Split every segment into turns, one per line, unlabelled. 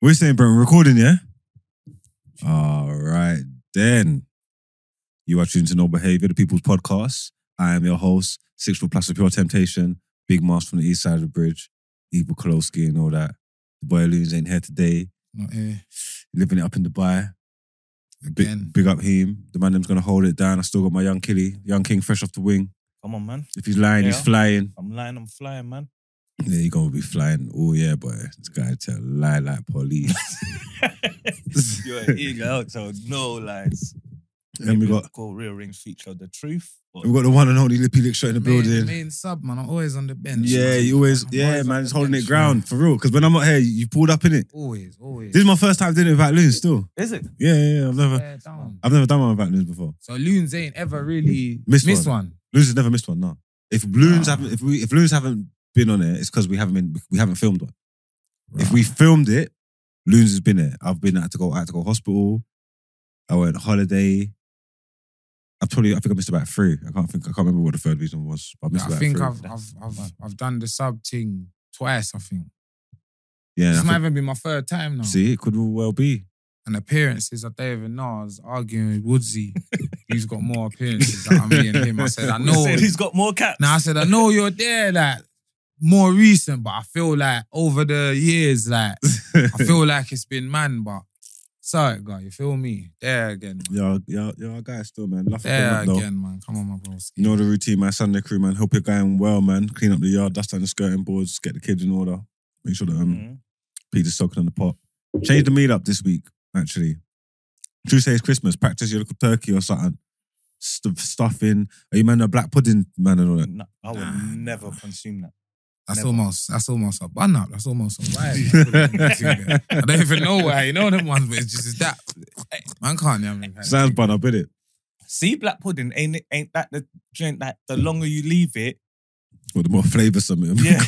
We're saying, bro, we're recording, yeah? All right, then. You are tuned to No Behavior, the People's Podcast. I am your host, Six Foot Plus of Pure Temptation, Big Mask from the East Side of the Bridge, Evil Koloski and all that. The boy Loons ain't here today,
Not here.
living it up in Dubai. Big,
Again.
big up him. The man them's going to hold it down. I still got my young Killy, young king fresh off the wing.
Come on, man.
If he's lying, he's
Yeah.
flying.
I'm lying, I'm flying, man.
Yeah, you're going to be flying all year, boy. This guy tell lie like police.
You're an eagle out, so no lies.
and we got
Call Real Ring feature the truth. but-
we got the one and only Lippy Lick shot in the
Main-
building.
Main sub, man. I'm always on the bench.
Yeah,
man.
you always,
I'm
yeah,
always on
man, it's
the
holding
bench,
it ground for real. Because when I'm not here, you pulled up in it.
man. Always, always.
This is my first time doing it without loons. Still,
Is it?
yeah, yeah, yeah. I've never,
Yeah, down.
I've never done one without loons before.
So loons ain't ever really
Missed
missed,
one.
one.
Loons has never missed one. No. If loons
Ah.
haven't, if we, if loons haven't been on it, it's because we haven't been, we haven't filmed one. If
Right.
we filmed it, loons has been there. I've been I had to go, I had to go hospital. I went holiday. I probably, I think I missed about three. I can't think, I can't remember what the third reason was. But I missed
I
about
think
three.
I've, I've I've I've done the sub thing twice. I think
yeah. and I
this might
think-
even be my third time now.
See, it could well be.
And appearances, I don't even know. I was arguing with Woodsy, who's got more appearances than me and him. I said, I
No.
know.
Said he's got more caps.
Now I said, I know you're there, like more recent, but I feel like over the years, like I feel like it's been man, but sorry, guy, you feel me? There again, man.
Yeah, yeah, yeah, guys, still, man. Love
there
though.
again, man. Come on, my bros.
You know the routine, man. Sunday crew, man. Hope you're going well, man. Clean up the yard, dust down the skirting boards, get the kids in order. Make sure that um,
Mhm.
Peter's soaking on the pot. Change the meal up this week, actually. Tuesday is Christmas. Practice your little turkey or something. Stuff, stuffing. Are you man a black pudding man and all that?
No, I would
Nah.
never consume that.
That's
Never.
almost that's almost a bun up. That's almost a vibe. I don't even know why you know them ones, but it's just it's that man can't. Yeah, man.
Sounds bun up, innit?
See, black pudding ain't it? Ain't that the drink that the longer you leave it?
Well, the more flavour something.
Yeah.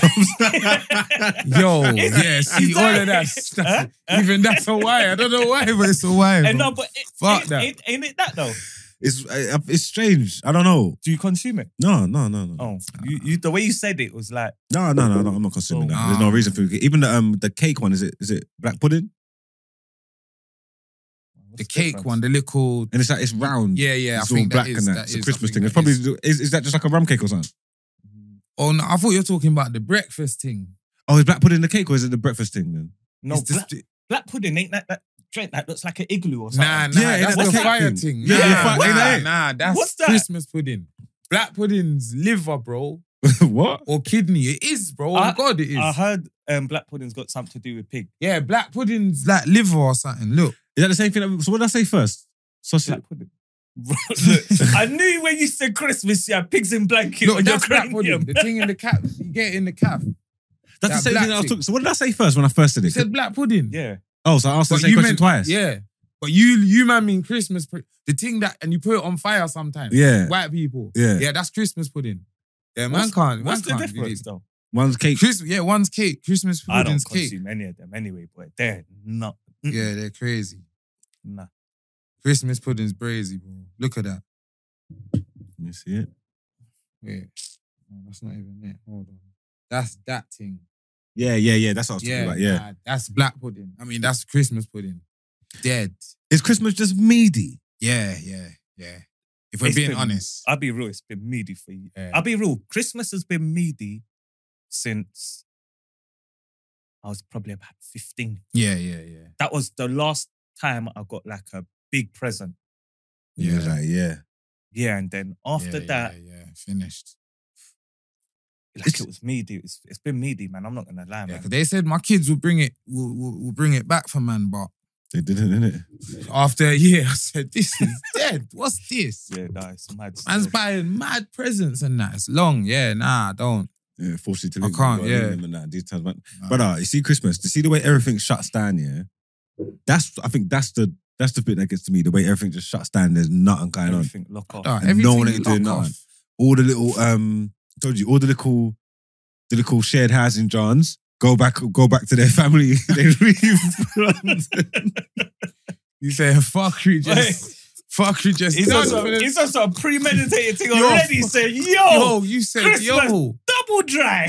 Yo, yeah, see
Is
all
that-
of that stuff.
Huh?
Even that's a why. I don't know why, but it's a why.
And
bro.
no, but it,
Fuck
ain't,
that.
Ain't, ain't it that though?
It's I- I- it's strange. I don't know.
Do you consume it?
No, no, no, no.
Oh, you, you the way you said it was like
No, no, no, no. I'm not consuming that. There's no
Oh.
reason for it. Even the um the cake one, is it is it black pudding?
what's
the cake
difference?
one, the little
And it's like it's round.
yeah, yeah.
it's
I
all
think
black
that is,
and that.
that
it's
is,
a
I
Christmas
think
thing. It's
that
probably
is.
is, is that just like a rum cake or something?
Oh no, I thought you were talking about the breakfast thing.
Oh, is black pudding the cake or is it the breakfast thing then?
No,
It's
black,
just-
black pudding ain't that that drink that looks like an igloo or something.
Nah, nah,
Yeah,
that's
that's
the
the
fire
thing.
thing.
Yeah,
nah,
the fire-
nah,
ain't that it?
nah, that's
What's that?
Christmas pudding. Black pudding's liver, bro,
what?
or kidney. It is, bro. Oh
I-
God, it is.
I heard um, black pudding's got something to do with pig.
yeah, black pudding's like liver or something. Look,
Is that the same thing? So what did I say first? Sausage.
Black pudding. Bro, look, I knew when you said Christmas, you had pigs in blankets.
look,
on your
that's black
cranium.
pudding. The thing in the cap, you get it in the cap.
That's
that
the same
black
thing I was
thing.
talking. So what did I say first when I first did
You
it?
said black pudding.
Yeah.
oh, so I asked the
But
same
you
question
meant-
twice.
Yeah, but you, you man, mean Christmas. Pr- the thing that and you put it on fire sometimes.
Yeah.
white people.
Yeah.
yeah, that's Christmas pudding. Yeah, man
What's-
can't. Man
What's the
can't do
difference,
this.
though?
One's cake.
Christmas, yeah, one's cake. Christmas
I don't
pudding's cake.
consume any of them anyway, but they're not.
Yeah, they're crazy.
Nah.
Christmas pudding's brazy, bro. Look at that.
Let me see it.
Wait, no, that's not even it. Hold on. That's that thing.
Yeah, yeah, yeah. That's what I was talking
Yeah,
about. Yeah.
nah, that's black pudding. I mean, that's Christmas pudding. Dead.
Is Christmas just meaty?
Yeah, yeah, yeah. If we're
It's
being
been-
honest,
I'll be real, it's been meaty for you.
Yeah.
I'll be real, Christmas has been meaty since I was probably about 15.
yeah, yeah, yeah.
That was the last time I got like a big present.
Yeah.
Yeah.
Like, yeah.
Yeah, and then after
Yeah,
that,
yeah, yeah, finished.
like it was meaty. It's, it's been meaty, man. I'm not gonna lie,
Yeah,
man.
because they said my kids will bring it, will, will, will bring it back for man, but
They didn't, innit?
after a year, I said, "This is dead. What's this?"
Yeah, nah, it's mad.
Man's
still.
buying mad presents and that. It's long. Yeah, nah, I don't.
Yeah, forced you to
I
leave.
can't,
You gotta leave
yeah.
them and that, these times, man.
Nah.
But uh, you see Christmas, you see the way everything shuts down, yeah. That's I think that's the that's the bit that gets to me. The way everything just shuts down, there's nothing going on.
Everything lock off.
Nah,
And no
everything
one
you
ain't doing
lock
nothing.
off.
All the little um I told you, all the little the little shared housing johns go back go back to their family. they leave London.
You say fuckery just fuckery just
It's
done
also,
for the-
it's also a premeditated thing
Yo,
already. So, yo,
Yo, you said
Christmas.
yo.
double dry.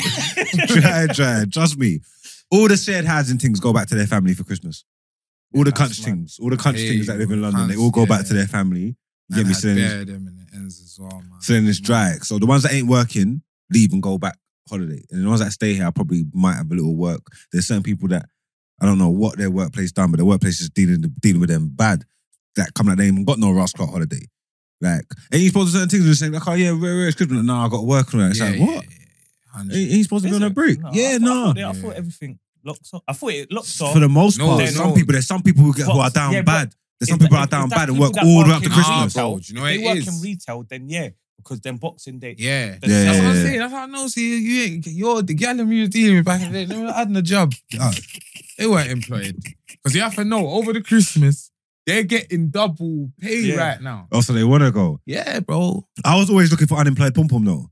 dry, dry, trust me. all the shared houses and things go back to their family for Christmas. All the
That's
cunch
mad.
things, all the cunch
Hey,
things that live in
all the
London, they
cunts,
all go
yeah,
back to
yeah.
their family. You get
And
me?
I
So then it's-
bury them in the ends as well, man.
so then it's dry. So the ones that ain't working leave and go back holiday, and the ones that stay here, I probably might have a little work. There's certain people that I don't know what their workplace done, but their workplace is dealing dealing with them bad. That come like they ain't even got no Ross Clark holiday. Like, ain't you supposed to certain things? You're saying like, oh yeah, rare, rare, it's Christmas. Like, nah, I got to work on that. It's like what?
what?
Ain't, ain't you supposed to be
Is
on a
it?
break? yeah,
I,
no.
I thought, they- I thought everything locks off. I thought it locks off.
For the most
No,
part,
there's
some
no-
people there's some people who, get, who are
But-
down
yeah, but
bad. There's some
is
people
that-
are down
is that
bad and
people
work
that
all the way
work
up to
in
Christmas.
Arsenal?
bro. Do you know what
if
it
they work in
is?
retail, then yeah, because then Boxing Day.
Yeah.
then-
Yeah,
That's what I'm
yeah.
saying. That's how I know. See, you ain't you're the gal we was dealing with back in the day. They were adding a job. Oh, they weren't employed because you have to know over the Christmas they're getting double pay
Yeah.
right now.
Oh, so they want to go.
Yeah, bro.
I was always looking for unemployed pom pom though,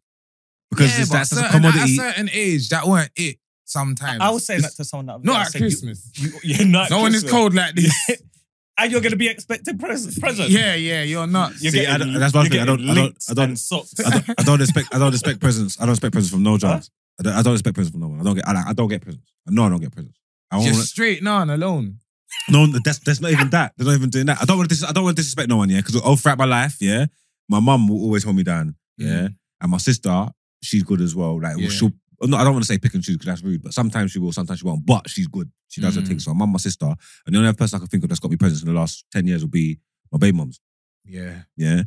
because
yeah,
it's
but
that sense of
certain-
commodity.
At a certain age, that weren't it. Sometimes
I was saying that to someone that
not
I
at
said, you-
Christmas.
You, you're not.
no one is cold like this.
and you're going to be expected pres- presents.
yeah, yeah, you're not.
You're
See, I
getting,
don't- that's one
you're
thing I don't-
getting
I don't-
links
I don't-
and socks.
I don't, I don't expect. I don't expect presents. I don't expect presents from no jobs. I don't, I don't expect presents from no one. I don't get. I, like, I don't get presents. No, I don't get presents. I don't
Just straight none alone.
wanna, no, that's that's not even that. They're not even doing that. I don't want to. Dis- I don't want to disrespect no one. Yeah, because all throughout my life, yeah, my mum will always hold me down. Yeah, and my sister, she's good as well. Like
Mm. Yeah.
she'll. No, I don't want to say pick and choose because that's rude. But sometimes she will, sometimes she won't. But she's good. She does her
Mm.
thing. So my mum, my sister, and the only other person I can think of that's got me presents in the last ten years will be my baby mums.
Yeah.
Yeah,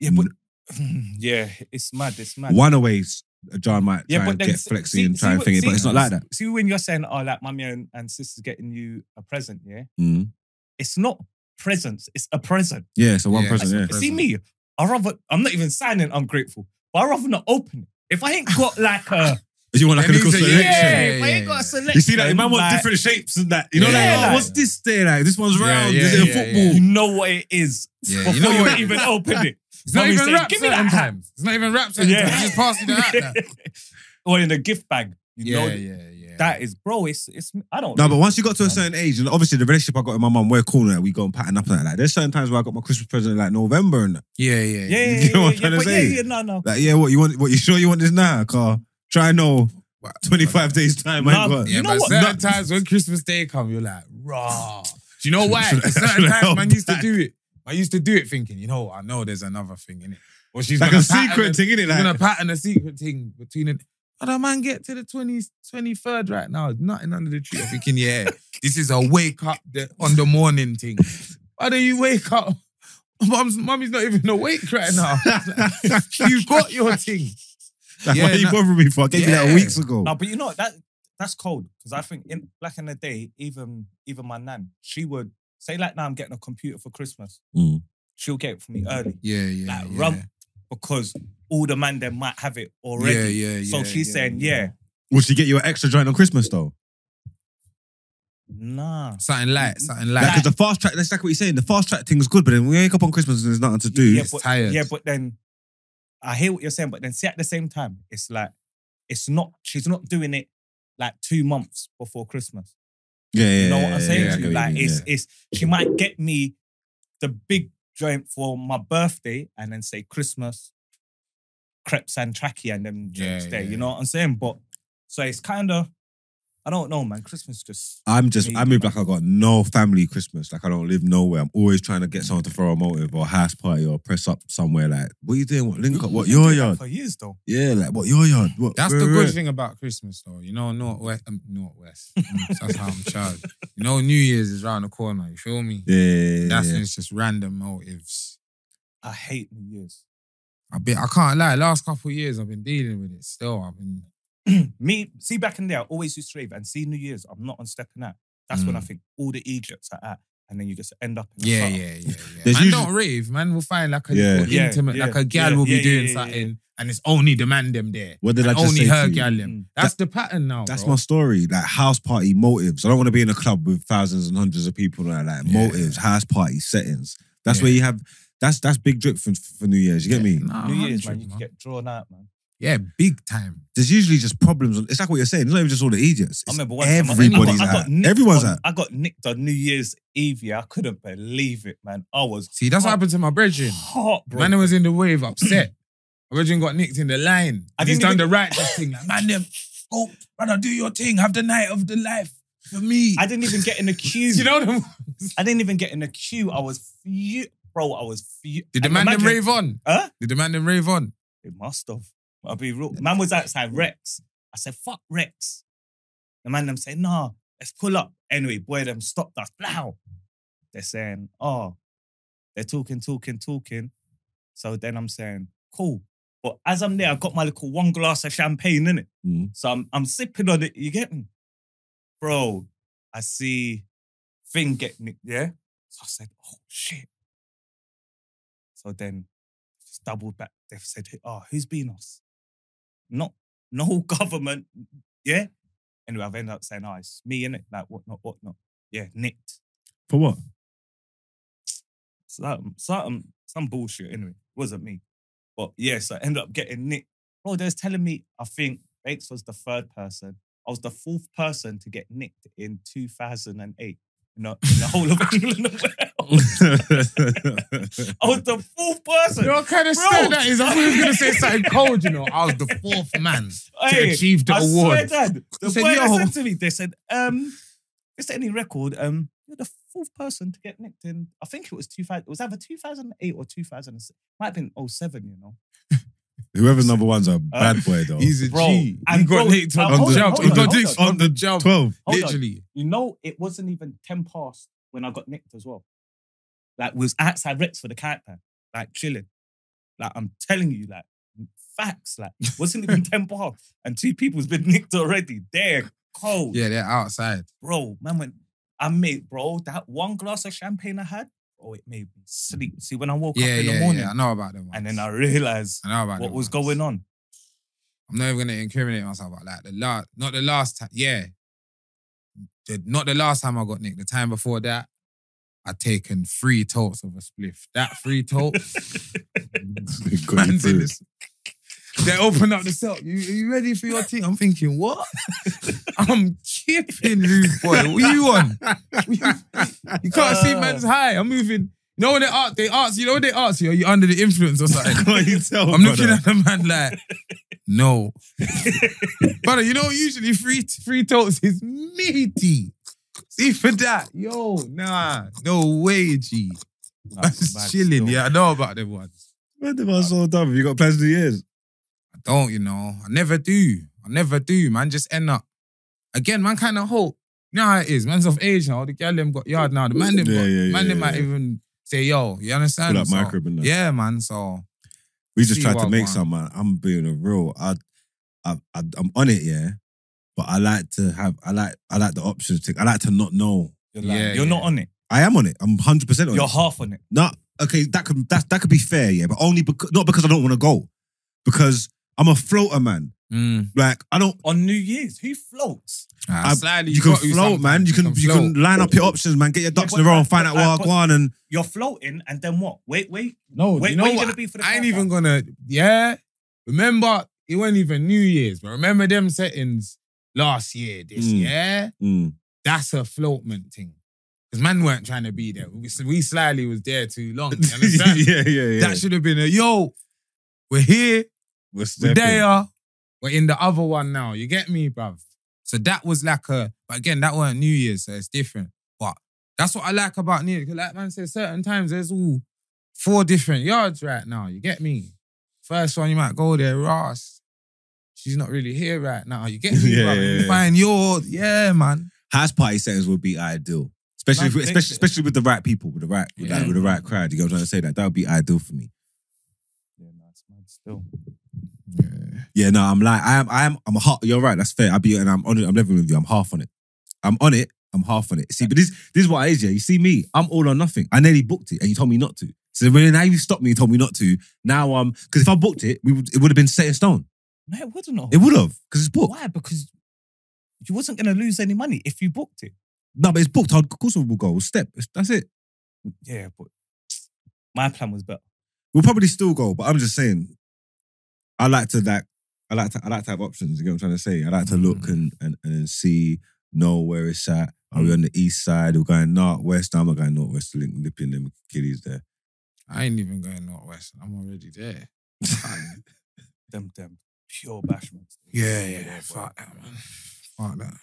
yeah, but yeah, it's mad. It's mad.
one always a jar might try and get
s-
flexy
see-
and try
see
and
what-
thing it,
see-
but it's not like that.
See, when you're saying, oh, like mummy and, and sister's getting you a present, yeah?
Mm.
It's not presents, it's a present.
Yeah, so one
Yeah.
present. Yeah.
Present.
See me, I rather, I'm not even signing ungrateful, but I rather not open it. If I ain't got like a,
If you want like a
That
little
means that
selection.
you-
yeah,
Yeah,
if I
yeah,
ain't got
yeah.
a selection.
You see that? man wants
like,
different shapes and that. You know,
Yeah,
like,
like-
oh, what's this there? Like, this one's
Yeah,
round.
yeah,
This is a
yeah,
football.
You know what it is
Yeah, you
before you,
know what-
even open it.
It's not
Mummy
even
say,
wrapped
"Give me that
certain
hat."
times. It's not even wrapped certain
Yeah.
times. It's just passing it out. now.
or in a gift bag. You
Yeah,
know,
yeah, yeah.
that is, bro, it's, it's, I don't
No,
know.
but once you got to a certain age, and obviously the relationship I got with my mum, we're cool now. We go and pattern up and that. Like, there's certain times where I got my Christmas present in, like November and that.
yeah, yeah,
yeah,
You
yeah, yeah,
get what I'm
yeah,
trying to
but yeah,
say?
yeah, no, no.
Like, yeah, what you want? What you sure you want this now, car? Try no. 25 days time, I ain't
No,
got-
Yeah,
You know
but
what?
certain
That-
times when Christmas Day come, you're like, raw. Do you know why?
Should I-
'Cause
should
certain
I
times
hold
man used to
back?
do it. I used to do it thinking, you know, I know there's another thing in it. Or she's
Like
gonna
a
pattern
secret
and-
thing, innit?
She's gonna
Like,
pattern a secret thing between it. But I man get to the 20, 23rd right now, nothing under the tree. I'm thinking, yeah, this is a wake up the, on the morning thing. Why do you wake up? Mum's mummy's not even awake right now. you got your thing.
that's
Yeah,
why you
no-
bothering me for. I gave you that
Yeah.
weeks ago.
No, but you know that that's cold because I think in back in the day, even even my nan, she would say like, "Now I'm getting a computer for Christmas."
Mm.
She'll get it for me early,
Yeah, Mm. yeah.
like
yeah.
rum, because all the man them might have it already.
Yeah, yeah, yeah.
so she's saying, "Yeah,
Would she get you an extra joint on Christmas though?
nah."
Something light, something
Like,
light.
because the fast track, that's like what you're saying. The fast track thing's good, but then we wake up on Christmas and there's nothing to do.
yeah,
it's
but
tired.
yeah, but then I hear what you're saying, but then see at the same time, it's like it's not. She's not doing it like two months before Christmas.
yeah, yeah.
You know what I'm
yeah,
saying
yeah, I
to
get what
you? Like
mean,
it's it's she might get me the big joint for my birthday and then say Christmas, crepes and tracky and them
Yeah,
joints there.
yeah,
You know what I'm saying? But so it's kind of I don't know, man. Christmas just
I'm just,
Me,
I move like I got no family Christmas. Like I don't live nowhere. I'm always trying to get someone to throw a motive or a house party or press up somewhere. Like, what you doing? What link up? What
We've
your
been doing that
yard?
for years though.
Yeah, like what your yard? What,
That's the
where-
good
where?
thing about Christmas, though. You know, North West, um, North West. Mm, That's how I'm charged. You know, New Year's is round the corner. You feel me?
Yeah, yeah, yeah,
That's
yeah.
when it's just random motives.
I hate New Year's.
I be, I can't lie. Last couple of years, I've been dealing with it. Still, I've been.
me, see back in there, I always used to rave and see New Year's, I'm not on stepping out. That's when I
Mm.
think all the Egypts are at, and then you just end up in the
Yeah,
gutter.
yeah, yeah. yeah.
There's
Man,
usually-
don't rave, man. We'll find like a
Yeah.
little
Yeah,
intimate,
yeah,
like a gal
yeah,
will be
yeah, yeah,
doing
yeah, yeah.
something, and it's only the man them there.
What did I just
only
say?
her
to you?
gal them.
Mm.
That's the pattern now.
That's
Oh, bro.
my story. Like house party motives. I don't want to be in a club with thousands and hundreds of people. Like, like
Yeah.
motives, house party settings. That's
Yeah.
where you have. That's that's big drip for, for New Year's. You get me?
Nah,
New Year's, man,
100,
you can get drawn out, man.
Yeah, big time.
there's usually just problems. It's like what you're saying. It's not even just all the idiots.
I
It's
remember one
everybody's
time I got, I got
out.
nicked
Everyone's
on,
out.
I got nicked on New Year's Eve. Yeah, I couldn't believe it, man. I was
See, that's what
Oh.
happened to my brethren.
heartbroken.
Man them was in the wave, upset. Original got nicked in the line.
I
he's
didn't
done
even-
the righteous thing. Like, man, them, scope, brother, do your thing. Have the night of the life for me.
I didn't even get in the queue.
you know them.
I didn't even get in the queue. I was few, bro. I was few.
Did the man them rave on?
Huh?
Did the man them rave on?
It must have. I'll be real. Man was outside Rex. I said, fuck Rex. The man them say, nah, let's pull up. Anyway, boy, them stopped us. Blow. They're saying, oh, they're talking, talking, talking. So then I'm saying, cool. But as I'm there, I've got my little one glass of champagne in it.
Mhm.
So I'm, I'm sipping on it. You get me? Bro, I see thing get nicked. Yeah. So I said, oh, shit. So then just doubled back. They've said, oh, who's been us? Not no government. Yeah. Anyway, I've ended up saying, oh, it's me, innit? Like whatnot, whatnot. Yeah, nicked.
For what?
Some, some, some bullshit anyway. It wasn't me. But yeah, so I ended up getting nicked. Bro, they was telling me, I think Bates was the third person. I was the fourth person to get nicked in 2008 in the, in the whole of England. and Wales. I was the fourth person.
You know what kind of
Bro.
style that is? I thought he was gonna say something cold. You know, I was the fourth man to
Hey,
achieve the
I swear,
award.
Dad. The
Said,
boy that
"Yo."
said to me, they said, um, is there any record? Um, you're the fourth person to get nicked in. I think it was 2000. It was either 2008 or 2006. Might have been 07, you know.
Whoever's number one's a bad boy though.
Uh, He's a
Bro,
G.
and
he got
bro,
nicked on,
uh,
the
hold
jump.
on,
He
hold
got
on,
nicked
hold
on the jump.
twelve.
Hold on.
Literally.
You know, it wasn't even 10 past when I got nicked as well. Like, we was outside Rex for the camper, like chilling. Like, I'm telling you, like, facts. Like, wasn't even 10 past. And two people's been nicked already. They're cold.
Yeah, they're outside.
bro, man went, I made, bro, that one glass of champagne I had, oh, it made me sleep. See, when I woke
Yeah,
up in
yeah,
the morning
yeah. I know about them.
and
ones.
then I realized
I know about
what
them
was
ones.
going on.
I'm not even gonna incriminate myself about that. The last, not the last time. Yeah, The- not the last time I got nicked. The time before that, I taken three totes of a spliff. That three totes, man's in this. They open up the cell. You, you ready for your tea? I'm thinking, what? I'm kipping, rude boy. What you on? You can't see
Uh.
man's high. I'm moving. You know when they ask, they ask, you know when they ask you, are you under the influence or something?
Can't you tell?
I'm looking
brother?
at the man like, no. Brother, you know, usually free free totes is meaty. See for that. Yo, nah, no way, G. I'm
That's mad
chilling.
still.
Yeah, I know about them ones.
Man, the man's so dumb. You got plans for the years?
I don't, you know. I never do. I never do, man. Just end up. Again, man kind of hope. You know how it is. Man's of age now. The gal them got yard now. The man them
Yeah,
got,
yeah,
man
yeah,
them might
yeah.
even say, yo, you understand?
Pull out
So,
microbe and that.
yeah, man. So
We just
See
tried
what
to make
one.
some, man. I'm being a real. I, I, I, I'm on it, yeah. But I like to have. I like. I like the options. To, I like to not know.
You're, like,
Yeah,
you're
yeah.
not on it.
I am on it. I'm 100 percent on
You're
it.
half on it.
No, okay. That could that that could be fair, yeah. But only because not because I don't want to go, because I'm a floater, man.
mm,
Like I don't.
On New Year's, who floats?
nah,
I-
slightly
You can
got
float, man.
sometimes.
You can you
float.
can line up your options, man. Get your ducks
Yeah,
in a
but-
row and find
but-
out where I
but-
go on and
You're floating, and then what? Wait, wait.
No,
Wait,
Oh, you know
where you
what?
gonna be for the
I ain't
countdown?
even gonna. Yeah, remember it wasn't even New Year's, but remember them settings last year, this
Mm.
year.
Mm.
That's a floatment thing, because man weren't trying to be there. We, we slyly was there too long. You understand?
yeah, yeah, yeah.
That should have been a yo. We're here.
We're stepping.
We're there. We're in the other one now. You get me, bruv? So that was like a, but again, that weren't New Year's, so it's different. But that's what I like about New Year's. 'cause Like man said, certain times there's all four different yards right now. You get me? First one, you might go there, Ross. She's not really here right now. You get me,
Yeah,
bruv?
yeah,
You
yeah.
find your, yeah, man.
house party settings would be ideal, especially if,
Man,
especially especially with the right people, with the right with, like,
Yeah.
with the right crowd. You get what I'm trying to say? That that would be ideal for me.
Yeah, no, it's mad still.
Yeah, no, I'm like I am I am I'm a half. You're right. That's fair. I be and I'm on it. I'm living with you. I'm half on it. I'm on it. I'm half on it. See, but this this is what it is. Yeah, you see me. I'm all or nothing. I nearly booked it, and you told me not to. So when now you stopped me and told me not to. Now um, because if I booked it, we would, it would have been set in stone.
No, it wouldn't have.
It would have because it's booked.
Why? Because you wasn't gonna lose any money if you booked it.
No, but it's booked. I'd, of course, we'll go. We'll step. It's- That's it.
Yeah, but my plan was better.
We'll probably still go, but I'm just saying, I like to like, I like to, I like to have options. You get what I'm trying to say? I like to
Mm.
look and and and see, know where it's at. Are we on the east side? We're going north west. I'm not going north west to link Lippian them kiddies there.
I ain't even going northwest. I'm already there.
Them, them. pure bashment.
Yeah, yeah, yeah.
bro.
Fuck that, man. Fuck that.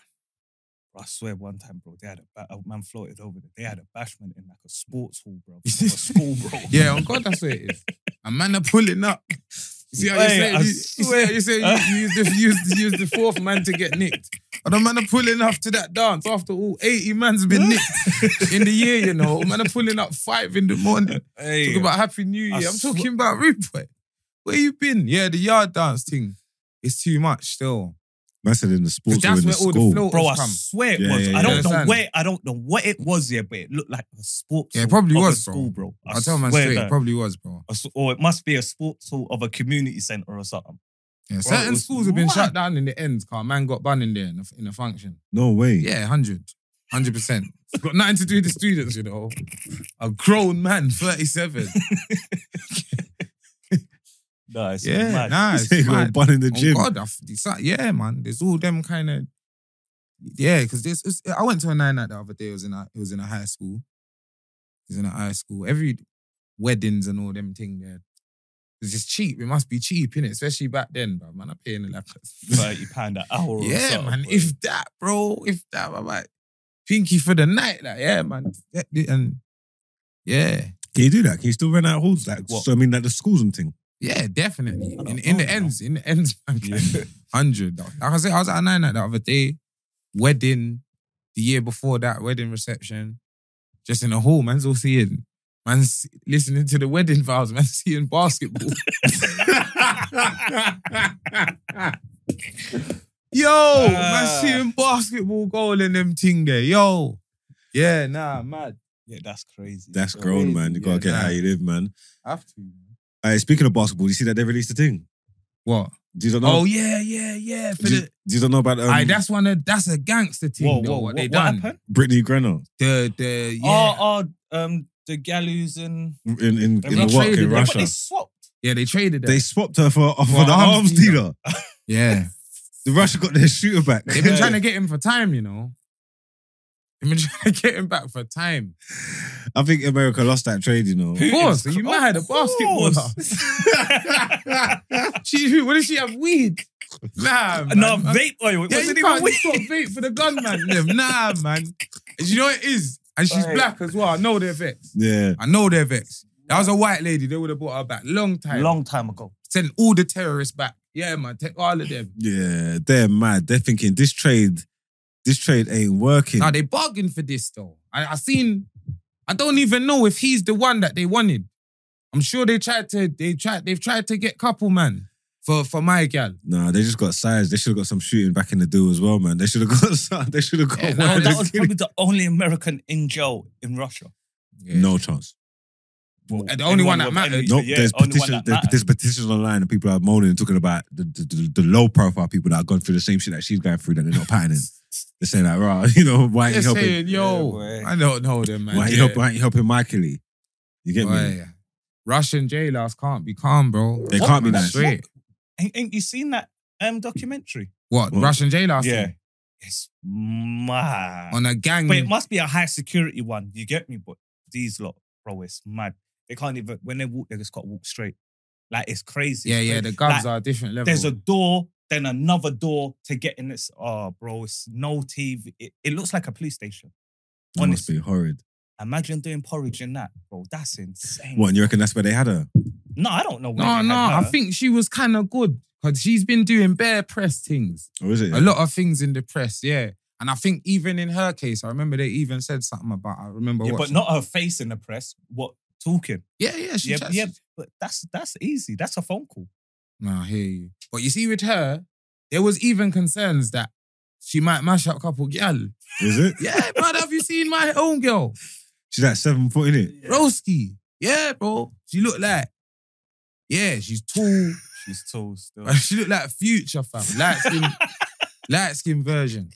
Bro, I swear, one time, bro, they had a, ba- a man floated over there. They had a bashment in like a sports hall, bro. Like a school, bro.
Yeah, on God, that's what it is. A man are pulling up. See how you
Wait,
say
I
you, you see how you say you, you use the you use, you use the fourth man to get nicked. And the man are pulling up to that dance after all 80 man's been nicked in the year, you know. Man are pulling up five in the morning.
Hey,
Talking about Happy New
I
Year. I'm
sw-
talking about Rude Boy. Where you been? Yeah, the yard dance thing. It's too much still.
Man said in the sports
'Cause
or in
that's
the
where all
school.
the floaters
bro, I
come.
swear it
Yeah,
was.
yeah,
I
yeah.
don't know
Understand?
where. I don't know what it was, yeah, but it looked like a sports.
Yeah, it
hall
probably
of a
was, bro.
school, bro. I
I'll tell man
swear
straight,
that.
it probably was, bro.
I s- or it must be a sports hall of a community center or something.
Yeah,
Bro, it
certain
was
schools have been
mad.
shut down in the ends, car. Man got banned in there in a, in a function.
No way.
Yeah, 100. 100%. It's got nothing to do with the students, you know. A grown man, 37.
No, it's
yeah,
mad.
nah, it's
Say you got a
mad.
bun in the
Oh,
gym.
God, I've, it's like- yeah, man. There's all them kind of yeah, because this is. I went to a nine night the other day. It was in a it was in a high school. It was in a high school. Every weddings and all them thing there. It's just cheap. It must be cheap, innit? Especially back then, bro. Man, I'm paying like
thirty pound an hour. or
yeah,
something,
man.
bro.
If that, bro, if that, I'm like, pinky for the night, like, yeah, man. That- And yeah,
Can you do that? Can you still rent out halls? Like,
What?
so I mean, like the schools and thing.
yeah, definitely.
I
In,
don't
in
know,
the
you know.
ends, in the ends, man.
Yeah.
Hundred. Like I said, I was at a nine night the other day, wedding, the year before that, wedding reception, just in a hall. Man's all seeing, man's listening to the wedding vows, man's seeing basketball. Yo,
Ah.
man, seeing basketball goal in them thing there. Yo, yeah, nah, mad.
yeah, that's crazy.
That's
Yo,
grown, man. You
yeah,
gotta get
nah.
how you live, man.
Have to.
Hey, speaking of basketball, you see that they released a thing.
What?
Do you don't know?
Oh yeah, yeah, yeah. For
do, you,
the,
do you don't know about um,
Aye, that's one. Of, that's a gangster thing.
Whoa,
though,
whoa,
what
what,
they
what
done?
happened?
Brittany Griner
The the yeah.
Oh, oh, um, the gallows and
in in, in
They
the work
traded
in
them.
yeah, but
Russia?
they swapped.
Yeah, they traded it.
They swapped her for for
For
the
arms
arms
dealer.
dealer.
yeah.
The Russia got their shooter back.
They've been
Yeah.
trying to get him for time, you know. They've been trying to get him back for time.
I think America lost that trade. You know,
Of course,
Putin.
you mad, a
Of course.
She, what did she have? Weed? Nah, man.
no, vape oil. It
yeah,
wasn't
you
even
can't
weed.
just got vape for the gun, man. them. Nah, man. And you know what it is? And she's
Right.
black as well. I know they're vexed.
yeah.
I know they're vexed. That was a white lady. They would have brought her back. Long time.
Long time ago.
Send all the terrorists back. Yeah, man. Take all of them.
Yeah, they're mad. They're thinking this trade, this trade ain't working.
Now they bargained for this though. I, I seen. I don't even know if he's the one that they wanted. I'm sure they tried to. They tried. They've tried to get couple man for for my gal.
Nah, they just got size. They should have got some shooting back in the deal as well, man. They should have got some. They should have got
Yeah,
one.
nah,
Oh,
of
that
them
was
kidding.
probably the only American in jail in Russia.
no chance.
Well,
And the only one that
with
matters.
any-
Nope.
yeah,
there's
only one
petitions.
that
There's,
matters.
there's petitions online, and people are moaning and talking about the, the, the, the low profile people that have gone through the same shit that she's going through that they're not patterning. they're saying like, right, you know, why ain't
They're
you helping?
saying, yo,
Yeah, boy.
I don't know them man.
why, ain't you
Yeah.
help, why ain't you helping Michael? Lee? You get me?
Boy, Russian jailers can't be calm, bro.
They can't be
What?
nice.
Straight.
Ain't, ain't you seen that um, documentary?
What?
What?
Russian jailers?
Yeah. It's mad.
On a gang.
But it must be a high security one. You get me? But these lot, bro, it's mad. They can't even when they walk, they just gotta walk straight. Like it's crazy.
yeah,
It's
yeah.
crazy.
The guns
Like,
are a different level.
There's a door, then another door to get in this. Oh, bro, it's no TV. It, it looks like a police station.
Oh,
That must
Honestly,
be horrid.
imagine doing porridge in that, bro. That's insane.
What? And you reckon that's where they had her?
No, I don't know. where
no,
they
no.
had
I
her.
think she was kind of good because she's been doing bare press things.
Or is it?
a lot of things in the press, yeah. And I think even in her case, I remember they even said something about. I remember,
Yeah, but
watching-
not her face in the press. What talking?
yeah, yeah, she
Yeah,
chats-
yeah. But that's that's easy. That's a phone call.
Nah, I hear you. But you see, with her, there was even concerns that she might mash up couple gal.
Is it?
Yeah, bro, have you seen my own girl,
She's at seven foot in it.
Broski? Yeah, bro, she looked like, yeah, she's tall.
She's tall still.
she looked like future fam, light skin, light skin version.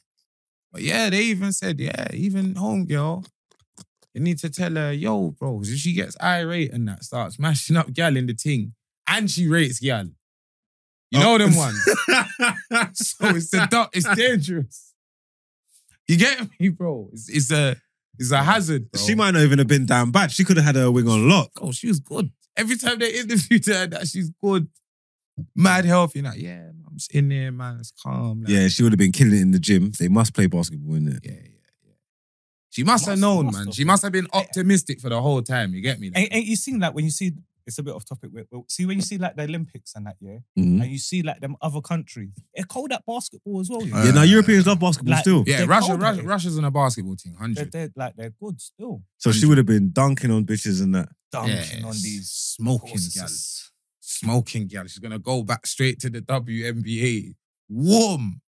But yeah, they even said, yeah, even homegirl, you need to tell her, yo, bro, if she gets irate and that starts mashing up gal in the ting, and she rates gal. You know
Oh.
them ones. so it's the du- it's dangerous. You get me, bro? It's, it's a it's a hazard. Bro.
She might not even have been down bad. She could have had her wing on lock.
Oh, she was good. Every time they interviewed her, that she's good. mad healthy. Like, yeah, I'm just in there, man. It's calm. Like,
Yeah, she would have been killing it in the gym. They must play basketball, innit?
yeah, yeah, yeah. She must, have
Must-
known,
must
man.
have.
She must have been optimistic for the whole time. You get me? Like,
And, and you seen like when you see it's a bit off topic. But but see when you see like the Olympics and that, yeah,
Hmm?
Mhm.
and you see like them other countries, they're cold at basketball as well. You
Uh,
know?
Yeah, now Europeans love basketball
Like-
still.
yeah,
they're
Russia,
cold,
Russia,
mate.
Russia's on a basketball team.
they're,
Hundred.
they're like they're good still.
So she would have been dunking on bitches and that.
Dunking on
Yes.
these
smoking gals.
horses.
smoking gal. She's gonna go back straight to the WNBA. Warm.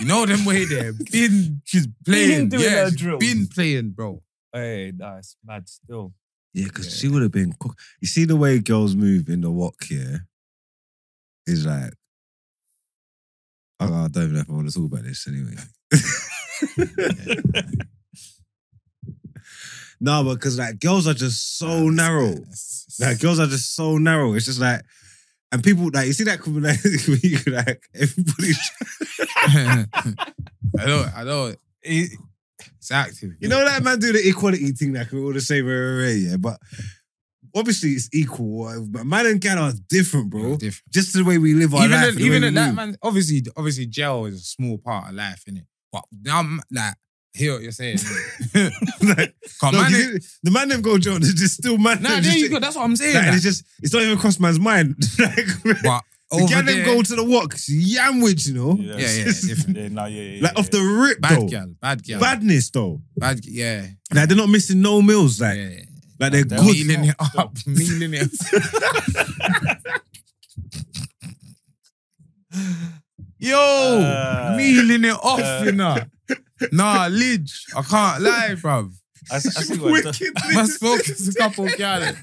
You know them way there. Been she's playing.
doing
yeah,
her
she's
drills.
been playing, bro.
Hey, nice, mad still.
Yeah, because
Yeah.
she would have been. Cook- you see the way girls move in the walk here is like. I I don't even know if I want to talk about this anyway. no, but because like girls are just so narrow. Like girls are just so narrow. It's just like, and people like you see that couple, like, when you, like everybody.
I don't, I don't.
It-
It's active.
You know that man do the equality thing like we're all the same, rah, rah, rah, yeah. But obviously it's equal. But man and gal are different,
It's
bro.
different.
Just the way we live our
even
life.
though-
and the
even
way
though
we
that
move.
man, obviously, obviously, jail is a small part of life, innit? But now, I'm, like, hear what you're saying.
like,
Come
no,
man,
you didn't- the man them go John. It's just still man.
nah,
them
there
just-
you go. That's what I'm saying.
Like, and
like,
it's just it's not even crossed man's mind. like,
but
the
over
gal them
there,
go to the walks, yamwich, you know.
Yeah.
yeah, yeah, different.
yeah, nah, yeah, yeah,
Like
yeah,
off the rip,
Bad
though.
gal, bad gal, bad,
Badness though.
bad yeah,
Like they're not missing no meals. Like
yeah.
like they're
They're
good.
mealing it up, mealing it. Yo,
Uh,
mealing it off,
uh,
you know. Nah, Lidge, I can't lie, bruv.
I, I see what
My
Wickedness.
spoke is a couple gallons.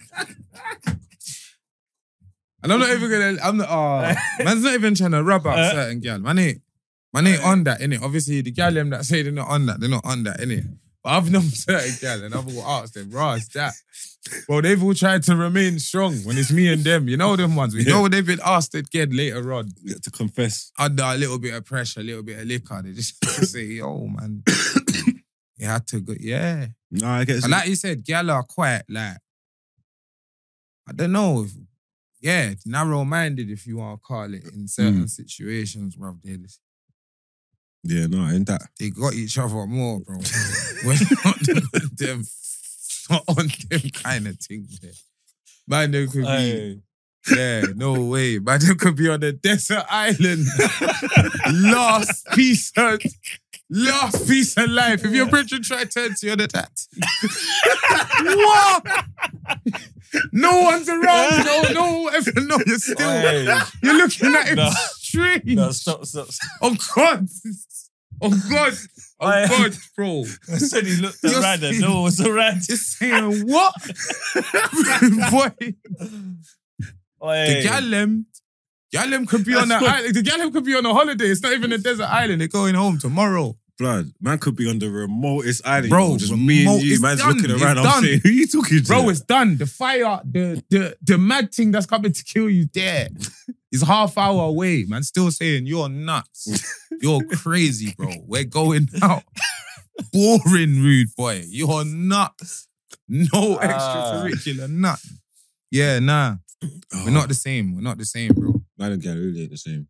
And I'm not even gonna. I'm not. Oh, man's not even trying to rub out
Uh.
certain gal. Man ain't. Man ain't on that innit. Obviously, the gal them that say they're not on that, they're not on that innit. But I've known certain gal, and I've all asked them, "Rah, it's that." Well, they've all tried to remain strong when it's me and them. You know them ones. We know they've been asked again later on
To confess.
under a little bit of pressure, a little bit of liquor. They just say, "Yo, man, you had to go." Yeah.
No, I guess.
And like you said, gal are quite like, I don't know. If, yeah, narrow minded, if you want to call it, in certain situations, bro. They,
yeah, no, ain't that.
they got each other more, bro. We're not on them, not on them kind of thing there. Man, they could
you're
be,
saying.
yeah, no way. Man, they could be on a desert island. last piece of, last piece of life. If your brethren try to turn to you on that, what? No one's around. No, no, ever, no. You're still,
Hey, hey,
you're looking at him
No.
strange.
no, stop, stop. stop.
Oh God, oh God, oh
Hey.
God, bro.
I said he looked
You're
around and
saying-
no one was around.
Just saying what, boy. The
Hey.
Gallem, Gallem um, could be on
That's
an
what-
island. The Gallem could be on a holiday. It's not even a desert island. They're going home tomorrow.
Blood, man could be on the remotest island.
Bro,
Bro, just me and
remote-
you.
it's
Man's
done,
looking
it's
around. I'm
done.
saying, who you talking to?
Bro, it's done. The fire, the the the mad thing that's coming to kill you there is half hour away, man. Still saying you're nuts. You're crazy, bro. We're going out. Boring rude boy. You're nuts. No
Ah.
extracurricular, nothing. Yeah, nah.
Oh,
We're not the same. We're not the same, bro.
Man and Gary really ain't the same.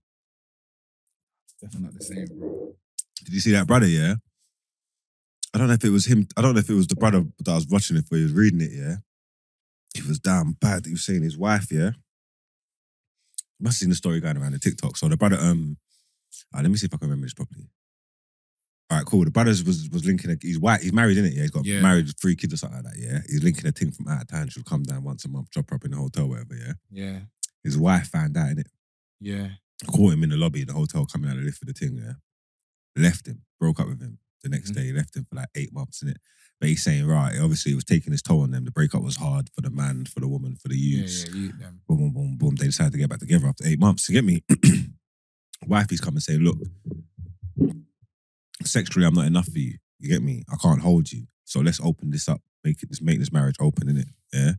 Definitely not the same, bro.
Did you see that brother? Yeah. I don't know if it was him. I don't know if it was the brother that I was watching it for. He was reading it. Yeah. It was damn bad. He was saying his wife. Yeah. Must have seen the story going around the TikTok. So the brother. Um. ah, let me see if I can remember this properly. All right, cool. The brothers was was linking. A, he's white. He's married, isn't it? Yeah, he's got
Yeah.
married, with three kids or something like that. Yeah, he's linking a thing from out of town. She'll come down once a month, drop her up in the hotel, whatever. Yeah,
Yeah,
his wife found out, innit?
yeah.
caught him in the lobby in the hotel coming out of the lift for the thing, yeah. Left him, broke up with him. The next
Mhm.
day, left him for like eight months in it. But he's saying, right, obviously it was taking its toll on them. The breakup was hard for the man, for the woman, for the
Yeah,
youths.
yeah, eat them.
Boom, boom, boom, boom. They decided to get back together after eight months. You get me? Wifey's come and say, look, sexually, I'm not enough for you. You get me? I can't hold you. So let's open this up. Make it this make this marriage open, innit? Yeah.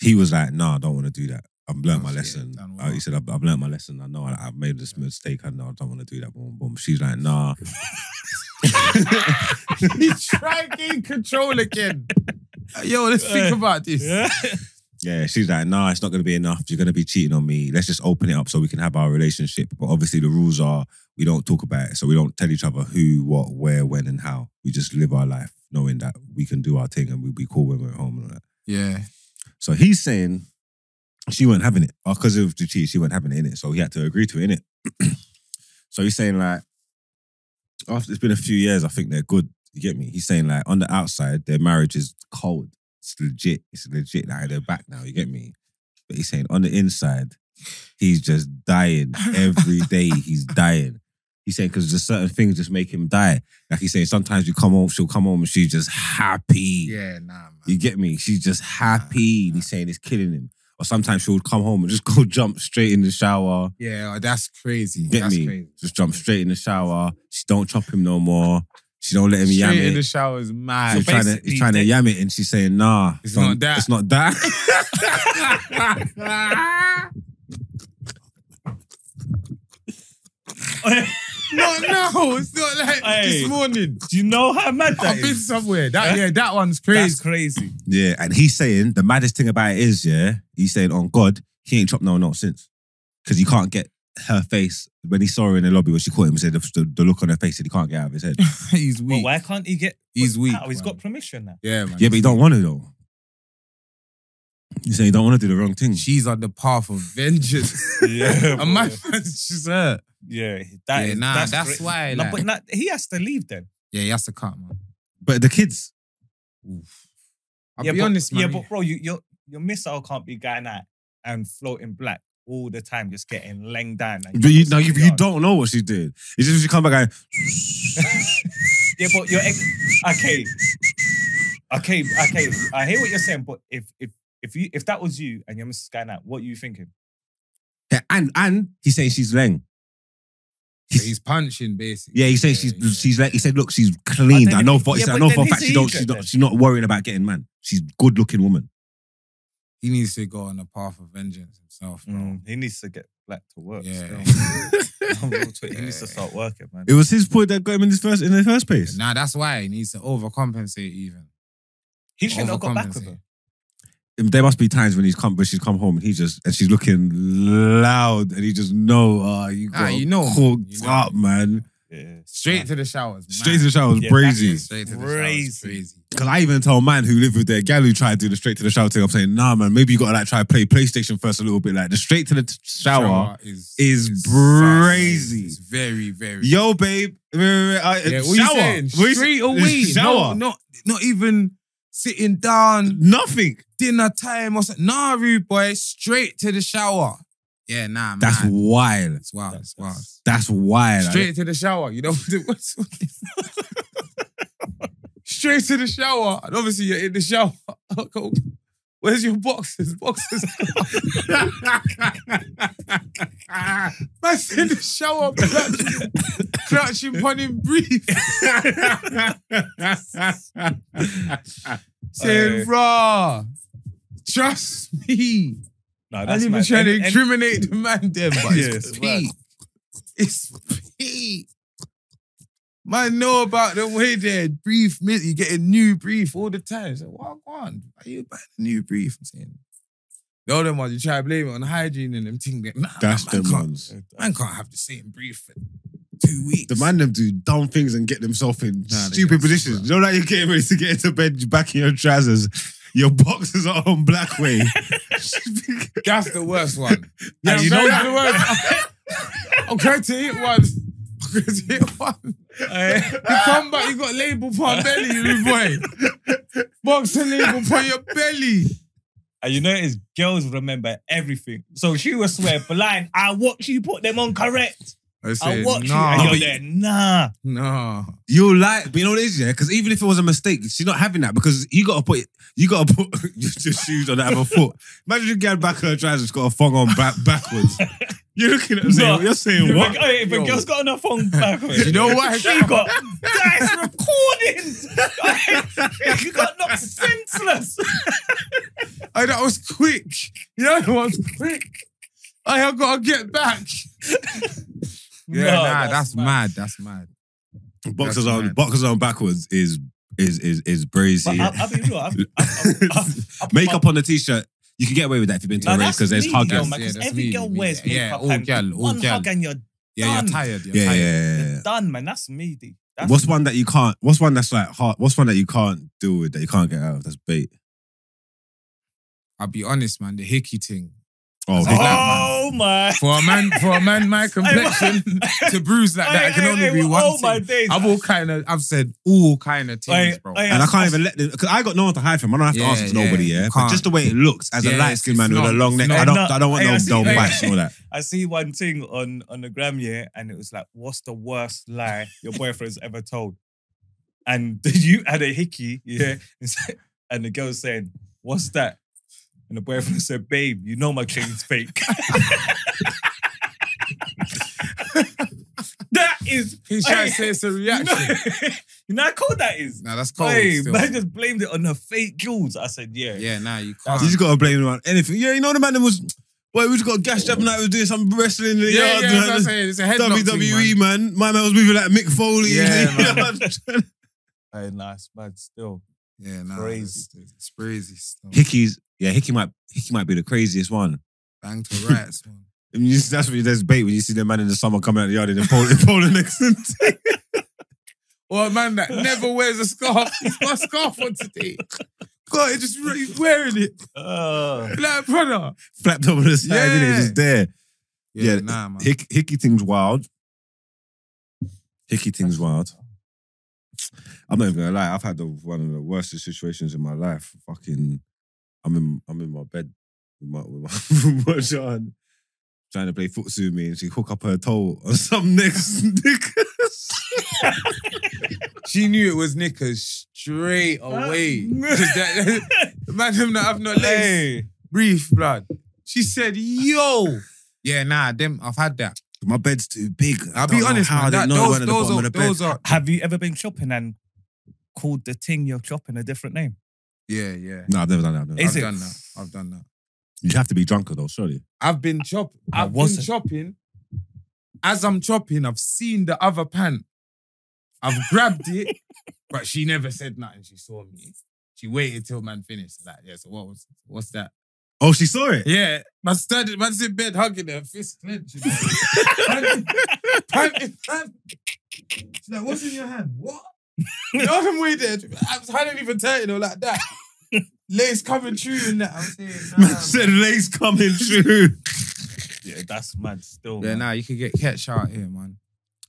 He was like, nah, I don't want to do that. I've learned my
Yeah,
lesson.
done
Uh, he
well.
said, I've, I've learned my lesson. I know I, I've made this mistake. I know I don't want to do that. Boom, boom. She's like, nah.
He's trying to gain control again. Yo, let's Uh, think about this.
Uh, Yeah.
Yeah, she's like, nah, it's not going to be enough. You're going to be cheating on me. Let's just open it up so we can have our relationship. But obviously, the rules are we don't talk about it. So we don't tell each other who, what, where, when, and how. We just live our life knowing that we can do our thing and we'll be cool when we're at home and all that.
Yeah.
So he's saying she weren't having it because of the cheat. She weren't having it in it, so he had to agree to it in it. so he's saying like, after it's been a few years, I think they're good. You get me? He's saying like, on the outside, their marriage is cold. It's legit. It's legit. Like they're back now. You get me? But he's saying on the inside, he's just dying every day. He's dying. He's saying because there's certain things just make him die. Like he's saying, sometimes you come home, she'll come home and she's just happy.
Yeah, nah, man.
You get me? She's just happy. And he's saying it's killing him. Or sometimes she would come home and just go jump straight in the shower.
yeah, oh, that's crazy.
Get
that's
me?
crazy.
Just jump straight in the shower. She don't chop him no more. She don't let him yam
Straight in the
it.
shower is
So
mad.
he's trying to
basically
he's trying to
they-
yam it, and she's saying, "Nah,
It's
don't-
not that.
It's not that."
Oh,
no, no, it's not like
Hey.
this morning.
Do you know how mad that
I've been
is?
somewhere. That
Yeah.
yeah, that one's
That's
crazy.
crazy.
yeah, and he's saying the maddest thing about it is, yeah, he's saying, "On God, he ain't chopped no one else since, because he can't get her face when he saw her in the lobby when she caught him. He said the, the, the look on her face, and he can't get out of his head."
He's
Well,
weak.
why can't he get?
He's weak.
How? He's
man.
got permission now.
Yeah, man.
Yeah, but you don't want to though. You say you don't want to do the wrong thing.
She's on the path of vengeance.
Yeah,
and my friend's just hurt.
yeah. That
Yeah,
is-
nah, that's
crazy.
why,
No,
like-
but nah, he has to leave then.
Yeah, he has to cut, man.
But the kids,
I'll
yeah,
be
but,
honest, man.
Yeah, but bro, you your your missile can't be going out and floating black all the time, just getting lang down. like,
but you, now you,
you're-
you don't know what she did. It's just she come back and
Yeah, but your ex. Okay, okay, okay. I hear what you're saying, but if if if you if that was you and your missus going out, what are you thinking?
Yeah, and and he's saying she's leng.
So he's punching basically.
Yeah, he's saying she's
yeah.
she's like he said. Look, she's clean.
then
I know
if-
for he
yeah,
said, I
but
know
then
for a
he's
fact
an
she don't
idiot
she's
then.
not she's not worrying about getting man. She's good looking woman.
He needs to go on the path of vengeance himself,
Mm,
bro.
He needs to get black to work.
Yeah.
still. he needs to start working, man.
It was his point that got him in this first in the first place.
Now that's why he needs to overcompensate even.
He shouldn't have got back with her.
There must be times when he's come when she's come home and he's just and she's looking loud and he just know ah you
Ah,
got
you know, man.
hooked
You know.
up man.
Yeah,
Straight to the showers. man.
Straight to the shower was
Yeah,
crazy.
that's
Straight to the showers.
Crazy.
Crazy.
Because I even tell a man who lived with their gal who tried to do the straight to the shower thing, I'm saying, nah, man, maybe you gotta like try to play PlayStation first a little bit. Like the straight to the t- shower.
is,
is
sad,
crazy.
It's very, very.
Yo, babe. wait, wait, wait, uh,
Yeah, what you
shower.
saying?
What you-
Straight away.
Shower.
No, not, not even sitting down,
Nothing.
dinner time or something. Nah, rude boy. Straight to the shower. Yeah, nah, man.
That's wild.
It's wild. It's wild.
That's wild.
Straight to the shower. You know what's Straight to the shower. And obviously you're in the shower. I go, Where's your boxes? Boxes. Man's in the shower clutching, clutching on him brief. Saying, rah, trust me.
No,
I
that's
didn't even
mad.
try to
And- and-
incriminate the man then, but
Yeah,
it's
it's
peak. It's peak. Man, know about the way they brief. mi- You get a new brief all the time. So what on? Are you buying a new brief? I'm saying. The other ones you try to blame it on hygiene and them thing. That, nah,
That's
man,
them
can't,
ones.
man can't have the same brief for two weeks.
The man them do dumb things and get themselves in
Nah, they
stupid
get
positions.
so
You know, like you're getting ready to get into bed, you're back in your trousers, your boxes are on black way.
That's the worst one.
Yeah,
That's
you know
the worst. I'm going to hit one. I'm going to hit one.
Hey,
You come back, you got label upon belly, rude boy. Boxing label upon your belly.
And you know it is girls remember everything. So she was swear blind. I watch you put them on correct.
I
I
said,
watch you.
nah,
And you're there, nah.
nah.
You're like, but you know what it is, yeah? Because even if it was a mistake, she's not having that because you gotta put you gotta put your your shoes on the other foot. Imagine you get back her trousers got a thong on back backwards. You're looking at them saying,
No.
you're saying
If
what?
a, hey, oh, if a
Yo.
girl's got on her phone backwards,
You know what?
She got that's recording. she got knocked senseless.
I, that was quick. You know, that was quick. I have got to get back. Yeah,
No,
nah, that's mad. That's mad.
Boxers
oh.
That's
on
mad.
boxers on backwards is is is is
But
brazy.
uh, I, I'll be real. I've, I've, I've, I've, I've put
Makeup on the t-shirt. You can get away with that if you've been to
Now
a race
that's
because there's
me,
hugging.
though, man, 'cause
Yeah, that's
every
me,
girl
me.
wears
Yeah,
makeup.
all
and
gal, all
one
gal.
hug and you're
Yeah, you're
Done.
tired. You're
yeah, yeah,
tired.
yeah, yeah.
done, man. That's me, D. That's
What's
me.
one that you can't? What's one that's like hard? What's one that you can't deal with that you can't get out of? That's bait.
I'll be honest, man. The hickey thing.
Oh,
That's
hit
all
that.
Oh my!
For a man, for a man, my complexion to bruise like that, I can only be one
Oh my
thing.
days!
I've all kind of, I've said all kind of things,
Oi,
bro.
oi,
and I can't even let them because I got no one to hide from. I don't have to
Yeah,
ask for
yeah,
nobody.
you
Yeah, but
can't.
just the way it looks as a
Yeah,
light skinned
it's-
man
it's
with a
not-
long neck.
it's not-
I don't.
no.
I don't want
Hey, I
no
see-
dumb
hey.
bites and all that.
I see one thing on on the gram, yeah, and it was like, "What's the worst lie your boyfriend's ever told?" And you had a hickey, yeah, and the girl saying, "What's that?" And the boyfriend said, "Babe, you know my chain's fake." that is,
He's trying
Oi.
to say it's a
you know,
reaction.
you know how cold that is.
Nah, that's cold.
Babe,
still.
man just blamed it on her fake jewels. I said, "Yeah,
Yeah, nah, you
You
can't.
just gotta blame him on anything. Yeah, you know the man that was. Boy, we just got gashed up and I was doing some wrestling in the
yeah, yeah,
yard.
that's
man.
what I'm saying. It's a headlock thing,
WWE E, man. My man was moving like Mick Foley.
Yeah, man.
Hey, nice, but still,
Yeah, nah,
Crazy.
It's, it's crazy stuff.
Hickey's yeah, Hickey might Hickey might be the craziest one.
Bang to rights, man.
I mean, you- that's what there's bait when you see the man in the summer coming out the yard in a Poland, Poland accent.
Or a man that never wears a scarf. He's got a scarf on today. God, he just he's wearing it.
uh,
Like, brother.
Flapped over the side,
Yeah.
yeah. just there. Yeah,
nah, man.
Hick, Hickey thing's wild. Hickey thing's wild. I'm not even gonna lie. I've had the, one of the worst situations in my life. Fucking, I'm in I'm in my bed with my with my, with my John trying to play footsie with me, and she hook up her toe on some next knickers.
She knew it was knickers straight away. 'Cause that, man, them that have no legs.
hey,
Brief, blood. She said, yo. Yeah, nah, them, I've had that.
My bed's too big. I
I'll be
don't know
honest,
how I
man.
didn't know
That, those,
the one at the
those,
bottom
are,
of the bed.
those are,
have you ever been shopping and called the thing you're shopping a different name?
yeah, yeah.
No, I've never done that. I've never done
I've
Is it?
done that. I've done that.
that. You have to be drunker though, surely.
I've been chopping.
I
I've been
wasn't.
chopping. As I'm chopping, I've seen the other pant. I've grabbed it, but she never said nothing. She saw me. She waited till man finished. Like, yeah, so what was what's that?
Oh, she saw it.
Yeah. Man started, man's in bed hugging her, fist clenched. You know? Pant- pant in hand. She's like, what's in your hand? What? You know I'm way there. I was hadn't even turned, you know, like that. Lace coming through and that. I'm saying, nah,
Man said lace coming through.
Yeah, that's mad. Still,
Yeah,
man.
nah, you could get catch out here, man.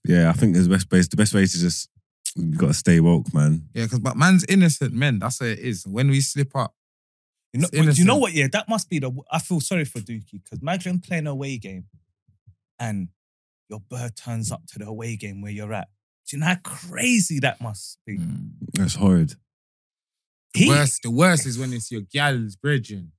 Yeah, I think the best way. The best way is to just you gotta stay woke, man.
Yeah, because but man's innocent men. That's what it is. When we slip up,
You know,
It's
but do you know
innocent.
what? Yeah, that must be the. I feel sorry for Dookie because imagine playing away game, and your bird turns up to the away game where you're at. Do you know how crazy that must be?
That's horrid.
He,
worst, Mm, the worst is when it's your gal's bridging.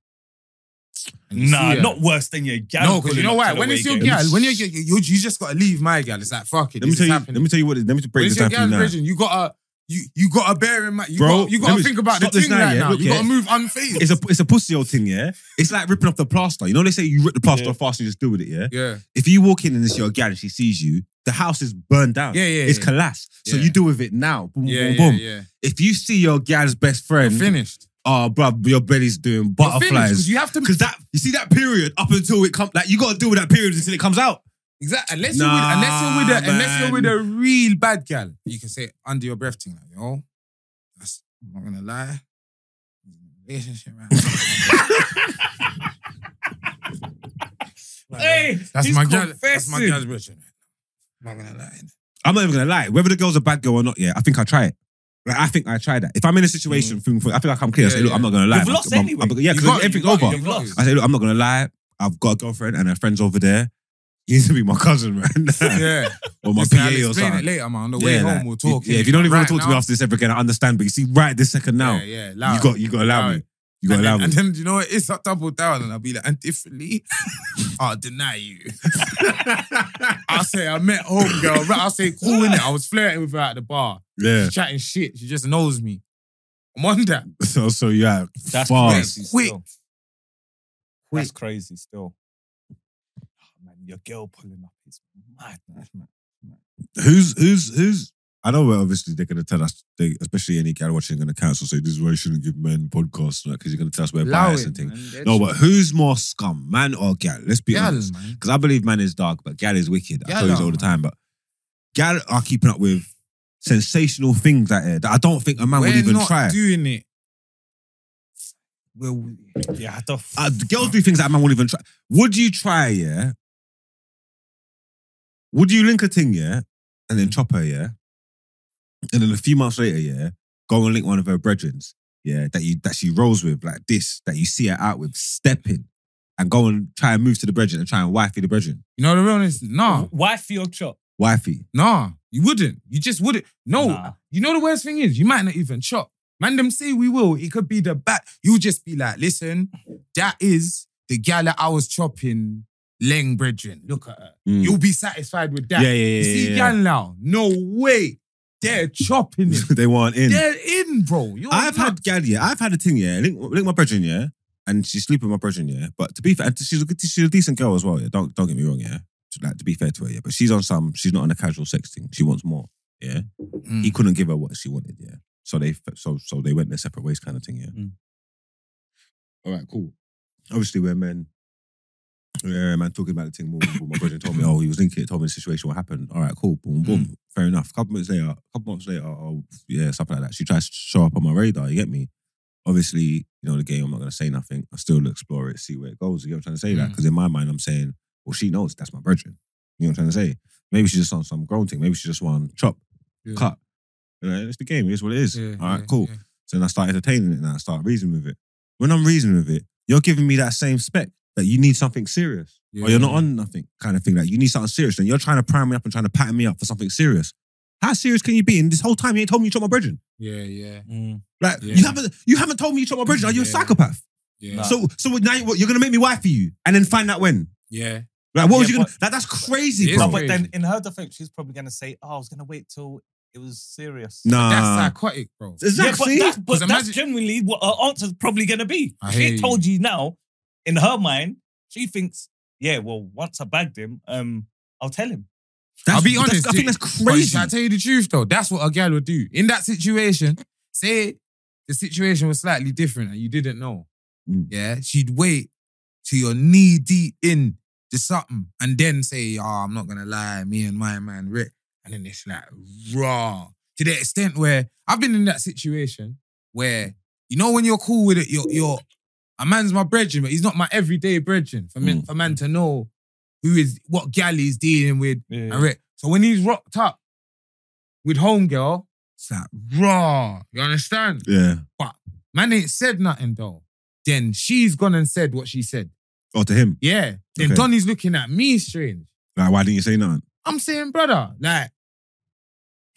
And you
nah,
see her.
not worse than your gal.
no, because you know
pulling up
why?
to the
When it's
away
your
game.
gal, when you're, you you you just gotta leave my gal. It's like fuck it.
Let me
this
tell
is
you.
happening.
Let me tell you what. Let me just break
when
this
it's
down
your
for you
gal's
now.
bridging, you gotta you you gotta bear in mind. You
Bro,
gotta, you
let
gotta
me
think about the
stop this
thing
now,
right
yeah?
now.
Look,
you
yeah.
gotta move unfazed.
It's a it's a pussy old thing, yeah. It's like ripping off the plaster. You know they say you rip the plaster
Yeah.
off fast and you just deal with it, yeah.
yeah,
If you walk in and it's your gal and she sees you, the house is burned down.
yeah, yeah.
It's
yeah.
collapsed. So
Yeah.
you deal with it now. Boom,
yeah,
boom,
yeah,
boom.
yeah.
If you see your gal's best
You're
friend,
finished.
oh, bruv, your belly's doing
You're finished, 'cause
butterflies.
You have to
Because that you see that period up until it comes, like you gotta deal with that period until it comes out.
Exactly. Unless
Nah,
you're with, unless you're with a, unless you're with
man.
a real bad gal, you can say it under your breath thing, like, yo, that's, I'm not gonna lie. Relationship, man. Like,
Hey,
that's
he's
my gal. That's my
confessing.
gal's version. I'm not gonna lie.
I'm not even gonna lie. Whether the girl's a bad girl or not, yeah, I think I try it. Like, I think I try that. If I'm in a situation, thing for- I think I come clear. I
Mm. Yeah,
say, look,
yeah.
I'm not gonna lie.
You've
I'm-
lost
I'm-
anyway.
I'm- yeah,
You
because
got it,
everything's
you got it,
over.
you
You've
got
lost.
it.
I say, look, I'm not gonna lie. I've got a girlfriend and her friend's over there. You need to be my cousin right now,
Yeah,
or my
Listen, I'll
PA or
explain it
something.
later, man. On the way
like,
home, we'll talk.
Yeah, if you don't even want to talk to me
now-
after this ever again, I understand. But you see, right this second now,
yeah, yeah, loud.
you got you got to allow
Allow
me.
it.
You got to
and,
allow
then,
me.
and then you know what? It's I double down and I'll be like, and differently, I'll deny you. I'll say I met home girl. Right? I'll say cool in it. I was flirting with her at the bar.
Yeah.
She's chatting shit. She just knows me. I'm on that.
So so yeah,
That's
Bars.
crazy.
Quick.
Still. That's crazy. Still, Ah, oh, man, your girl pulling up is mad.
who's who's who's I know where obviously they're gonna tell us, they, especially any guy watching, gonna cancel. So this is why you shouldn't give men podcasts because you're gonna tell us we're
Allow
biased
it,
and things.
man. They're
No,
just-
but who's more scum, man or gal? Let's be
Gal,
honest.
man.
Because I believe man is dark, but gal is wicked. I
Gal
tell you this
are,
all the
man.
time, but gal are keeping up with sensational things out there that I don't think a man would
We're
even
not
try.
doing it. Well,
Yeah, I don't.
Uh, girls do things that a man won't even try. Would you try, yeah? Would you link a thing, yeah? And then chop her, yeah? And then a few months later, yeah, go and link one of her brethrens, yeah, that you that she rolls with, like this, that you see her out with, stepping, and go and try and move to the brethren and try and wifey the brethren.
you know the realness? Nah,
Wifey or chop?
Wifey.
nah. You wouldn't. You just wouldn't. No.
Nah.
You know the worst thing is, you might not even chop. Man, them say we will. It could be the back. You'll just be like, listen, that is the gal that I was chopping, Leng Brethren. Look at her.
Mm.
You'll be satisfied with
yeah,
that.
yeah, yeah.
You see
yeah,
gal now? No way. They're chopping
yeah.
it.
they weren't in.
They're in, bro. You're
I've
not-
had gal, yeah. I've had a thing, yeah. Link, link my brethren, yeah. And she's sleeping with my brethren, yeah. But to be fair, and she's a good, she's a decent girl as well, yeah. Don't don't get me wrong, yeah. Like to be fair to her, yeah. But she's on some, she's not on a casual sex thing. She wants more, yeah.
Mm.
He couldn't give her what she wanted, yeah. So they so so they went their separate ways, kind of thing, yeah.
Mm.
All right, cool. Obviously, we're men. Yeah, man, talking about the thing more. more. my brother told me, oh, he was linking it, told me the situation, what happened. All right, cool, boom, boom.
Mm.
Fair enough. couple months later, couple months later, oh, yeah, something like that. She tries to show up on my radar, you get me? Obviously, you know, the game, I'm not going to say nothing. I still explore it, see where it goes. You know what I'm trying to say? That
Mm.
because in my mind, I'm saying, well, she knows that's my brethren. You know what I'm trying to say? Maybe she's just on some grown thing. Maybe she just won chop,
Yeah.
cut. You know, it's the game, it's what it is.
Yeah,
All right,
yeah,
cool.
yeah.
So then I start entertaining it and I start reasoning with it. When I'm reasoning with it, you're giving me that same spec that you need something serious. Or you're not
Yeah.
on nothing kind of thing. Like you need something serious. And you're trying to prime me up and trying to pattern me up for something serious. How serious can you be? And this whole time you ain't told me you shot my brethren.
Yeah, yeah,
Mm.
Like
Yeah.
you haven't you haven't told me you shot my brethren. Are you a
Yeah.
psychopath?
yeah.
Nah.
So so now you, what, you're gonna make me wife for you and then find out when.
Yeah.
Like what was
Yeah,
you gonna
but-
like that's crazy,
It is
bro.
No, but then
crazy.
in her defense, she's probably gonna say, "Oh, I was gonna wait till it was serious."
nah.
That's psychotic, bro.
Yeah, but
Exactly.
that's, but
'Cause
that's
imagine-
generally what her answer's probably gonna be.
I hear
She
you.
told you now, in her mind, she thinks, "Yeah, well, once I bagged him, um, I'll tell him."
That's-
I'll be
that's-
honest,
I think
it-
that's
But
crazy.
should I tell you the truth though? That's what a girl would do. In that situation, say the situation was slightly different and you didn't know.
Mm.
Yeah. She'd wait till you're knee deep in to something and then say, oh, I'm not gonna lie, me and my man Rick. And then it's like raw. To the extent where I've been in that situation where, you know, when you're cool with it, you're you're a man's my brethren, but he's not my everyday brethren. For man,
Mm.
for man to know who is what gal he's dealing with and Rick. So when he's rocked up with homegirl, it's like raw. You understand?
yeah.
Man ain't said nothing though. Then she's gone and said what she said.
Or Oh, to him.
Yeah. Then
Okay.
Donny's looking at me strange.
Like, why didn't you say nothing?
I'm saying, brother, like,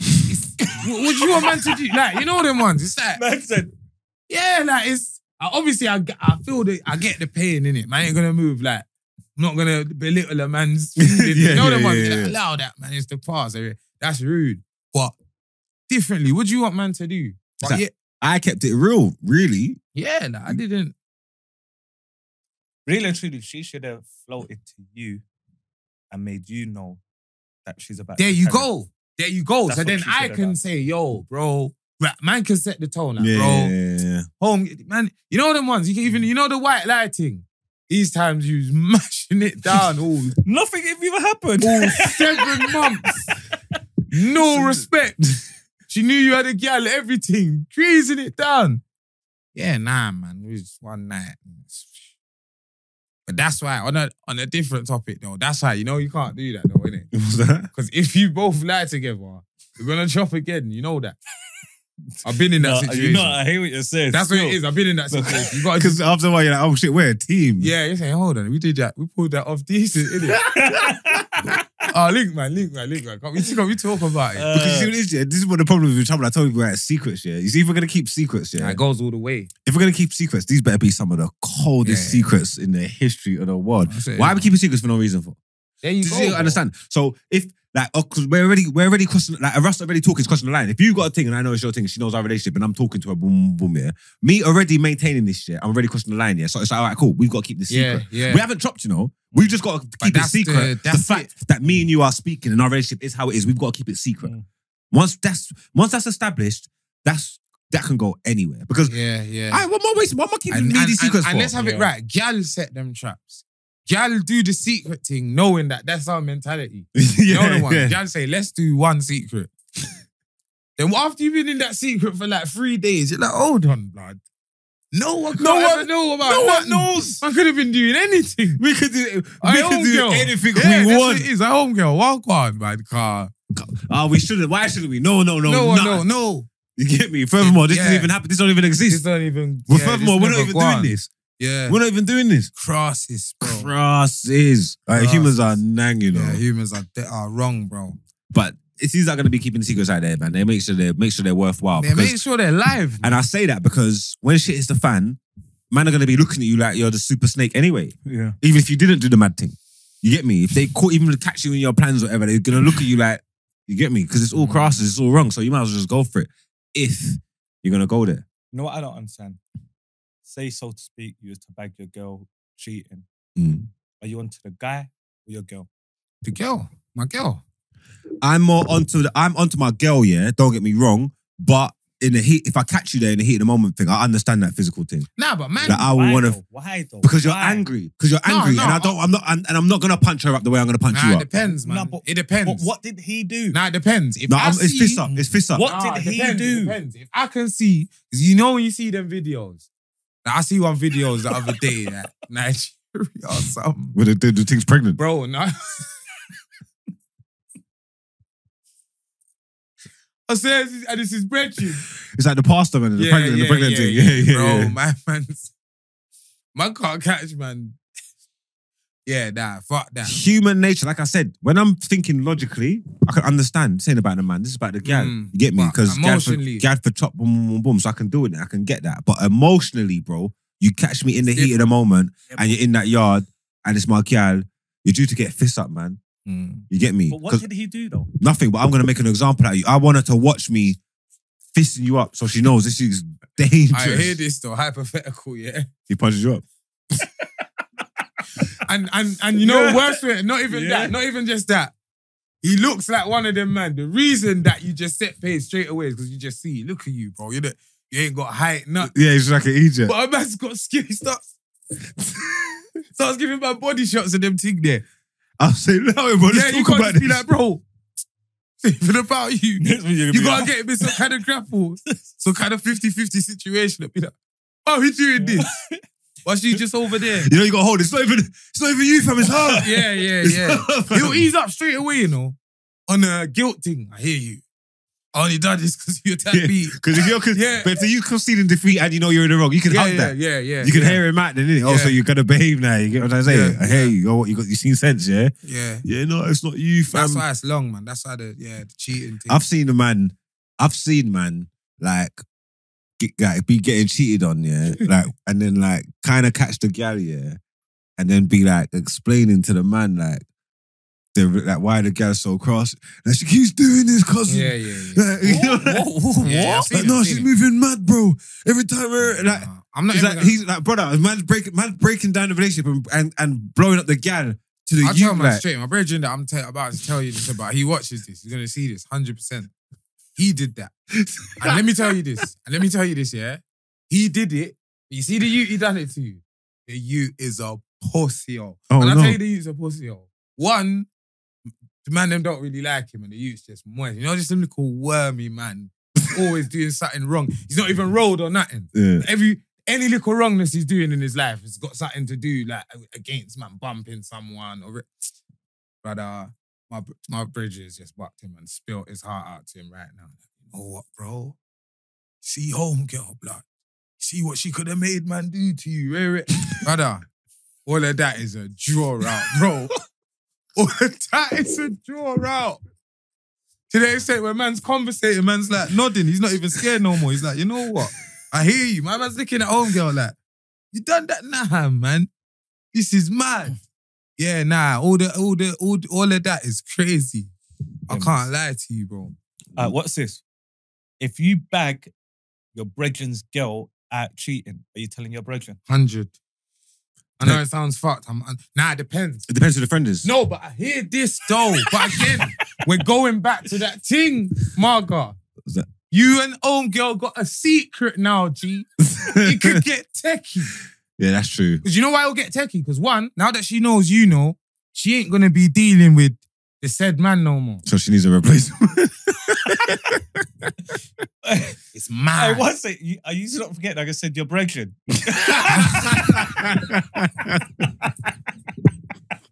it's- what what do you want man to do? Like, you know them ones. It's like,
Man said,
yeah, like it's I- obviously I, g- I feel the I get the pain in it. Man, I ain't gonna move like I'm not gonna belittle a man's feelings.
Yeah,
you know
yeah,
the one
yeah,
yeah,
yeah.
allow that man is the past. eh, That's rude. But differently, what do you want man to do? But
Exact- I kept it real, really.
yeah, yeah, like, I didn't.
"Really and truly, she should have floated to you and made you know that she's about."
There
to
you
carry-
go. There you go.
That's
so
what
then
she should
I
have
can
done.
say, yo, bro, ra- man can set the tone, like,
yeah,
bro.
yeah, yeah, yeah.
home, man. You know them ones. You can even, you know the white lighting. These times you mashing it down all
Nothing even happened.
all seven months. No respect. She knew you had a gal, everything, greasing it down. Yeah, nah, man. It was one night. But that's why, on a on a different topic though, that's why, you know, you can't do that though, innit?
What's that?
Because if you both lie together, you're gonna chop again. You know that. I've been in that
No,
situation.
you know, I hear what you're saying.
that's what
still.
it is. I've been in that
Look.
situation. You gotta
Because after a while, you're like, oh shit, we're a team.
Yeah, you're saying, hold on, we did that. We pulled that off decent, innit? oh, link, man, link, man, link, man. Can't we, can't we talk about it?
Because you see what it is, yeah? This is what the problem is with trouble. I told you we're at secrets, yeah. You see, if we're gonna keep secrets, yeah.
It goes all the way.
If we're gonna keep secrets, these better be some of the coldest
Yeah.
secrets in the history of the world.
That's it.
Why are we keeping secrets for no reason for?
There you
Do
go.
you
bro.
understand? So if like oh, cause we're already we're already crossing like Russ already talking, crossing the line. If you got a thing and I know it's your thing, she knows our relationship, and I'm talking to her, boom, boom, yeah. Me already maintaining this shit, I'm already crossing the line, yeah. So it's like, all right, cool, we've got to keep this
Yeah,
secret.
yeah.
We haven't chopped, you know. We've just got to keep it
that's the-
secret. The,
that's
fact that me and you are speaking and our relationship is how it is, we've got to keep it secret.
Mm.
Once that's once that's established, that's that can go anywhere. Because
Yeah, yeah.
I what more waste? What am I keeping
and,
me
and-
these
and-
secrets
and
for?
let's have it
Yeah.
right. Gal set them traps. Gal do the secret thing, knowing that that's our mentality. You know the one. Gal say, let's do one secret. then after you've been in that secret for like three days, you're like, hold on, blood. No one,
No
no
one-
one, know about.
no one
nothing.
knows.
I could have been doing anything.
We could do, we
I
could
own
do
girl.
anything
Yeah,
we
that's what
want.
it is. I home girl, walk on, man. Car.
Ah, we shouldn't. Why shouldn't we? No, no, no,
no,
no.
one, no, no.
You get me? Furthermore, this doesn't
Yeah.
even happen. This don't even
This
exist.
don't even.
Well,
yeah,
furthermore,
this
we're not
never
even
gone.
doing this.
Yeah,
We're not even doing this.
crosses, bro.
Crosses. Like,
Crosses.
humans are nang, you know.
Yeah, humans are they are wrong, bro.
But it's these are going to be keeping the secrets out there, man. They make sure they make sure they're worthwhile.
They
because-
make sure they're live.
and I say that because when shit hits the fan, man are going to be looking at you like you're the super snake anyway.
Yeah.
Even if you didn't do the mad thing, you get me. If they caught even catch you in your plans or whatever, they're going to look at you like you get me because it's all crosses, it's all wrong. So you might as well just go for it if you're going to go there.
You know what I don't understand? Say so to speak, you was to bag your girl cheating. Are you onto the guy or your girl?
The girl, my girl.
I'm more onto the, I'm onto my girl, yeah. Don't get me wrong, but in the heat, if I catch you there in the heat of the moment thing, I understand that physical thing.
Nah, but man,
Like I
Why
would want to
though? Why though?
because you're
Why?
angry, because you're
No,
angry,
no,
and I don't, I'm not, and, and I'm not gonna punch her up the way I'm gonna punch
nah,
you
it
up.
depends, man.
Nah, but-
it depends.
But what did he do?
Nah, it depends. If
No,
I
I'm, it's
see-
fist up. It's fist up.
What
Nah,
did
it
he
depends, it
do?
depends. If I can see, because you know when you see them videos. Like, I see one videos the other day that Nigeria or something.
Well, the, the, the thing's pregnant.
Bro, no. I said, this is- and this is breadtube.
It's like the pastor man, the pregnant, the pregnant thing. Yeah, yeah,
Bro,
yeah.
my man's man can't catch man. Yeah, nah, fuck that.
Human nature, like I said, when I'm thinking logically, I can understand. This ain't about the man. This is about the gal.
Mm,
you get me?
but
Because gal for,
emotionally-
gal for chop, boom, boom, boom, boom. So I can do it. I can get that. But emotionally, bro, you catch me in the
It's
heat of the moment,
Yeah,
and you're in that yard, and it's my gal. You're due to get fist up, man.
Mm.
You get me?
But what
'Cause
did he do though?
nothing, but I'm gonna make an example out of you. I want her to watch me fisting you up so she knows this is dangerous.
I hear this though, hypothetical, yeah.
He punches you up.
And and and you know
Yeah.
worse for it, not even
Yeah.
that, not even just that. He looks like one of them man. The reason that you just set pace straight away is because you just see, look at you, bro. You don't- you ain't got height, nothing.
Yeah, he's like an Egypt.
But a man's got skill. He starts, starts giving my body shots and them thing there.
I'll say, no, bro, let's
yeah, you
talk
can't
about
just be
this.
like, bro, even about you. You gotta get him in some kind of grapple, some kind of 50-50 situation. Be like, oh, he's doing this. Why she just over there?
You know, you gotta hold it. It's not even it's not even you fam, it's her.
Yeah, yeah,
It's
yeah.
her, fam.
He'll ease up straight away, you know. On a guilt thing, I hear you. I only done this because you attacked
Yeah.
me.
Cause if you're, cause,
Yeah.
but if you conceding defeat and you know you're in the wrong, you can
Yeah,
hug
yeah,
that.
yeah, yeah.
You can
yeah,
hear him out then, innit? Oh, so
Yeah.
you gotta behave now. You get what I'm saying?
Yeah.
I hear you. Oh, what you got? You seen sense, yeah?
Yeah.
Yeah, no, it's not you, fam.
That's why it's long, man. That's why the yeah the cheating thing.
Um, I've seen a man, I've seen man like get, like be getting cheated on, yeah, like and then like kind of catch the gal, yeah, and then be like explaining to the man like, the, like why the gal's so cross. Like she keeps doing this, cousin.
yeah, yeah, yeah.
Like, you know,
Whoa, whoa, whoa,
Yeah,
what?
I've seen
like,
it,
no,
I've
she's
seen it.
moving mad, bro. Every time her, like,
Nah, I'm not
he's
even
like,
gonna-
he's like, brother, man's breaking, man's breaking down the relationship and, and, and blowing up the gal to the
I'll
you,
tell my
like,
straight. My brethren that I'm te- about to tell you this about, he watches this. He's gonna see this 100. percent He did that. And let me tell you this. And let me tell you this. Yeah, he did it. You see the you, he done it to you. The you is a pussy. Oh,
Oh,
and I
no.
tell you the you's a pussy. Oh, one, the man them don't really like him, and the you's just moist. You know, just them little wormy man, always doing something wrong. He's not even rolled or nothing
yeah.
every any little wrongness he's doing in his life has got something to do like against man bumping someone or but uh my my bridges just bucked him and spilt his heart out to him right now. You know what, bro? See home girl, blood. See what she could have made man do to you, rare it. Brother, all of that is a draw out, bro. all of that is a draw out. To the extent where man's conversating, man's like nodding, he's not even scared no more. He's like, you know what? I hear you. My man's looking at home girl like, you done that? Nah, man. This is mad. Yeah, nah. All the all the all, the- all of that is crazy. I
Yeah,
can't lie to you, bro.
Alright, what's this? If you bag your brethren's girl at cheating, are you telling your brethren?
Hundred. I know it sounds fucked. I'm, i nah, it depends.
It depends who the friend is.
No, but I hear this though. But again, we're going back to that thing, Marga.
What's that?
You and own girl got a secret now, G. It could get techie.
yeah, that's true.
Because you know why it'll get techie? Because one, now that she knows you know, she ain't gonna be dealing with the said man no more.
So she needs a replacement.
It's
I
mad.
was it. You, I used to not forget. Like I said, you're pregnant.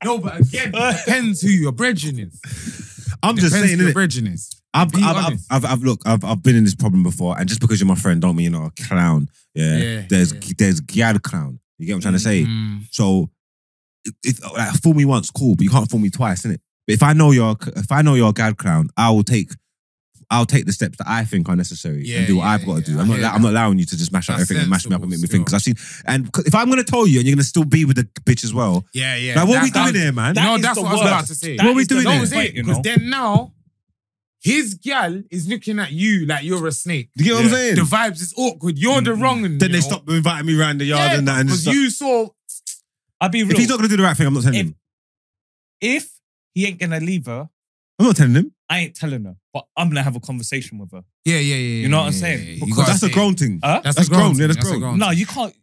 no, but again, it depends who your brethren is.
I'm just
Depends
saying,
who your
innit?
brethren is.
I've,
Be
I've, I've,
honest.
I've, I've, look, I've, I've been in this problem before, and just because you're my friend, don't mean you're not a clown. Yeah,
Yeah,
there's
yeah.
there's gyal clown. You get what I'm trying to say?
Mm.
So, it, it, like, fool me once, cool, but you can't fool me twice, innit? But if I know you're a- if I know you're a gad clown, I will take I'll take the steps that I think are necessary
Yeah,
and do what
yeah,
I've got to
yeah,
do.
I
I'm not
hear
allow- I'm not allowing you to just mash out
That's
everything and mash me up and make me think because I've seen and 'cause if I'm gonna tell you and you're gonna still be with the bitch as well,
Yeah, yeah.
like what
That-
we doing
that-
here, man?
that-
no,
is
that's
the
what I was
worst.
about to say.
What we
is the
doing
No,
there?
whole
it's
point,
it.
you
Because
know?
then now, his gal is looking at you like you're a snake.
you get what I'm
Yeah.
saying?
The vibes is awkward. You're the
Mm.
wrong one.
then
you
they
know?
stop inviting me around the yard
Yeah,
and that. And just
Because
stop-
you saw.
I'll be real.
if he's not gonna do the right thing, I'm not telling
If-
him.
if he ain't gonna leave her,
I'm not telling him.
I ain't telling her. But I'm gonna have a conversation with her.
Yeah, yeah, yeah. You uh,
know what I'm saying? Because
Because that's a grown thing.
Huh?
That's,
that's
a grown.
grown, yeah,
thing,
that's
a
grown.
No, you can't.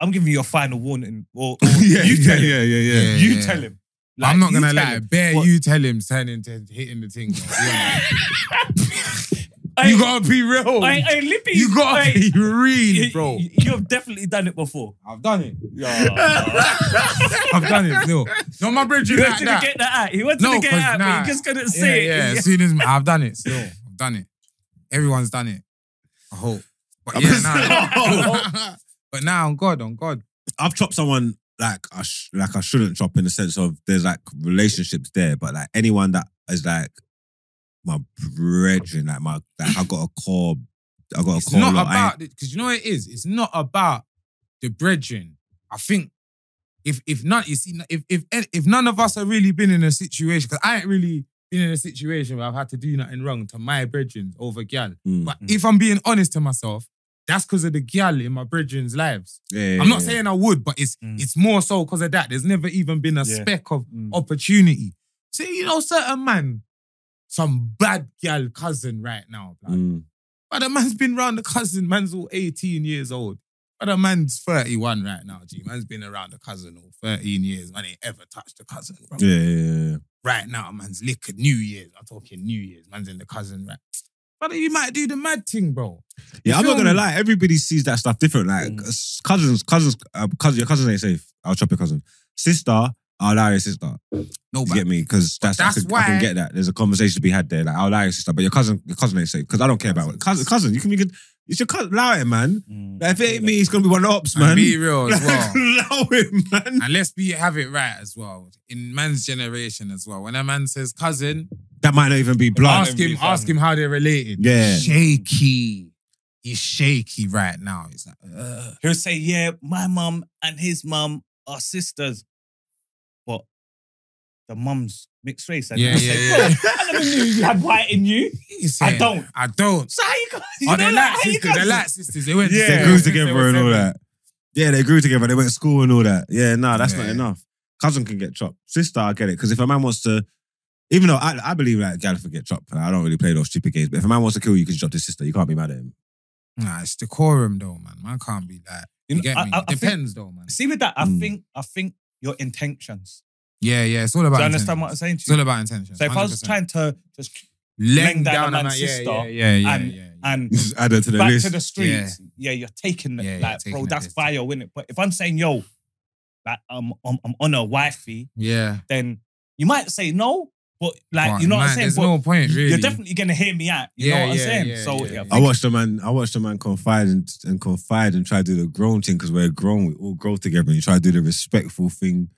I'm giving you a final warning. Or, or
yeah,
you
yeah,
tell him.
yeah, yeah, yeah.
Yeah.
You tell him. Like,
I'm not
you
gonna
tell
lie.
him.
Bear,
What-
you tell him turning to hitting the thing. bro. Yeah.
Hey,
you gotta be real.
hey, hey, Lippy,
you gotta
hey,
be real,
you-
bro.
you- You've definitely done it before.
I've done it.
Yeah.
I've done it. No, no, my bridge.
he
You
wanted
like
to
that.
get that out. He wanted
No,
to get
'cause
that out, but
nah.
he just couldn't
yeah,
say
yeah.
it.
As soon as I've done it, still, I've done it. Everyone's done it. I hope. But
I'm
yeah,
just-
nah. but now on God, on God.
I've chopped someone like I sh- like I shouldn't chop in the sense of there's like relationships there, but like anyone that is like my brethren, like my like I got a core, I got a
It's
core.
not
lot. I ain't-
about because you know what it is. It's not about the brethren. I think if if none you see if if eh, if none of us have really been in a situation because I ain't really been in a situation where I've had to do nothing wrong to my brethren over gal.
Mm.
But if I'm being honest to myself, that's because of the gal in my brethren's lives.
Yeah, yeah,
I'm not
yeah.
saying I would, but it's
Mm.
it's more so because of that. There's never even been a
Yeah.
speck of
Mm.
opportunity. See, you know, certain man, some bad gal cousin right now. blood.
Mm.
But a man's been round the cousin. Man's all 18 years old. But a man's 31 right now, G. Man's been around the cousin all 13 years. Man ain't ever touched the cousin, bro.
Yeah, yeah, yeah.
Right now, man's liquor New Year's. I'm talking New Year's. Man's in the cousin, right? But you might do the mad thing, bro.
Yeah, I'm
feel
not gonna
me?
lie. Everybody sees that stuff different. Like
Mm.
s- cousins, cousins, uh, cousin, your cousins ain't safe. I'll chop your cousin. Sister, I'll lie your sister.
No,
You
but
get me? Because that's,
that's
I, can, I can
why-
get that. There's a conversation to be had there. Like I'll lie your sister, but your cousin, your cousin ain't safe. Because I don't care about it. Cousin, cousin, you can be good. It's your cousin. Allow it, man.
Mm.
Like, if it ain't me, it's gonna be one of the ops,
and
man.
be real as
Like,
well.
allow it, man.
and let's be have it right as well. In man's generation as well. When a man says cousin,
That might not even be blood.
Ask
ask
him,
him,
be
ask
family.
him how they're related.
Yeah.
Shaky. He's shaky right now. He's like, Ugh.
He'll say, "Yeah, my mum and his mum are sisters, but the mum's mixed race." And
Yeah,
I
yeah,
say,
yeah.
"Bro, I never knew you had white in you.
He's
I
saying,
don't.
I don't.
So how you got? You
Oh,
know,
they're like
like, how you
sisters. They're
got-
like sisters. They went.
Yeah.
They grew together and all that. Yeah, they grew together. They went to school and all that. Yeah, nah, that's not
Yeah.
enough. Cousin can get chopped. Sister, I get it. Because if a man wants to, even though I, I believe that Gallifrey get chopped, I don't really play those stupid games. But if a man wants to kill you, because you chopped his sister, you can't be mad at him.
Nah, it's decorum though, man. Man can't be that.
You
You,
know,
get
I-
me?
I- I think-
Depends Hmm. though, man.
See with that, I
Mm.
think I think your intentions.
Yeah, yeah. It's all about.
Do you
intentions.
understand what I'm saying
It's
to
all
you?
about intention.
So if I was trying to just
laying
laying down
down,
a
on
man's
that, yeah,
sister
yeah, yeah, yeah,
and-
yeah, yeah.
and
Just add her to the
back
list.
to the streets, yeah, you're taking it.
Yeah, yeah,
like,
taking
bro,
it
that's
this time.
bio, innit? But if I'm saying, yo, like, I'm, I'm, I'm on a wifey,
yeah.
then you might say no, but like,
But,
you know what
man,
I'm saying?
There's
But
no point really.
You're definitely gonna hear me out. You
Yeah,
know what
yeah,
I'm saying?
yeah,
so
yeah,
yeah,
yeah.
I watched a man. I watched a man confide and, and confide and try to do the grown thing because we're grown. We all grow together and you try to do the respectful thing,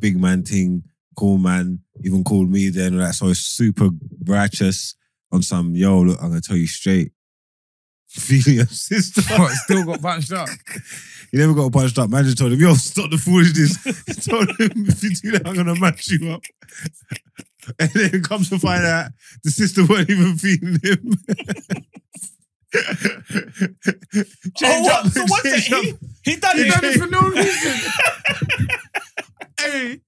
big man thing, cool man. Even called me then and all that. So it's super righteous on some. Yo, look, I'm gonna tell you straight. Feeling your sister.
But still got punched up.
He never got punched up. Man just told him, yo, stop the foolishness. he told him, if you do that, I'm going to match you up. And then comes to find out the sister weren't even feeding him.
Oh, what? So what's
change
it?
up,
He, He done
He
it.
done it for no reason. hey,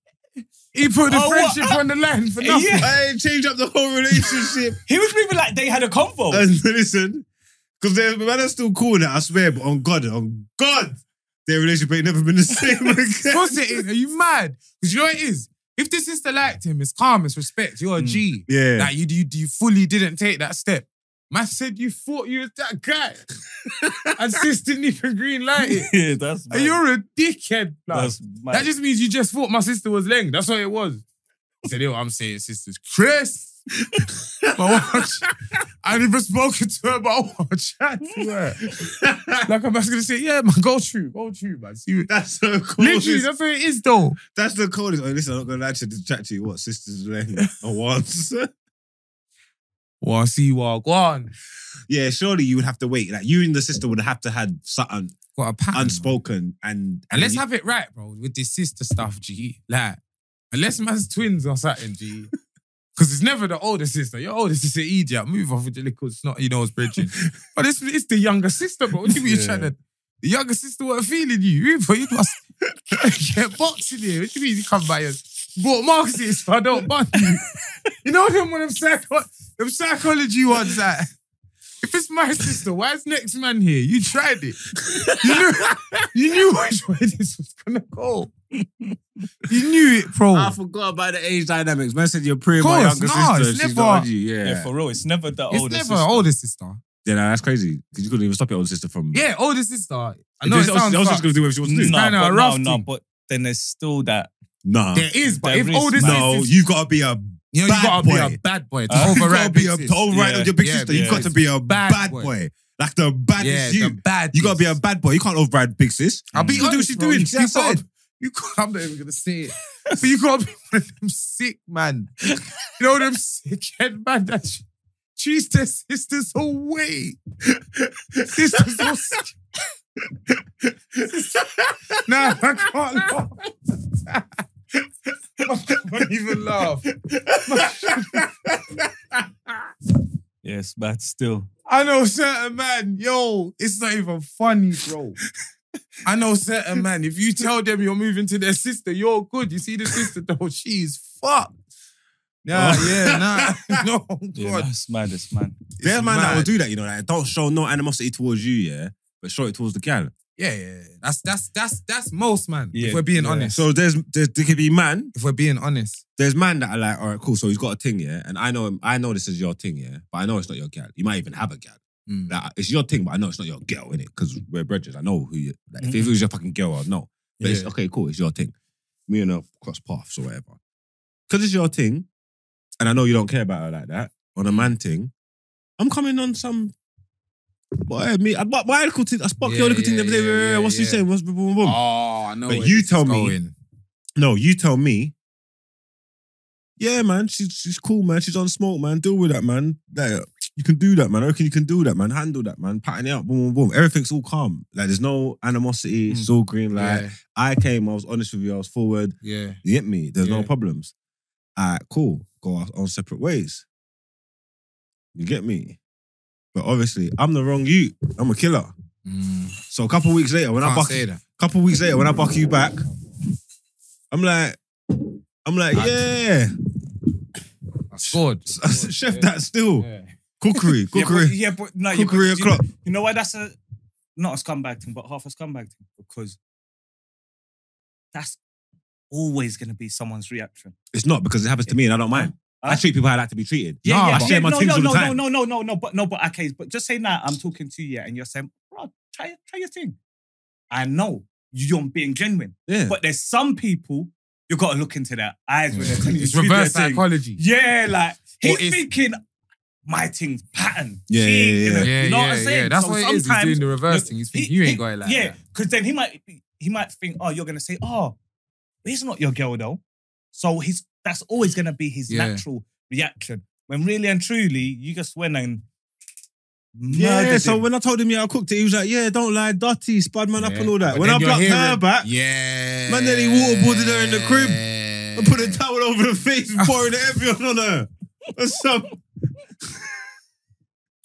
he put the
Oh, what?
friendship on the line for nothing.
Yeah.
I changed up the whole relationship.
He was moving like they had a convo.
And listen, because the man are still cool now, I swear, but on God, on God, their relationship ain't never been the same
Of
again.
course it is. Are you mad? Because you know what it is. If the sister liked him, it's calm, it's respect. You're a
Mm.
G.
yeah.
Like you, you, you fully didn't take that step. Man said you thought you was that guy, and sis didn't even green light it.
yeah, that's
And You're a dickhead. blood.
that's mad.
That just means you just thought my sister was leng. That's what it was. He said, "Yo, I'm saying sisters, Chris." but watch, I never spoken to her about what I chat to her. Like I'm just gonna say, yeah, man, go through, go through, man. See, you-
That's so cool.
literally, that's what it is, though.
That's the coldest. Oh, listen, I'm not gonna lie to you, chat to you. What sisters Oh, lane or once?
Well, I see, well, go on.
yeah, surely you would have to wait. Like you and the sister would have to had something
Got a pattern. man.
unspoken and
And let's have it right, bro, with this sister stuff, G. Like, unless man's twins or something, G. Because it's never the older sister. Your older sister, idiot. Move off with the little snotty nose bridging. but it's, it's the younger sister, bro. What do you mean
Yeah.
you're trying to? The younger sister weren't feeling you. But you must get boxing here. What do you mean you come by and brought marks here so I don't bun you? you know them when them, psycho- them psychology ones that. If it's my sister, why is next man here? You tried it. You knew, you knew which way this was gonna go. You knew it, bro.
I forgot about the age dynamics. Man said you're pretty my
Course,
younger
nah,
sister.
it's
She's
never-
not on you. Yeah.
yeah, for real. It's never the
it's
older
never
sister.
older sister.
yeah, nah, that's crazy. Because you couldn't even stop your older sister from.
Yeah, older sister. I
I
know
know
it sounds
also
fucked.
gonna do whatever she wants to do.
Nah. kinda
No, but
a
no,
rough
no,
thing.
but then there's still that.
Nah.
There is, but
There
if
is,
older
man.
sister,
No,
you,
you've got to be a
know, you
bad
gotta be
boy.
a bad boy to
Huh?
You've
override
got to be
big
a
sis.
to override
Yeah.
your big
Yeah,
sister.
big
You've got
sis.
to be a
Bad
bad,
boy.
boy. like the
Yeah,
baddest you.
the bad.
you got to be a
sis.
bad boy. You can't override big sis.
I'll be
You gotta do Mm. what
honest,
she's
bro,
doing.
You,
She has
gotta-
said.
you can't- I'm not even gonna say it, but you gotta be one of them sick man. You know them sick head man that ch- cheats their sisters away. sisters will. nah, I can't laugh. I can't even laugh.
Yes, but still.
I know certain man, yo, it's not even funny, bro. I know certain man. If you tell them you're moving to their sister, you're good. You see the sister though, she's fucked. Nah,
Oh.
yeah, nah, no, oh,
Yeah,
God,
that's maddest man.
it's
There's man that
mad.
will do that, you know, like don't show no animosity towards you, yeah, but show it towards the gal.
Yeah, yeah, yeah. that's that's that's that's most man.
Yeah,
if we're being
yeah.
honest,
So there's, there's there could be man,
if we're being honest,
there's man that are like, all right, cool. So he's got a thing, yeah, and I know him, I know this is your thing, yeah, but I know it's not your gal. You might even have a gal.
Mm.
Like, it's your thing, but I know it's not your girl in it because we're bridges. I know who. You, like, if it
Mm-hmm.
was your fucking girl, I'd know. But it's
Yeah.
okay, cool. It's your thing. Me and her cross paths or whatever. Because it's your thing, and I know you don't care about her like that. On
Mm.
a man thing, I'm coming on some. Boy, me, I, but my little thing, I spoke
Yeah,
your little thing
yeah,
the other day.
yeah,
"Wait, wait,
yeah,
wait, What's he
yeah.
saying? What's boom, boom, boom?
oh, I know.
But
where
you
this is
tell me.
going.
No, you tell me. Yeah, man, she's she's cool, man. She's on smoke, man. Deal with that, man. Like, you can do that, man. I reckon you can do that, man. Handle that, man. Pattern it up, boom, boom, boom. Everything's all calm. Like, there's no animosity. It's all green light.
Mm. yeah,
I came, I was honest with you, I was forward.
yeah,
You hit me. There's no
Yeah.
problems. All right, cool. Go our own separate ways. You get me? But obviously, I'm the wrong you. I'm a killer.
Mm.
So a couple weeks later, when I
Can't
buck
say that.
couple weeks later when I buck you back, I'm like, I'm like,
I-
yeah,
I scored.
chef
Yeah.
that still
Yeah.
cookery,
Yeah, but,
cookery,
yeah, but no, yeah, but
cookery
do you know-
o'clock.
You know why that's a not a scumbag thing, but half a scumbag thing? Because that's always gonna be someone's reaction.
It's not because it happens to me and I don't mind.
Huh?
I treat people how I like to be treated.
Nah,
I share my
no,
things
no,
all the
no,
time.
no, no, no, no, no, but no, but okay, but just saying that I'm talking to you and you're saying, bro, try try your thing. I know you're being genuine,
Yeah,
but there's some people you gotta look into their eyes when they're telling you
It's
to do their
reverse
thing.
psychology.
Yeah, like he's
Or it's-
thinking my thing's pattern.
Yeah,
She
yeah,
ain't gonna-
Yeah,
you know
yeah,
what I'm saying?
yeah. That's
So
what it is. He's
sometimes-
doing the reverse
Look,
thing. He's
he-
thinking, you
he-
ain't got it like
Yeah,
that.
because then he might he might think, oh, you're gonna say, oh, it's not your girl though. So he's that's always gonna be his
Yeah.
natural reaction. When really and truly, you just went and murdered
yeah. So
him.
when I told him yeah, I cooked it, he was like, yeah, don't lie, dirty, spud man up
Yeah.
and all that.
But
when
then
I
you're
blocked her
hearing-
back,
Yeah.
Man, then he waterboarded her in the crib I
crib.
put a towel over the face and pouring the Evian on her. That's some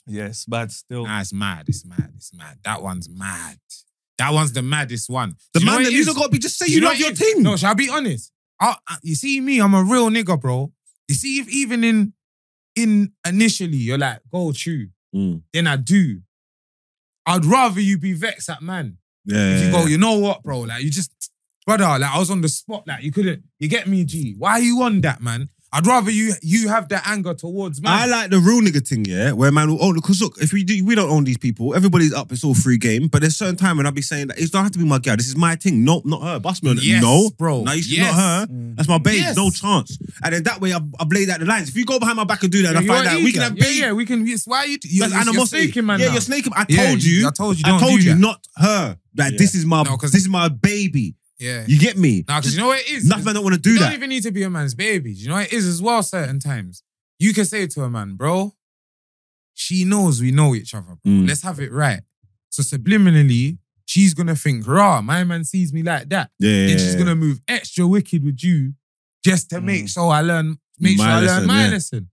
yes, but still.
Nah, it's mad. It's mad. It's mad. That one's mad. That one's the maddest one.
The
Do you know
man
what
that
it
you
is?
don't got to be just say
Do
you,
know
love
what
your
it is?
team.
No, shall I be honest? I, I- you see me, I'm a real nigga, bro. You see, if even in in initially you're like go chew,
Mm.
then I do. I'd rather you be vexed at man.
Yeah.
If you go, you know what, bro? Like you just, brother, like I was on the spot, like you couldn't. You get me, G? Why you on that, man? I'd rather you you have that anger towards man.
I like the real nigga thing, yeah, where man will own. Because look, if we do, we don't own these people. Everybody's up. It's all free game. But there's certain time when I'll be saying that it don't have to be my girl. This is my thing. No, not her. Bust me on it.
Yes,
no,
bro.
No, it's
Yes.
not her.
Mm.
That's my babe.
Yes.
No chance. And then that way, I've, I've laid out the lines. If you go behind my back and do that,
Yeah,
and
you
I find
are
out we can
eager.
have
yeah,
beef.
yeah, we can. It's why you you
That's animosity.
You're snaking, man.
yeah,
now.
you're snaking. I
Yeah,
told you.
I told you.
I
Don't
told
do
you
that.
not her. That
Yeah.
this is my
No, 'cause-
this is my baby.
Yeah.
You get me?
Nah, because you know what it is.
Enough man don't want to do
you
that.
don't even need to be a man's baby. Do you know what it is as well? Certain times you can say to a man, bro, she knows we know each other. Bro.
Mm.
Let's have it right. So subliminally, she's gonna think, rah, my man sees me like that.
yeah,
Then she's gonna move extra wicked with you just to make
Mm.
sure I learn, make
My
sure I
lesson,
learn my
yeah.
lesson.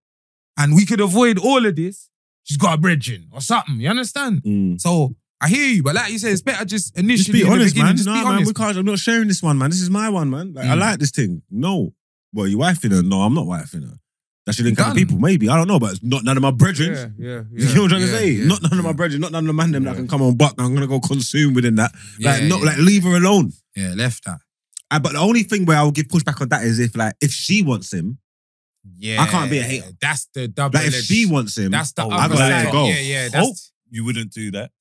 And we could avoid all of this. She's got a bridging or something. You understand?
Mm.
So I hear you, but like you said, it's better just
Just
initially
be
in the
honest,
beginning,
man.
Just
nah,
be
man,
honest.
we can't. I'm not sharing this one, man. This is my one, man. Like, I
Mm.
like this thing. No, well, you wifing her? No, I'm not wifing her. That's your link kind of
Done.
people, maybe. I don't know, but it's not none of my brethren.
yeah, yeah,
You
yeah,
know what I'm trying
yeah,
to say?
yeah,
not none of
yeah.
my brethren, not none of the man them
Yeah.
that can come on buck. I'm gonna go consume within that. Like,
Yeah,
not
yeah.
like leave her alone.
Yeah, left that.
Uh, but the only thing where I will give pushback on that is if like if she wants him,
Yeah,
I can't be a hater.
That's the double.
like if she wants him,
that's the
Oh,
I
other
gotta let
side.
it go.
Yeah, yeah. That's
Hope you wouldn't do that.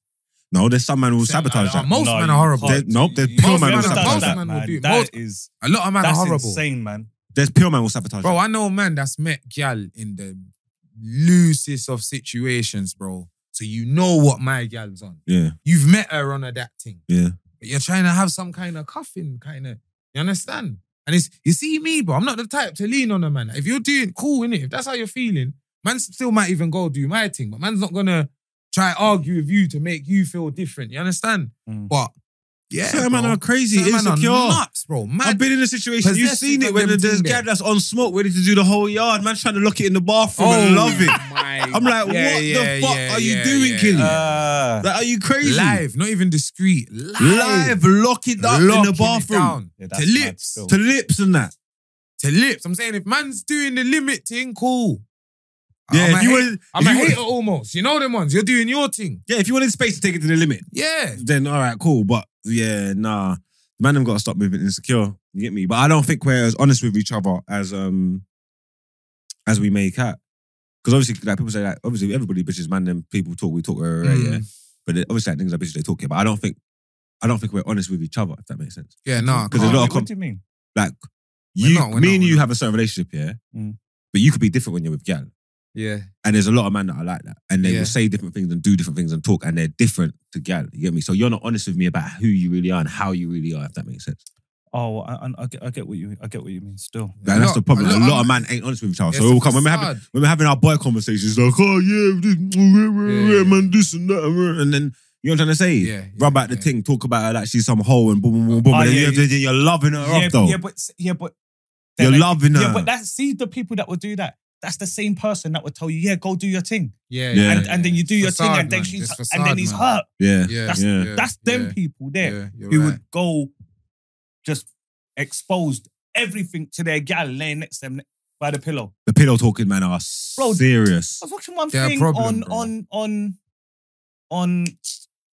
No, there's some man who will sabotage
Uh,
that.
Most
No,
men
you
are horrible.
can't.
There's- no, there's
You-
pure
most
man
men
who
have
sabotage
done
that,
that,
man.
man.
Dude,
That
most-
is
A lot of men are
that's
horrible,
insane, man.
There's pure man will sabotage
bro.
that.
I know a man that's met gal in the loosest of situations, bro. So you know what my gal's on.
Yeah,
You've met her on a that thing.
Yeah.
But you're trying to have some kind of cuffing, kind of. You understand? And it's you see me, bro. I'm not the type to lean on a man. If you're doing cool in it, if that's how you're feeling, man still might even go do my thing, but man's not gonna try to argue with you to make you feel different. You understand?
Mm.
But yeah,
certain man
bro.
are crazy,
Certain man are
insecure.
nuts, bro. Mad.
I've been in a situation. You've
Possessive
seen it
of
when
them
there's
thing there.
gab that's on smoke, ready to do the whole yard. Man, trying to lock it in the bathroom. and Oh, love it.
my-
I'm like,
Yeah,
what
yeah,
the fuck
yeah,
are you
yeah,
doing,
yeah. Uh,
Killy?
Ah.
like, are you crazy?
Live, not even discreet. Live,
Live, lock it up
Locking
in
it
the bathroom
down.
Yeah,
to
that's mad
lips,
still.
to lips and that.
to lips. I'm saying if man's doing the limit thing, cool.
Yeah,
I'm
if
a,
you
hate-
wanted,
I'm a
if you wanted-
hater almost. You know them ones. You're doing your thing.
yeah, if you wanted space to take it to the limit,
Yeah.
then all right, cool. But yeah, nah, man, them got to stop moving insecure. You get me? But I don't think we're as honest with each other as um as we make out. Because obviously, like people say, like obviously everybody bitches, man. Them people talk, we talk, uh, uh,
Mm.
yeah. But it- obviously, like, things are bitches they talk here. But I don't think, I don't think we're honest with each other. If that makes sense.
Yeah, no.
Because there's a lot of
What do you mean?
Like
We're
you,
not, we're
me
not,
and
we're
you
not.
have a certain relationship, yeah.
Mm.
But you could be different when you're with gal.
Yeah.
And there's a lot of men that are like that. And they
Yeah.
will say different things and do different things and talk, and they're different to gal. You get me? So you're not honest with me about who you really are and how you really are, if that makes sense.
Oh, I, I- I get, I get what you, I get what you mean. Still,
Like, that's the problem. A lot, of men ain't honest with each other. So we'll come, when, we're having, when we're having our boy conversations, like, oh, yeah, this, mm,
yeah.
man, this and that. mm, And then, you know what I'm trying to say?
Yeah, yeah,
Rub out the
yeah.
thing, talk about her like she's some hoe and boom, boom, boom, boom.
Oh,
and then,
yeah,
you have to- then you're loving her
yeah,
up, though.
yeah, but yeah, but
you're
like-
loving her.
Yeah, but that's see the people that will do that. That's the same person that will tell you, yeah, go do your thing,
Yeah,
Yeah.
and, and then you do your
Facade,
thing, and then
man.
she's
Just
and then
facade,
he's
man.
hurt.
yeah.
Yeah.
That's-
yeah.
That's them
yeah.
people there
Yeah,
who
you're right.
would go just exposed everything to their gal laying next to them by the pillow.
The pillow talking man are
Bro,
serious.
I was watching one
They're a
thing
problem,
on
bro.
on on on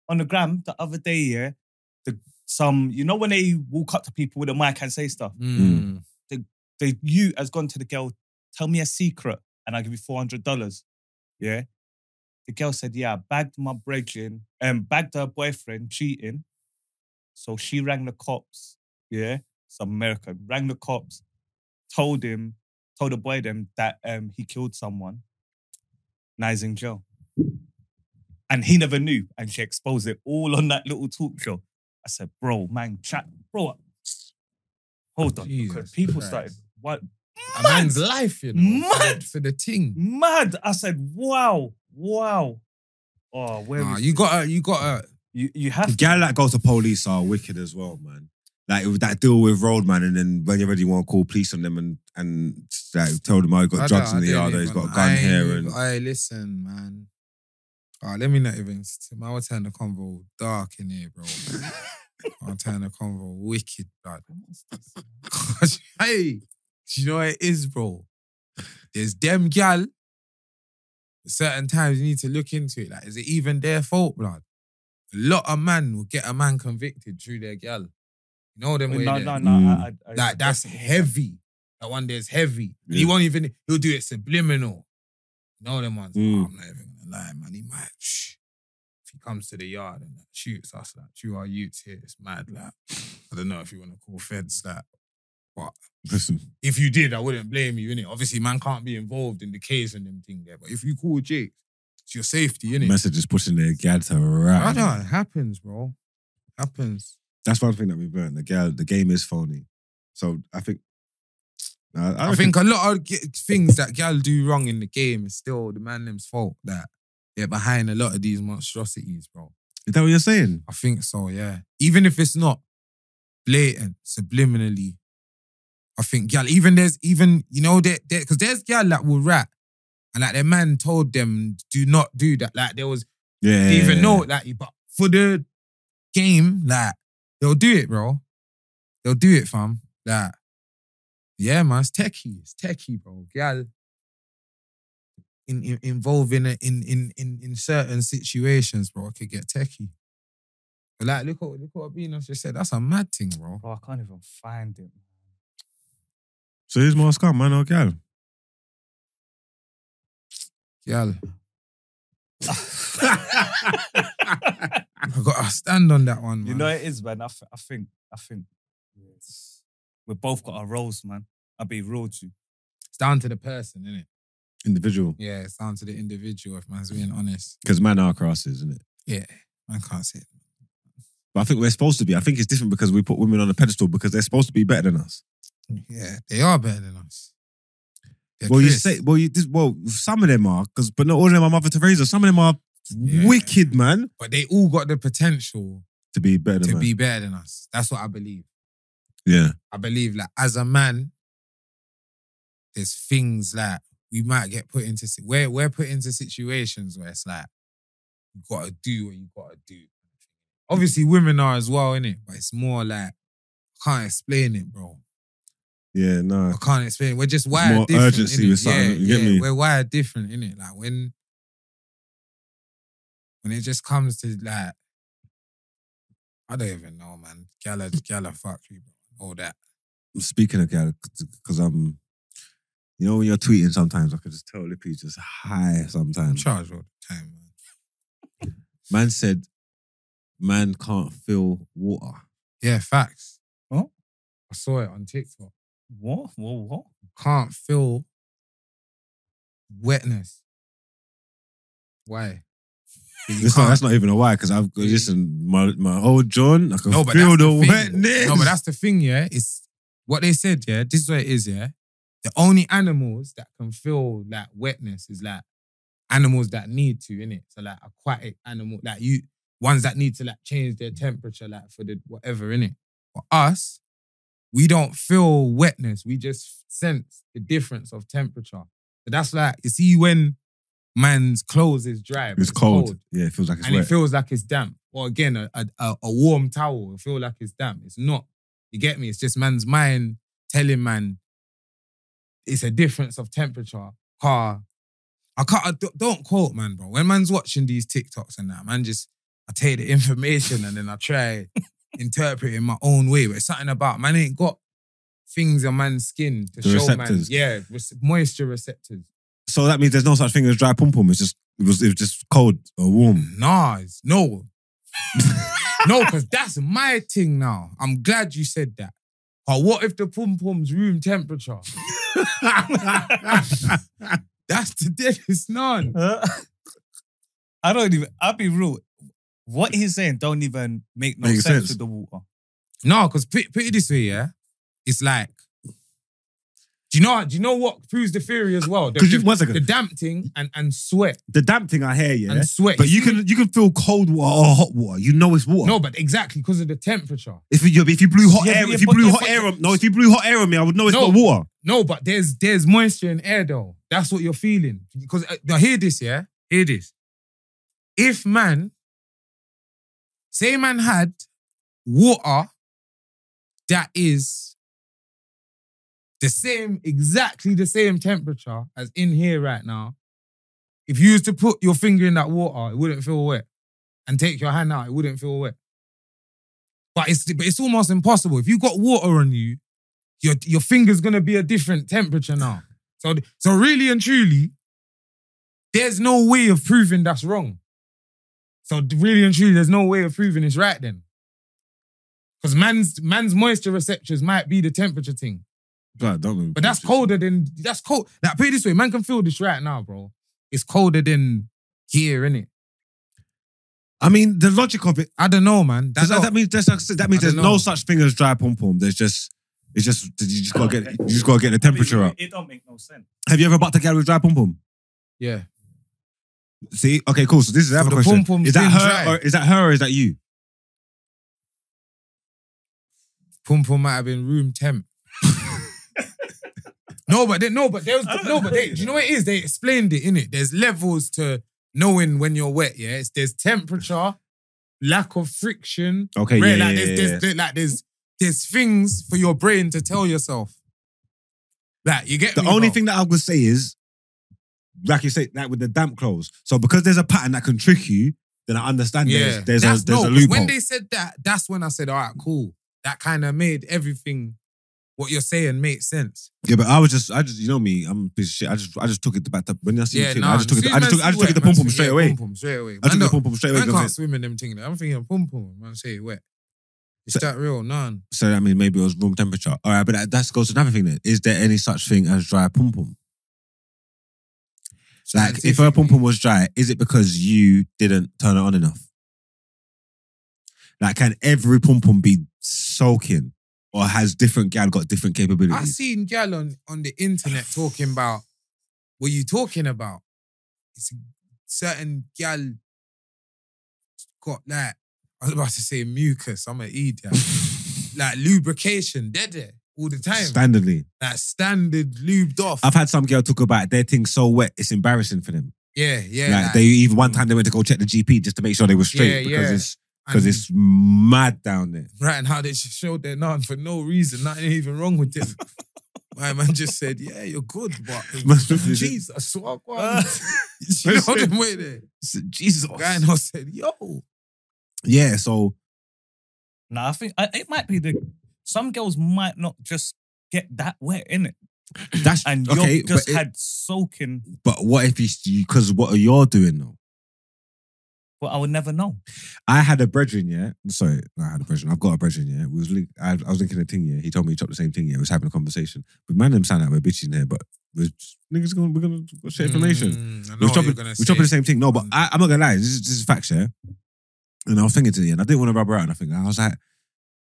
on the gram the other day. Yeah, the some you know when they walk up to people with a mic and say stuff.
Mm.
They you has gone to the girl. Tell me a secret, and I'll give you four hundred dollars. Yeah. The girl said, "Yeah, I bagged my brethren and um, bagged her boyfriend cheating." So she rang the cops. Yeah, it's American. Rang the cops, told him, told the boy them that um, he killed someone. Now he's in jail. And he never knew. And she exposed it all on that little talk show. I said, bro, man, chat, bro. Hold on.
Jesus
because people
Christ.
started what
A
mad,
man's life, you know. for the-
Mad.
For the thing.
mad. I said, wow, wow. Oh, where
Nah,
is
you
it?
gotta, you gotta.
you you have
The
to
gal that go to police are wicked as well, man. Like with that deal with Roadman, and then when you're ready, you want to call police on them and and like, tell them, oh, he got drugs in the yard, or he's got a gun here, and
I listen, man. All right, let me not even. I will turn the convo dark in here, bro. I'll turn the convo wicked, blood. hey, do you know what it is, bro? There's them gal. Certain times you need to look into it. Like, is it even their fault, blood? A lot of man will get a man convicted through their gal. You know them way
no,
there.
no,
Mm.
no. I, I, I,
Like that's heavy. That one there's heavy. And he
Yeah.
won't even. He'll do it subliminal. You know them ones.
Mm.
I'm not even gonna lie, man. He might. Shh. If he comes to the yard and like, shoots us, like, shoot our youths here, it's mad. Like, I don't know if you want to call feds that.
Listen,
If you did, I wouldn't blame you, innit? Obviously, man can't be involved in the case and them thing there. But if you call Jake, it's your safety, innit?
message is pushing their gal to right.
Brother, it happens, bro. happens.
That's one thing that we've learned. The gal, the game is phony. So I think. I, I
I,
reckon-
think a lot of g- things that gal do wrong in the game is still the man them's fault that they're behind a lot of these monstrosities, bro.
is that what you're saying?
I think so, yeah. Even if it's not blatant, subliminally, I think gal, even there's even, you know, there because there's gal that will rap. And like their man told them, do not do that. Like there was
Yeah.
they even know it, like but for the game, like they'll do it, bro. They'll do it, fam. Like, yeah, man, it's techie, it's techie, bro. Gal, in, in involved in, a- in in in in certain situations, bro, it could get techie. But like, look what look what Venus just said. That's a mad thing, bro.
Bro, I can't even find it.
So here's more scum, man or gal?
Gal, I got to stand on that one, man.
you know it is, man. I, th- I think, I think, yes. we both got our roles, man. I'll be real to you.
it's down to the person, isn't it?
Individual.
Yeah, it's down to the individual. If man's being honest,
Because man are crosses, isn't it?
yeah, man can't say
But I think we're supposed to be. I think it's different because we put women on a pedestal because they're supposed to be better than us.
Yeah, they are better than us. They're
well, you
Chris.
say, well, you, this, well, some of them are, because but not all of them are Mother Teresa. Some of them are
Yeah.
wicked, man,
but they all got the potential
to be better than
to
man.
be better than us. That's what I believe.
yeah,
I believe, like as a man, there's things like we might get put into si- we're we're put into situations where it's like you gotta do what you gotta do. Obviously, women are as well, innit? But it's more like I can't explain it, bro.
yeah, no.
I can't explain. We're just wired
more
different.
urgency
innit?
with something,
yeah,
you get
yeah,
me?
We're wired different, innit? Like when when it just comes to like I don't even know, man. Gala gala factory, all that.
Speaking of gal, because I'm, you know, when you're tweeting, sometimes I could just tell Lippy's just high
I'm
sometimes.
charged all the time, man.
Man said, man can't feel water.
Yeah, facts.
What?
I saw it on TikTok.
What? What? What?
Can't feel wetness. Why? You
It's not,
can't-
that's not even a why, because I've got,
Yeah.
listen, my, my old John, I can
No, but
feel
that's
the,
the thing.
wetness.
No, but that's the thing, yeah. It's what they said, yeah. This is what it is, yeah. The only animals that can feel like wetness is like animals that need to, innit? So like aquatic animal, like you ones that need to like change their temperature, like for the whatever, innit? For us, we don't feel wetness. We just sense the difference of temperature. But that's like you see when man's clothes is dry, but
it's cold. Yeah, it feels like it's
and
wet.
it feels like it's damp. Or again, a, a, a a warm towel will feel like it's damp. It's not. You get me? It's just man's mind telling man it's a difference of temperature, car. I can't, I don't, don't quote man, bro. When man's watching these TikToks and that, man just, I take the information and then I try interpret it in my own way. But it's something about, man ain't got things on man's skin to
The
show
receptors.
man. Yeah, rece- moisture receptors.
so that means there's no such thing as dry pum pum. It's just it was it was just cold or warm.
Nah, it's- no. no, because that's my thing now. I'm glad you said that. But what if the pom pom's room temperature? that's the deadest none.
I don't even. I'll be real. What he's saying don't even make no
Makes
sense,
sense.
to the water.
No, because put, put it this way, yeah. It's like, do you know? Do you know what proves the theory as well? The,
Because you
the,
one second,
the
the,
damp thing and and sweat
damp thing I hear, yeah.
and sweat.
but you
see-
can you can feel cold water or hot water. You know it's water.
no, but exactly because of the temperature.
If you if you blew hot
Yeah,
air,
but-
if you
but-
blew
but-
hot
but-
air on no, if you blew hot air on me, I would know it's
No.
not water.
No, but there's there's moisture in air though. That's what you're feeling. Because uh, now hear this, yeah. Hear this. if man, say man had water that is the same, exactly the same temperature as in here right now, if you used to put your finger in that water, it wouldn't feel wet. And take your hand out, it wouldn't feel wet. But it's but it's almost impossible. If you got water on you, your your finger's gonna be a different temperature now. So so really and truly, there's no way of proving that's wrong. So really and truly, there's no way of proving it's right then. Because man's man's moisture receptors might be the temperature thing.
But don't get me
But that's
confused.
colder than that's cold. Like put it this way, man can feel this right now, bro. It's colder than here, innit?
I mean, the logic of it.
I don't know, man.
Does
That's
that,
not-
that means that's, that means
I
there's
don't
no
know.
such thing as dry pom pom. There's just it's just you just gotta get you just gotta get the temperature
it,
up.
It don't make no sense.
Have you ever bucked a guy with dry pom pom?
yeah.
See, okay, cool. So this is the
So
other
the
question.
pom-pom's
Is that
been
her?
dry.
Or, is that her? or Is that you?
Pum Pum might have been room temp. no, but they, no, but there was
I don't
no, but
know,
they,
you
do you know what it is? They explained it in it. There's levels to knowing when you're wet. Yeah, it's, there's temperature, lack of friction.
Okay,
right?
yeah,
like,
yeah,
there's,
yeah,
there's,
yeah.
there- like there's there's things for your brain to tell yourself. Like you get
The
me,
only
bro?
thing that I would say is, like you say, like with the damp clothes. So because there's a pattern that can trick you, then I understand
Yeah,
there's there's
That's-
a there's
no,
a
'cause
loophole.
When they said that, that's when I said, "All right, cool." That kind of made everything what you're saying make sense.
Yeah, but I was just I just you know me, I'm a piece of shit. I just I just took it to back up when I see
Yeah,
it,
nah,
I just took it.
see
I just
man
took I
see
just took it
wet,
to
man
pom pom
see-
straight
yeah,
away.
Pom-pom straight away.
I
Man
took the
don't-
pom pom straight away.
Man can't
because it-
swim in them things. I'm thinking pom pom. Man say it wet. Is
So-
that real? None.
So I mean, maybe it was room temperature. All right, but that, that goes to another thing. Then is there any such thing as dry pom pom? Like, if her pom pom was dry, is it because you didn't turn it on enough? Like, can every pom pom be soaking, or has different gal got different
I
capabilities?
seen gal on, on the internet talking about what you talking about. It's certain gal got like I was about to say mucus. I'm an idiot. like lubrication, dead there all the time.
Standardly,
like standard lubed off.
I've had some girl talk about their thing so wet it's embarrassing for them.
yeah, yeah.
like, they even one time they went to go check the GP just to make sure they were straight
Yeah,
because
yeah.
it's because
and-
it's mad down there.
right now they just showed their nan for no reason, nothing even wrong with them. My man just said, "Yeah, you're good, but Jesus, I swear, go on." you know the way there.
Jesus,
Guy now said, "Yo,
yeah. So
Nah, I think I, it might be the some girls might not just get that wet in it,
that's
and
okay.
you just
but, it-
had soaking.
but what if you? Because what are you doing though?
But I would never know.
I had a brethren, yeah. Sorry, I had a brethren. I've got a brethren, yeah. We was link- I, I was linking a thing, yeah. He told me he chopped the same thing, yeah. We was having a conversation. But man, them sound like we're bitching here, but we're just, niggas gonna we're gonna share information.
Mm, I know
we're
what
chopping,
you're gonna
we're
say.
chopping the same thing. No, but I, I'm not gonna lie. This is, this is facts, yeah. And I was thinking to the end. I didn't want to rub her out. And I think I was like,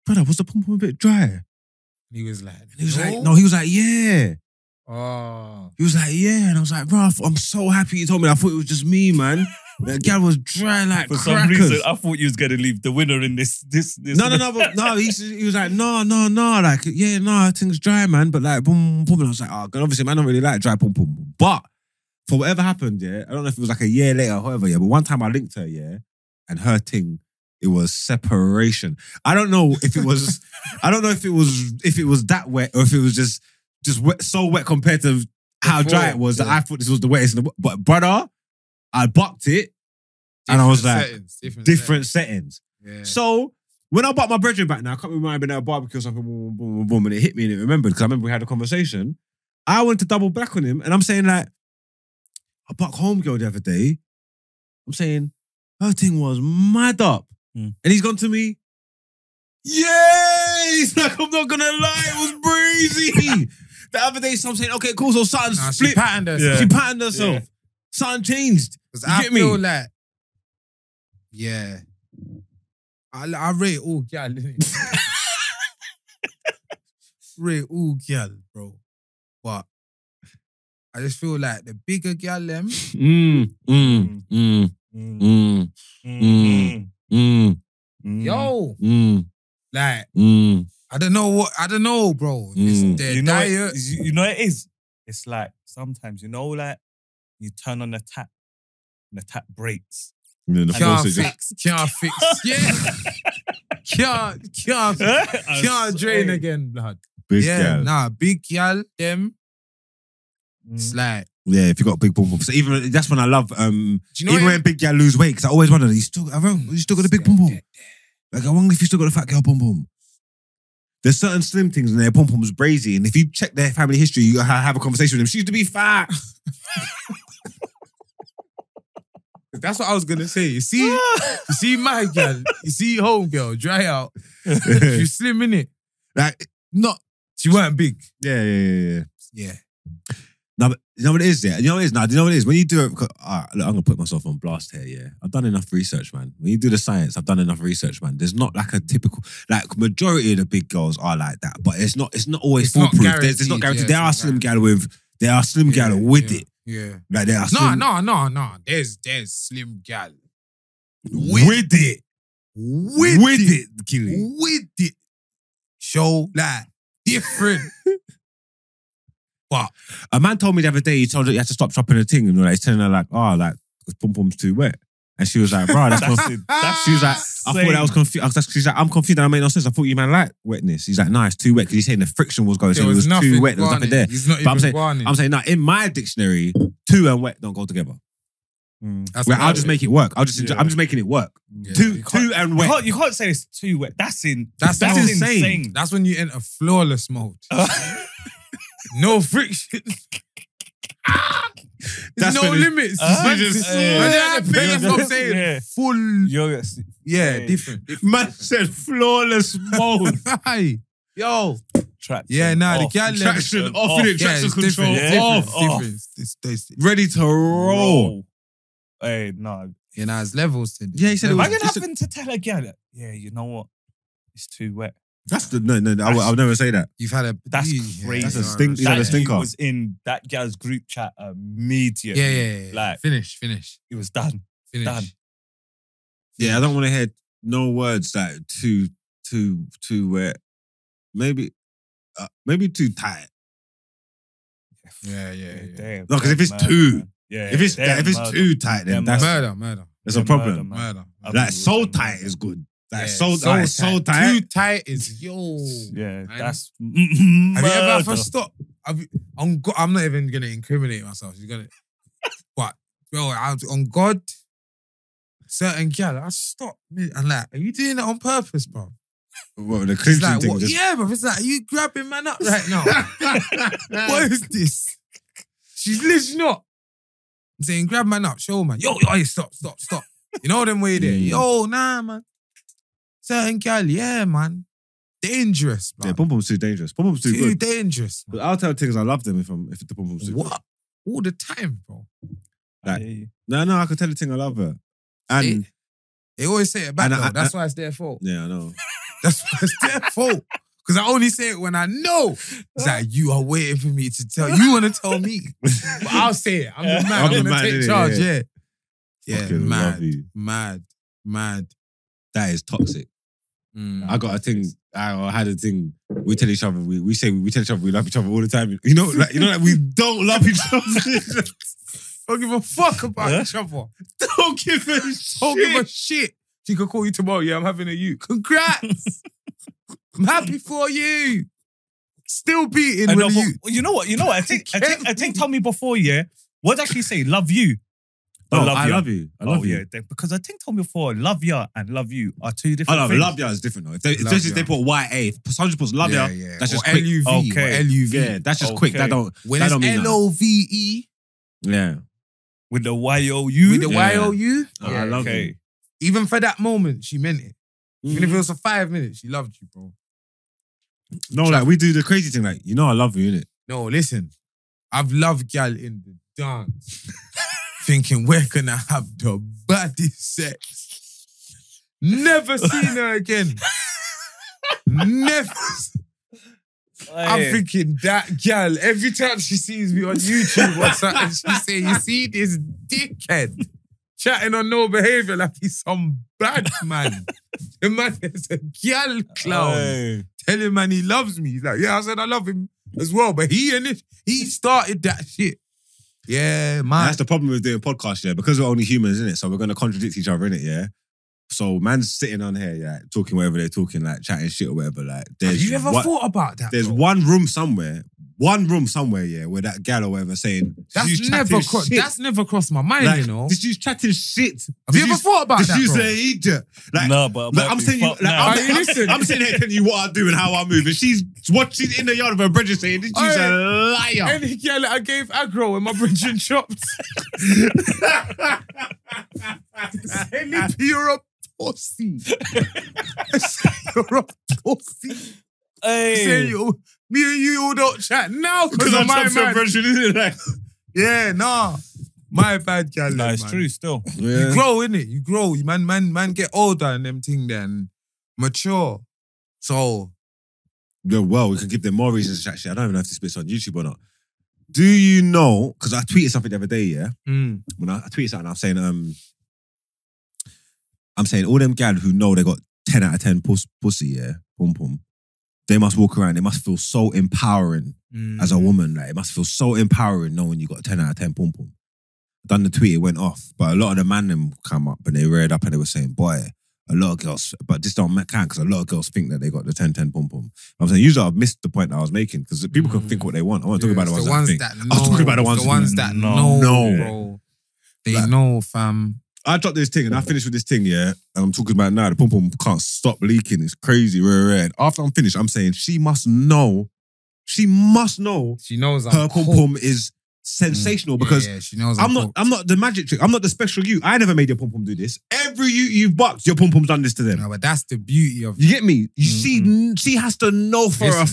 brother, was the pump a bit dry? And
He was like,
he was like, no. He was like, yeah.
Oh,
He was like, yeah. And I was like, bro, I'm so happy you told me. I thought it was just me, man. That gal was dry like
For some
crackers.
reason, I thought you was gonna leave the winner in this. This. this
No, no, no, but no. He, s- he was like, no, no, no. Like, yeah, no, things dry, man. But like, boom, boom. And I was like, oh, God, obviously, man, I don't really like dry, boom, boom. But for whatever happened, yeah, I don't know if it was like a year later or whatever, yeah. But one time I linked her, yeah, and her thing, it was separation. I don't know if it was, I don't know if it was, if it was that wet or if it was just, just wet, so wet compared to how
Before,
dry it was that
yeah.
I thought this was the wettest. In the, wo- but brother, I bucked it. And I was
different
like,
settings, different,
Different settings.
settings. Yeah.
So when I bought my brethren back now, I can't remember I've been at a barbecue or something, boom, boom, boom, boom, boom, and it hit me and it remembered because I remember we had a conversation. I went to double back on him and I'm saying like, I buck home girl the other day. I'm saying her thing was mad up,
Mm.
and he's gone to me. Yeah, he's like I'm not gonna lie, it was breezy. the other day, so I'm saying, okay, cool. So something
Nah, she
split.
patterned us.
Yeah.
She patterned herself. Something changed.
Because
You
I
get me?
feel like, yeah, I, I rate all gal. innit? rate all gal, bro. But I just feel like the bigger gal them,
Mm, mm, mm,
Mm,
mm,
mm,
mm,
mm.
yo,
mm,
like
mm.
I don't know what I don't know, bro. It's
Mm.
their
you know, it-
diet.
you you know it is. It's like sometimes you know, like you turn on the tap, and the tap breaks,
You know, the
Can't
sausage.
fix. Can't fix. Yeah. Can't, can't, can't drain again, blood.
Big
yeah,
gal.
nah, big gal, them. It's
Mm.
like,
Yeah, if you got a big pom pom. So even that's when I love um
do you know
even
what
when big gal lose weight, because I always wonder, he's still around, he's still got a big pom pom. Like I wonder if he's still got a fat girl pom pom. There's certain slim things and their pom pom's brazy. And if you check their family history, you ha- have a conversation with them. She used to be fat.
That's what I was gonna say. You see, you see my girl, you see home girl, dry out. She slim in it.
like,
Not she weren't big.
yeah, yeah, yeah, yeah.
Yeah.
No, but you know what it is, yeah. You know what it is now. You know what it is when you do it. 'cause- all right, look, I'm gonna put myself on blast here. Yeah, I've done enough research, man. When you do the science, I've done enough research, man. There's not like a typical like majority of the big girls are like that, but it's not. It's not always
It's not
foolproof. there's, there's not
guaranteed,
guaranteed.
yeah,
there are
it's not
slim gal with. There are slim
yeah,
gal with
yeah,
it.
Yeah.
Like there are
No,
slim
no, no, no. There's there's slim gal.
with, it.
With,
with
it.
it, Killy.
With it. Show that different.
A man told me the other day he told her he had to stop chopping the thing, and like he's telling her like, oh, like his pom pom's too wet, and she was like, bro, that's not.
That's it. That's
She was like, I thought that was
insane.
confused. That's she's like, I'm confused. That made no sense. I thought you man like wetness. He's like, nah, it's too wet because he's saying the friction was going. So
there
it was,
was nothing.
too wet. There was
gone
nothing
in.
there.
He's not
But I'm
even
saying-
gone in.
I'm saying, nah, in my dictionary, two and wet don't go together.
Mm.
That's
Well, I'll
perfect.
just make it work. I'll just,
Yeah.
I'm just making it work.
Yeah,
two,
you can't-
two and
You
wet.
can't, you can't say it's too wet. That's in.
That's
that's
not-
insane.
That's when you enter flawless mode. No friction.
That's
no
when it's-
limits.
Uh,
Man,
you just-
man, yeah,
yeah.
that's what I'm saying.
Yeah.
Full.
You're,
Yeah,
Yeah.
different.
Man said flawless mode.
Aye. Yo.
trapped.
Yeah, nah, the
Off.
gal level-
Traction off, innit?
Yeah,
Traction
it's different,
control
it's different,
off.
It's different. It's- it's- it's-
Ready to roll.
Hey, no.
You know, it's levels to this.
Yeah, he said it was-
Imagine
it's a-
having to tell a gal, that, yeah, you know what? It's too wet.
That's the no, no. no, I would, I would never say that.
You've had a.
That's
you-
crazy.
That's a
you
stink-
are
had a
right.
stink- stinker.
It was in that gal's group chat immediately.
Yeah, yeah, yeah.
Like-
finish, finish,
It was done.
finish.
Done.
Yeah, I don't want to hear no words that too, too, too wet. Maybe, uh, maybe too tight.
Yeah, yeah, yeah.
They're
No, 'cause if it's
murder,
too-
man. yeah,
If it's
they're
if it's
murder.
too tight, then
Yeah,
that's
Murder, murder,
that's a
Yeah, murder,
problem.
man.
murder.
I
Like
believe
soul
in
tight
that.
is good. Like
Yeah,
soul, soul, like, soul tight.
Too tight is yo.
Yeah,
Man.
that's.
Have you ever had to
murder.
stop? Have you, I'm, go- I'm not even gonna incriminate myself. You're gonna, but bro, I'm, on God, certain gal, I stop me and like, are you doing that on purpose, bro?
Well, the
It's
clinching
like,
thing.
what?
just-
yeah, bro. It's like, are you grabbing man up right now? what is this? She's literally not. I'm saying, grab man up, show man. Yo, yo, hey, stop, stop, stop. You know them way there.
Yeah, yeah.
Yo, nah, man. Certain gal, yeah, man. Dangerous,
yeah,
man.
pom pom's too dangerous. Pom pom's too,
Too
good.
dangerous. man.
But I'll tell things I love them if I'm if the pom pom's too.
What? All the time, bro.
Like,
Yeah, yeah.
No, no, I can tell the thing I love her. And
See? They always say it back
And I-
though.
I-
That's why it's their fault.
yeah, I know.
That's why it's their fault. Because I only say it when I know. It's like you are waiting for me to tell. You want to tell me, but I'll say it. I'm the
I'm
man. I'm,
the
gonna
man,
take
innit?
charge.
Yeah.
Yeah, yeah,
Fucking love
mad,
you.
mad, mad.
That is toxic.
Mm.
I got a thing. I had a thing. We tell each other. We, we say we tell each other we love each other all the time. You know, like you know, like we don't love each other.
Don't give a fuck about
Huh?
each other.
don't give a
Don't
shit.
give a shit. She could call you tomorrow. Yeah, I'm having a you. Congrats. I'm happy for you. Still beating
And
with
no,
you.
but- you know what? You know what? I think I think I think told me before, yeah. What did she say? Love you.
No,
Or
I
ya?
love you. I
oh,
love you.
Yeah, then- because I think told me before, love ya and love you are two
I
different
love
things.
love ya is different though. If they,
Love
especially if they put
ya.
YA, if Sanjay puts love ya.
yeah.
That's
Or
just quick.
LUV.
Okay.
or LUV.
Yeah, that's just quick. That
Okay.
don't.
When
that
it's
don't mean
L O V E
Yeah.
with the Y-O-U.
with the
Yeah.
Y O U,
Oh, I love
okay.
you.
even for that moment, she meant it. Even
Mm-hmm.
if it was for five minutes, she loved you, bro.
No, like we do the crazy thing. Like you know, I love you, innit?
No, listen, I've loved gal in the dance, thinking where can I have the body sex? Never seen her again. Never. I'm
Hey.
thinking that gal. Every time she sees me on YouTube or something, she say, "You see this dickhead chatting on no behavior like he's some bad man." The man is a gal clown.
Um,
Hey.
Tell him, man, he loves me. He's like, yeah, I said I love him as well, but he and it, he started that shit. Yeah,
And
man.
that's the problem with doing podcasts, yeah, because we're only humans, in it? So we're gonna contradict each other, in it, yeah. So man's sitting on here, yeah, talking whatever they're talking, like chatting shit or whatever. Like,
Have
there's
you ever
one-
thought about that?
There's
bro?
one room somewhere, one room somewhere, yeah, where that gal or whatever saying
That's
"She's
never
chatting
cro-
shit."
that's never crossed my mind,
like,
you know.
This dude's chatting shit.
Have you ever thought about
This
that?
dude's
bro?
an idiot. Like,
no, but,
like, I'm saying, you, like,
Are
I'm,
you
I'm-
listening?
I'm sitting here telling you what I do and how I move, and she's watching in the yard of her bridge saying, "This dude's a liar."
Any girl that I gave aggro when my bridging chopped. Any you're a pussy. I say you're a pussy. I say you, me and you all don't chat now because
Because
of
I'm
my
so
man.
bridge, isn't it? Like,
Yeah, nah. My bad, gal.
no, it's
man.
true still.
You grow, innit? You grow. You man, man, man get older and them thing then mature. So
Yeah, well, we can give them more reasons to chat shit. I don't even know if this bit's on YouTube or not. Do you know? Because I tweeted something the other day, yeah.
mm,
When I, I tweeted something, I'm saying, um, I'm saying all them gal who know they got ten out of ten pus- pussy, yeah, pum pum. They must walk around. They must feel so empowering
mm.
as a woman. Like it must feel so empowering knowing you got ten out of ten pum pum. Done the tweet, it went off, but a lot of the man them come up and they read up and they were saying, boy. A lot of girls, but this don't count because a lot of girls think that they got the 10 10 pom pom. I'm saying, usually I've missed the point that I was making because people can
Mm.
think what they want. I want to talk
Yeah,
about the
it's
ones, that think.
that know.
was talking about the ones
the
who
ones
know.
that know,
No.
No.
bro. They
Like-
know, fam.
I dropped this thing and I finished with this thing, yeah. And I'm talking about now, the pom pom can't stop leaking. It's crazy, rare, rare. And after I'm finished, I'm saying, she must know, she must know
She knows I'm
her pom
cold.
pom is sensational because
yeah, yeah, she knows
I'm not.
cold.
I'm not the magic trick. I'm not the special you. I never made your pom pom do this. Every you you've bucked, your pom pom's done this to them.
No, but that's the beauty of.
You get me? You, She she has to know for a
Listen.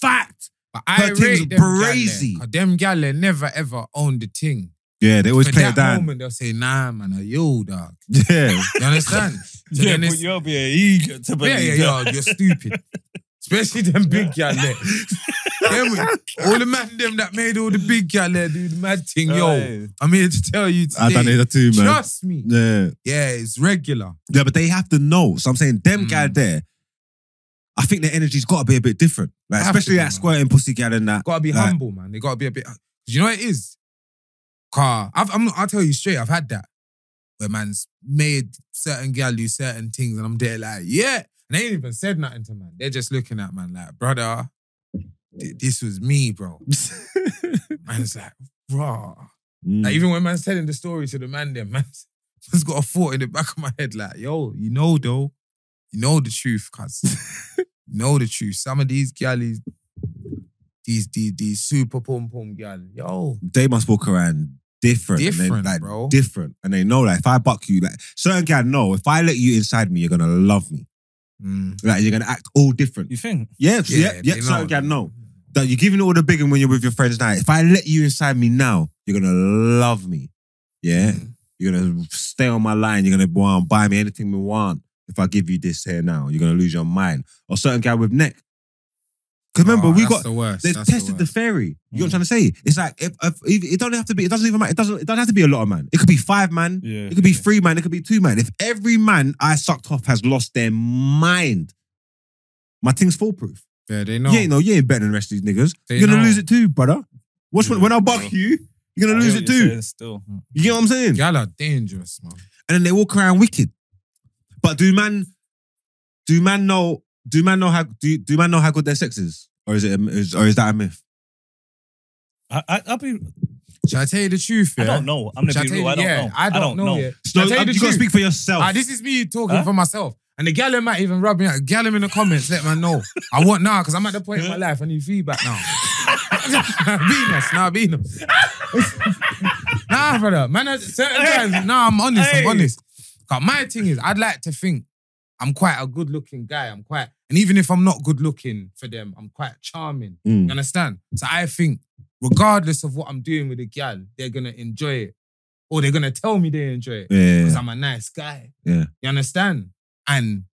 fact.
But I
her thing's
rate them brazy.
brazy.
Them gal they never ever own the thing.
Yeah, they always
For
play
that
it down.
moment, they'll say, "Nah, man, are you dog?"
Yeah,
You understand? So
Yeah,
then
but
it's-
you'll be an eager
yeah, yeah,
to believe that.
yeah, you're stupid. Especially them big gal there. them, all the man them that made all the big gal there do the mad thing, yo.
Aye.
I'm here to tell you today.
I done it too, man.
Trust me.
yeah,
Yeah, it's regular.
yeah, but they have to know. So I'm saying, them
Mm.
guy there. I think their energy's got to be a bit different, like
Have to
especially
be,
that
man.
squirting pussy gal and that.
Gotta be
Like-
humble, man. They gotta be a bit. You know what it is? Car. I've, I'm, I'll tell you straight. I've had that where man's made certain gal do certain things, and I'm there like, yeah. And they ain't even said nothing to man. They're just looking at man like, brother, th- this was me, bro. Man's like, raw.
Mm. Hmm.
Like, even when man's telling the story to the man, there, man's, man's got a thought in the back of my head, like, yo, you know, though, you know the truth, cuz. you know the truth. Some of these galleys, these, these, these super pom pom gal, yo.
they must walk around different. and they-
Different,
like,
bro.
Different. And they know like if I buck you, like certain guy know if I let you inside me, you're gonna love me.
Mm.
Like you're gonna act all different.
You think?
Yeah, yeah, yeah.
they
certain guy know.
know.
That you're giving it all the big one when you're with your friends now. If I let you inside me now, you're gonna love me. Yeah.
Mm.
You're gonna stay on my line, you're gonna want buy me anything we want. If I give you this here now, you're gonna lose your mind. Or certain guy with neck. Cause remember,
Oh,
we
that's
got
the worst.
They've
that's
tested the,
worst.
theory. You know what I'm
Mm.
trying to say? It's like if, if, if- it don't have to be. It doesn't even matter. It doesn't. It doesn't have to be a lot of man. It could be five man.
Yeah.
It could
Mm-hmm.
be three man. It could be two man. If every man I sucked off has lost their mind, my thing's foolproof.
Yeah, they know.
Yeah, you know, you ain't better than the rest of these niggas.
They
you're gonna
know.
lose it too, brother. Watch when,
Yeah,
when I buck
bro.
you, you're gonna
I
lose
hear
it
what
too.
you're saying Still. Mm.
You know what I'm saying?
Gal are dangerous, man.
And then they walk around wicked. But do man, do man know? Do man know how? Do do man know how good their sex is, or is it? A, is, or is that a myth?
I, I, I'll be.
Shall I tell you the truth? Yeah?
I don't know. I'm
Shall I
gonna
tell
be real.
you-
I don't
yeah,
know.
I don't, know. yet. Shall
No,
I
um, you
tell you
gotta
the truth?
speak for yourself.
Ah, this is me talking
Huh?
for myself. And the gal might even rub me out. Gal in the comments, let man know. I want now, because I'm at the point in my life, I need feedback now. Venus, nah, Venus. nah, brother. Man, I- certain times, nah, I'm honest, I'm
Hey.
honest. 'Cause my thing is, I'd like to think I'm quite a good looking guy. I'm quite, and even if I'm not good looking for them, I'm quite charming. You
Mm.
understand? So I think, regardless of what I'm doing with the gal, they're gonna enjoy it. Or they're gonna tell me they enjoy it. Because
Yeah.
I'm a nice guy.
Yeah.
You understand? And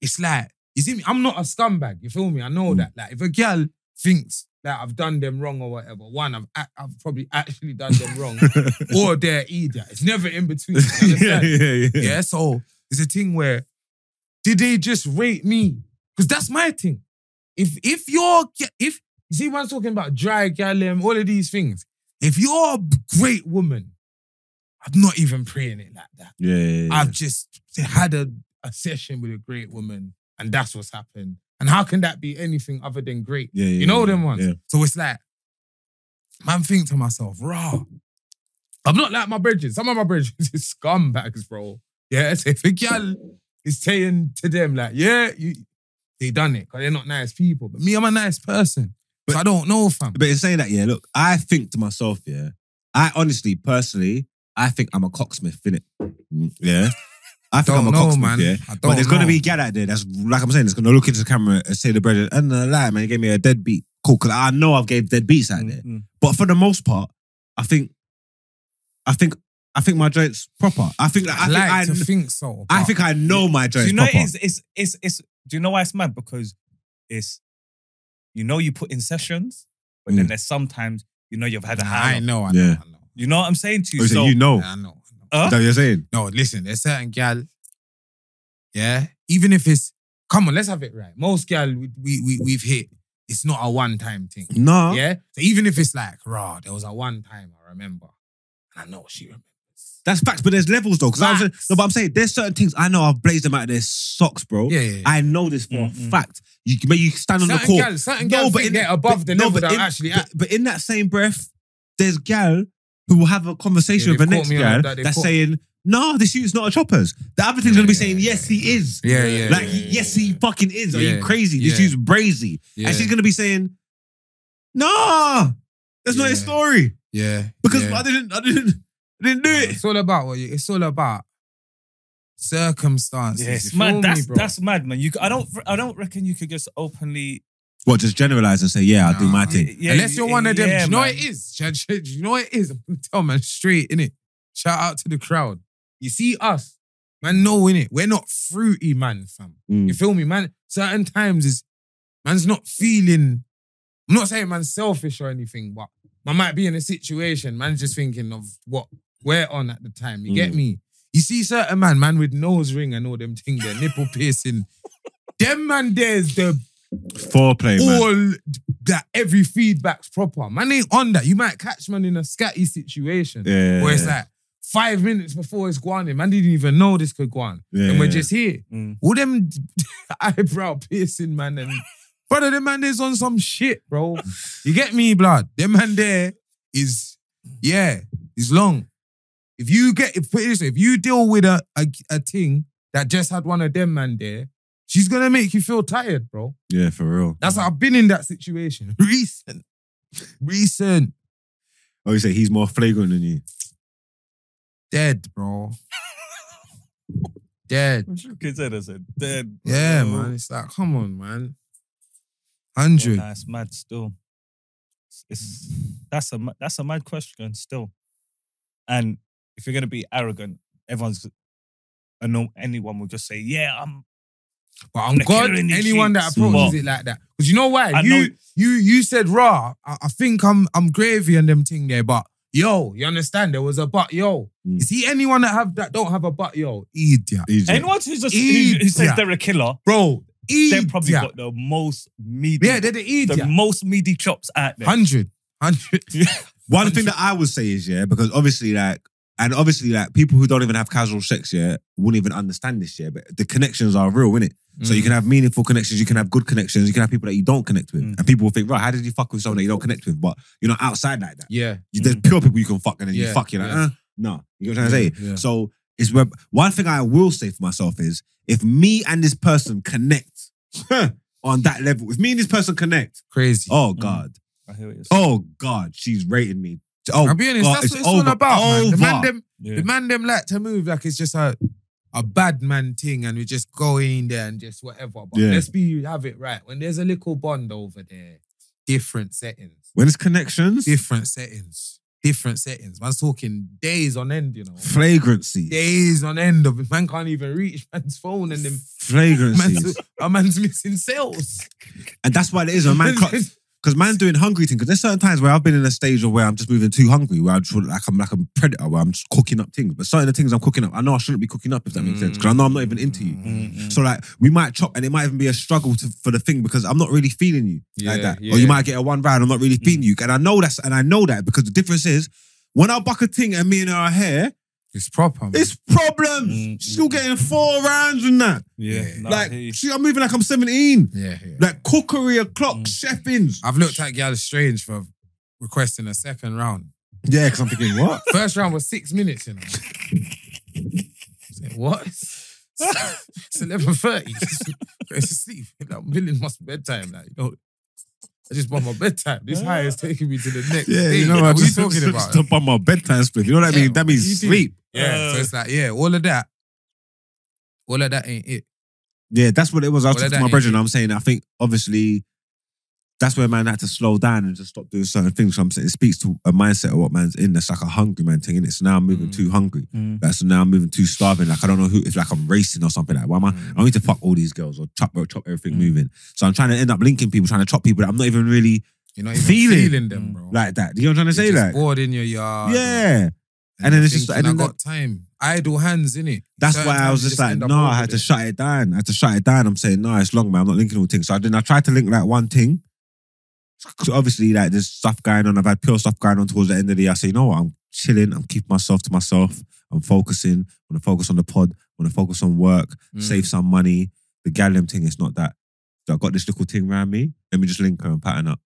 it's like, you see me, I'm not a scumbag. You feel me? I know
Mm.
that. Like, if a gal thinks that I've done them wrong or whatever, one, I've act- I've probably actually done them wrong, or they're idiot. It's never in between. You
yeah,
understand?
yeah, yeah.
Yeah, so it's a thing where did they just rate me? Because that's my thing. If if you're ge- if you see man's talking about dry gallum, all of these things. If you're a great woman, I'm not even praying it like that.
Yeah, yeah, yeah.
I've just had a, a session with a great woman, and that's what's happened. And how can that be anything other than great?
yeah, yeah,
you know
yeah,
them ones.
Yeah.
So it's like, man, think to myself, raw. I'm not like my bridges. Some of my bridges is scumbags, bro. Yeah, so if a girl is saying to them like, yeah, you, they done it because they're not nice people. But me, I'm a nice person. But I don't know, fam.
But in saying that, yeah, look, I think to myself, yeah, I honestly, personally, I think I'm a cocksmith, innit? Mm, Yeah. I think
don't
I'm a
know,
cocksmith,
man.
yeah.
I don't
But there's going to
know.
be a gal out there that's, like I'm saying, that's going to look into the camera and say the bread and the lie, man, you gave me a dead beat. Cool, because I know I've gave dead beats out there.
Mm,
But for the most part, I think, I think, I think my joint's proper. I think that, I,
I like to
think I,
think so.
I
but
think I know my
mm. Do
joint's
you know
proper.
it's, it's it's it's do you know why it's mad? Because it's you know you put in sessions, but then
Mm.
there's sometimes you know you've had a high.
I
up.
know, I know,
Yeah.
I know.
You know what I'm saying to you?
Oh, Uh, so
so
you know.
I know. I know.
Huh?
Is that what you're saying?
No, listen, there's certain gal, yeah, even if it's, come on, let's have it right. Most gal we, we, we, we've hit, it's not a one time thing.
No.
Yeah? So even if it's like, rah, there was a one time I remember, and I know she remembers.
That's facts, but there's levels though. Because I'm saying,
Facts.
no, but I'm saying there's certain things I know I've blazed them out of their socks, bro.
Yeah, yeah, yeah.
I know this for
Mm, mm.
a fact. You but you stand on
certain
the court.
gal, certain gal think they're above the
no,
level
but
that
in-
I'm actually
but,
at.
but in that same breath, there's gal who will have a conversation
Yeah,
with the next
they've caught me on
gal
that, they've
that's
caught-
saying, "No, this shoot's not a choppers." The other thing's
Yeah,
gonna be
yeah,
saying,
yeah,
"Yes, he is."
Yeah, yeah.
Like,
yeah, yeah,
yes,
yeah,
he fucking is. Are
Yeah,
you crazy? This
yeah.
dude's brazy,
yeah.
and she's gonna be saying, "No, that's not his
Yeah.
story
yeah.
because
yeah.
I didn't, I didn't, I didn't do it."
It's all about what you, it's all about circumstances.
Yes,
you feel
man,
me,
that's
bro?
that's mad, man. You, c- I don't, I don't reckon you could just openly.
What, just generalize and say, yeah, I'll do
Nah.
my thing.
Yeah,
Unless you're one of them.
yeah,
do you know
man.
what it is? Do you- do you know what it is? I'm gonna tell man straight, innit? Shout out to the crowd. You see us, man, no, innit? We're not fruity, man, fam. You
Mm.
feel me, man? Certain times is man's not feeling. I'm not saying man's selfish or anything, but man might be in a situation, man's just thinking of what we're on at the time. You get
Mm.
me? You see certain man, man with nose ring and all them thing, their nipple piercing. Them man there's the
Foreplay, man.
all that every feedback's proper. Man ain't on that. You might catch man in a scatty situation
yeah.
where it's like five minutes before it's gone in. Man didn't even know this could go on.
yeah,
and we're
yeah.
just here.
Mm.
All them eyebrow piercing man and brother, them man there's on some shit, bro. You get me, blood? Them man there is, yeah, is long. If you get if put it this way, if you deal with a, a a thing that just had one of them man there, she's gonna make you feel tired, bro.
Yeah, for real.
That's I've been in that situation. Recent. Recent.
Oh, you say he's more flagrant than you.
Dead, bro. Dead.
Consider as a dead.
Yeah,
bro.
man. It's like, come on, man.
Yeah,
100.
nah, it's mad still. It's, it's that's a ma- that's a mad question still. And if you're gonna be arrogant, everyone's I know anyone will just say, "Yeah, I'm."
But on
The
God,
killer in the
anyone that
sheets.
approaches
But-
it like that. Because you know why?
I
you
know-
you you said raw. I, I think I'm I'm gravy and them thing there, but yo, you understand? There was a but yo.
Mm.
You see anyone that have that don't have a but yo? Idiot.
Egypt.
Anyone who's just who, who says
Idiot.
they're a killer,
Bro,
they've
idiot.
probably got the most meaty,
yeah, they're the
the
idiot.
most meaty chops out there.
100. 100.
One thing that I would say is, yeah, because obviously, like, and obviously, like, people who don't even have casual sex, yeah, wouldn't even understand this, yeah, but the connections are real, innit? So
Mm.
you can have meaningful connections, you can have good connections, you can have people that you don't connect with.
Mm.
And people will think, right, how did you fuck with someone that you don't connect with? But you're not outside like that.
Yeah.
You, there's pure people you can fuck and then you
Mm. Yeah,
fuck, you're like,
yeah.
uh, no. You know what I'm trying to say?
Yeah.
So it's where, one thing I will say for myself is if me and this person connect on that level, if me and this person connect,
Crazy.
oh God,
I hear what you're saying.
oh God, she's rating me. Oh,
I'm being honest,
God,
that's
it's
what it's
over,
all about, man. The man
over.
them,
yeah.
the man them like to move like it's just a a bad man thing, and we just go in there and just whatever. But
Yeah.
let's be have it right. When there's a little bond over there, different settings,
when it's connections,
different settings, different settings. Man's talking days on end, you know,
flagrancy,
days on end of man can't even reach man's phone, and then
flagrancy,
man's, a man's missing sales.
and that's why it is a man. Clock, Because man doing hungry thing. Because there's certain times where I've been in a stage of where I'm just moving too hungry, where I just feel like I'm like a predator, where I'm just cooking up things. But certain of the things I'm cooking up, I know I shouldn't be cooking up if that makes sense. Because I know I'm not even into you. So like we might chop, and it might even be a struggle to, for the thing because I'm not really feeling you like
Yeah,
that. Or you
yeah. Mm.
might get a one round, I'm not really feeling you, and I know that's and I know that because the difference is when I buck a ting and me and her are here,
It's proper. Man.
it's problems.
Mm,
She's still
mm.
getting four rounds in that.
Yeah.
Yeah.
no,
like
I hear you.
she, I'm moving like I'm 17.
yeah, yeah.
Like cookery o'clock,
Mm.
chefings.
I've looked at Gal Strange for requesting a second round.
Yeah, because I'm thinking what?
First round was six minutes, you know. Said, what? It's eleven thirty. Goes to sleep. Like, Billing must bedtime. Like, you know, I just bought my bedtime. This high is taking me to the next.
Yeah,
day.
you know,
what
I
are you
just
talking about?
Stop on my bedtime split. You know what I mean?
Yeah,
that
what
means
you do?
sleep.
Yeah. so it's like, yeah, all of that, all of that ain't it.
Yeah, that's what it was. I was talking to
Well, that
my
ain't
brethren.
it.
I'm saying, I think obviously that's where man had to slow down and just stop doing certain things. So I'm saying it speaks to a mindset of what man's in. That's like a hungry man thing, and it's now I'm moving
Mm.
too hungry.
Mm.
That's now I'm moving too starving. Like I don't know who. It's like I'm racing or something. Like why am I?
Mm.
I need to fuck all these girls or chop or chop everything
Mm.
moving. So I'm trying to end up linking people, trying to chop people that I'm not even really
You're not even
Feeling.
feeling, them, bro.
like that. Do you know what I'm trying to
You're
say?
Oh.
Like
just bored in your yard.
yeah. And then
you're
it's just-
thinking,
and then
I got time. Idle hands in it.
That's why I was just, like, no, I had to shut it down. I had to shut it down. I'm saying, no, it's long, man. I'm not linking all things. So I didn't. I tried to link like one thing. So obviously, like there's stuff going on. I've had pure stuff going on towards the end of the year. I say, you know what? I'm chilling. I'm keeping myself to myself. I'm focusing. I want to focus on the pod. I want to focus on work.
Mm.
Save some money. The gallium thing. It's not that. So I got this little thing around me. Let me just link her and pattern up.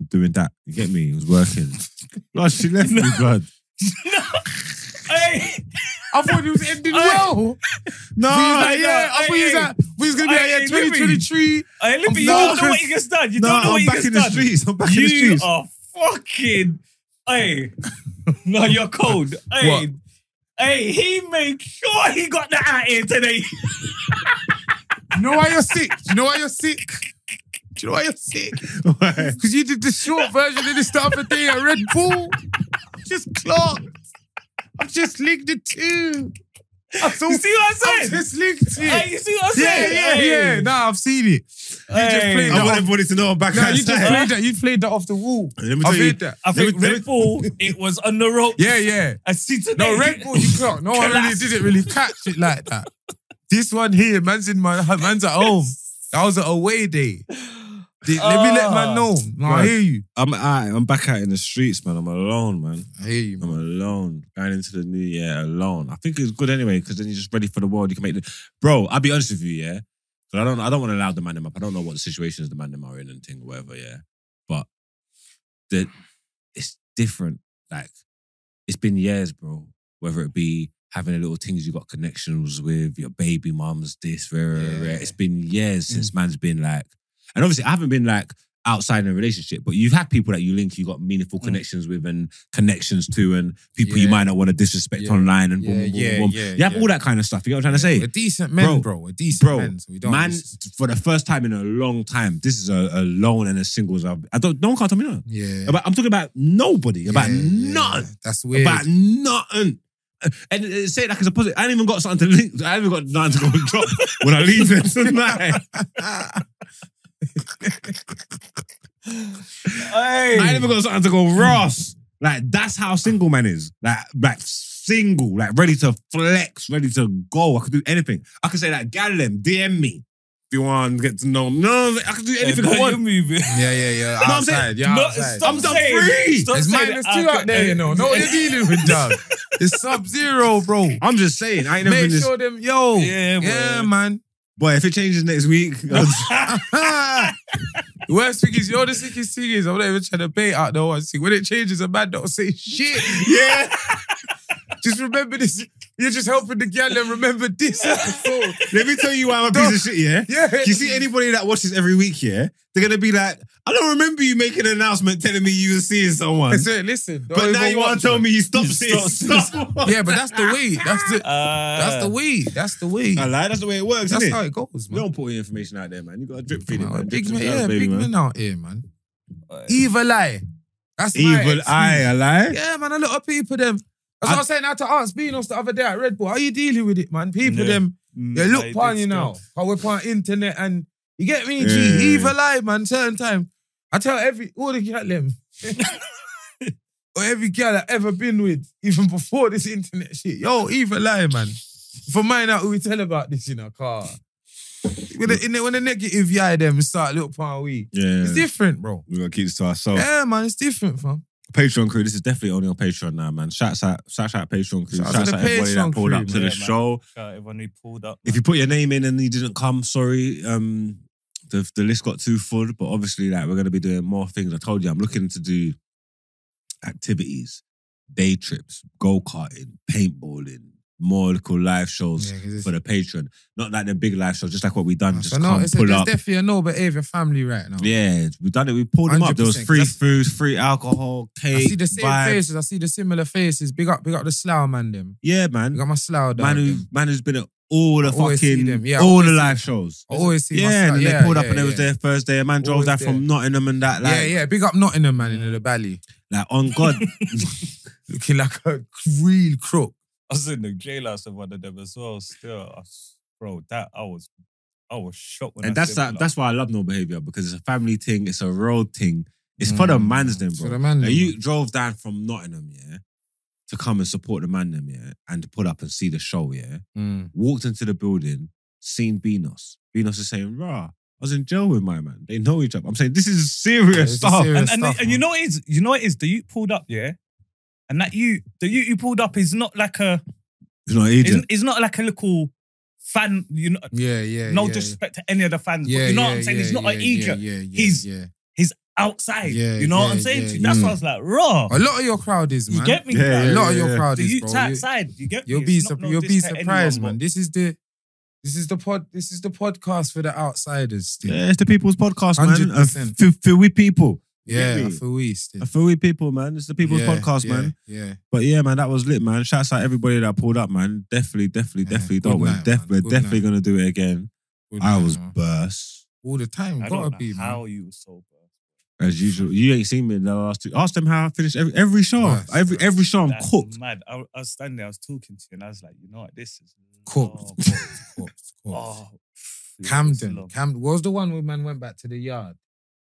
I'm doing that. You get me? It was working. no, she left me, blood.
Hey,
I thought it was ending
Aye.
well.
No,
We was like,
no,
yeah, I
hey,
thought he was
hey.
like, we was gonna be
Hey,
like, yeah,
hey,
twenty
Libby.
twenty three.
hey, look,
I'm
you don't know
focused.
what he gets done. You
no,
don't know what
I'm
he
back
gets
in the
done.
streets. I'm back in the
You
streets.
are fucking. Hey. No, you're cold. Hey.
What?
Hey, he made sure he got that out here today.
You know why you're sick? You know why you're sick? Do you know why you're sick?
Why?
Because you did the short version of this the other day at Red Bull. I'm just clocked. I've just linked the two. I saw,
You see what I'm
I've
saying?
just linked
Hey,
it.
you see what I'm
Yeah,
saying?
yeah,
Hey.
yeah. Nah, I've seen it.
Hey.
played
I
that
want
off-
everybody to know I'm back
Nah, you just
outside.
played that. You played that off the wall.
Let me
I've
tell you.
heard that.
I think
Let me-
Red Bull, it was on the rope.
Yeah, yeah.
I see today.
No, Red Bull, you clock. No one really
Collapse.
didn't really catch it like that. This one here, man's in my man's at home. That was an away day. Did- let me let man know. No, I
Right.
hear you.
I'm out. I'm back out in the streets, man. I'm alone, man.
I hear you,
I'm alone. Going into the new year alone. I think it's good anyway because then you're just ready for the world. You can make the bro. I'll be honest with you, yeah. 'Cause I don't. I don't want to allow the man them up. I don't know what the situations the man them are in and thing, whatever. Yeah, but the it's different. Like it's been years, bro. Whether it be having the little things you got connections with your baby mums, this, rare, rare, rare.
Yeah.
It's been years since man's been like, and obviously I haven't been like outside in a relationship, but you've had people that you link, you got meaningful
Mm.
connections with and connections to, and people you
Yeah.
might not want to disrespect
Yeah.
online and boom,
Yeah,
boom, boom,
yeah,
boom.
yeah,
you have
yeah.
all that kind of stuff. You know what I'm trying
We're
to say?
decent men,
Bro.
bro. We're decent
Bro.
men. So we don't
Man,
this is-
for the first time in a long time, this is a, a lone and a singles. I've- I don't. No one can't tell me nothing.
yeah.
About, I'm talking about nobody. About
yeah, yeah.
nothing.
That's weird.
About nothing. And uh, say it like it's a positive. I ain't even got something to link. I ain't even got nothing to go and drop when I leave it tonight.
Hey.
I ain't even got something to go Ross. Like that's how single man is. Like like single, like ready to flex, ready to go. I could do anything. I could say like Gallem, DM me if you want to get to know. me." No, I could do anything I
you're
want.
moving.
yeah, yeah, yeah.
I'm saying-
Outside. Yeah,
No,
outside.
stop
I'm done
saying-
free.
Stop
There's
saying
minus
that Ah,
two
I
out there, you
could-
know. Know what you're dealing with, dog. It's sub zero, bro.
I'm just saying, I ain't never
Make
been this.
sure them, yo.
Yeah,
yeah
man.
man.
Boy, if it changes next week,
the worst thing is, you know, the sickest thing is, I'm not even trying to bait out the one thing. When it changes, a man don't say shit. Yeah. just remember this. You're just helping the gal and remember this episode.
let me tell you why I'm a piece of shit. Yeah,
Yeah.
you see anybody that watches every week, yeah, they're gonna be like, I don't remember you making an announcement telling me you were seeing someone,
I said, listen. don't
but now
even
you want
watch
to tell
it.
me you stopped
You
seeing
stopped-
someone.
Yeah, but that's the way. That's the
Uh,
that's the way. That's the way.
I lie. That's the way it works,
That's
isn't it?
how it goes,
You
man.
don't put your information out there, man. You got to drip feed it,
Come
man.
on,
Drip
Big man,
feed it out,
yeah,
baby,
big
man.
men out here, man. Evil eye. That's my
Evil
excuse.
eye, a lie.
Yeah, man, a lot of people them. That's what I was saying out to Aunt Spinos the other day at Red Bull. How you dealing with it, man? People
Yeah.
them,
Mm,
they
I
look
did
upon you
still.
now. How we're upon internet and you get me,
Yeah.
G, evil eye, man, certain time. I tell every all the girl them, or every girl I ever been with, even before this internet shit. Yo, either lie, man. For mine out, we tell about this in a car. When the, in the, when the negative yeah them start little part we,
Yeah. Oh.
it's different, bro.
we gotta keep this to ourselves.
Yeah, man, it's different, fam.
Patreon crew, this is definitely only on Patreon now, man. Shouts out, shouts out Patreon crew.
Shout out
Shouts,
to
out
the
everybody
Patreon
that pulled up
crew,
to the
man.
show.
Shout out everyone who pulled up.
If you put your name in and you didn't come, sorry. Um, the the list got too full, but obviously, like we're gonna be doing more things. I told you, I'm looking to do activities, day trips, go karting, paintballing, more local live shows.
Yeah, 'cause it's-
For the patron, not like the big live shows, just like what we done.
So
just
no,
come,
it's,
pull
there's
up.
definitely a no behavior family right now.
Yeah, we done it. We pulled them up. There was
100%,
free
that's-
food, free alcohol, cake.
I see the same
vibes.
faces. I see the similar faces. Big up, big up the slough man them.
Yeah, man.
We got my slough dog.
man who
them.
man who's been at all the
I always see
fucking
them. Yeah, I
all
always
the
see
live shows.
I always see my
yeah, and
slough.
then
yeah,
they pulled up
yeah,
and they was
yeah.
there Thursday. A man drove
Always
that from
there.
Nottingham and that, like, Mm.
yeah, yeah. Big up Nottingham man in the valley,
like on God.
looking like a real crook.
I was in the jailhouse of one of them as well. Still, I s- bro, that I was, I was shocked when I
and that's
seen it,
that. That's why I love no behavior because it's a family thing. It's a road thing. It's for
Mm,
the man's them,
it's
bro.
for the man
Like,
them,
you drove down from Nottingham, yeah, to come and support the man them, yeah, and to pull up and see the show, yeah.
Mm.
walked into the building, seen Benos. Benos is saying, rah, I was in jail with my man. They know each other. I'm saying, this is
Yeah,
serious
it's a
stuff.
serious-
and, and,
stuff,
and you
man.
know what it is you know what it is the youth pulled up, yeah, and that you the youth who pulled up is not like a
You know,
is
agent.
is not like a little fan. You know,
Yeah, yeah.
no
yeah.
disrespect to any of the fans,
Yeah,
but you know
yeah,
what I'm saying.
Yeah,
He's not
yeah,
an idiot
Yeah, yeah, yeah,
He's-
yeah.
outside.
Yeah,
you know
yeah,
what I'm saying?
yeah,
to you? That's
yeah.
why I was like, raw.
A lot of your crowd is man.
You get me?
Yeah,
bro?
yeah,
a lot of your
yeah.
crowd
The
is
youth's
bro. You-
outside. You get me?
You'll be
It's not
surp-
no
you'll be
diss to
surprised,
anyone,
man. This is the this is the pod this is the podcast for the outsiders. Still.
Yeah, it's the people's podcast, man.
100%.
Uh, f- for we people.
Yeah,
Really?
for we still.
Uh, For we people, man. It's the people's
Yeah,
podcast,
yeah,
man.
Yeah,
But yeah, man, that was lit, man. Shouts out everybody that pulled up, man. Definitely, definitely,
Yeah,
definitely.
good
Don't we're
night,
def-
man.
we're
Good
definitely
night.
gonna do it again.
Good
I
man,
was
man.
burst
all the time.
I don't
Gotta
know
be man.
how you were sober.
as usual. You ain't seen me in the last two. Ask them how I finished every every show.
Nice,
every
nice.
every show I'm
That's
cooked.
Mad. I, I was standing there. I was talking to you, and I was like, you know what? This is
Cooked,
long.
cooked, cooked, cooked.
Oh, pff, it was
Camden,
long.
Camden. What was the one where man went back to the yard?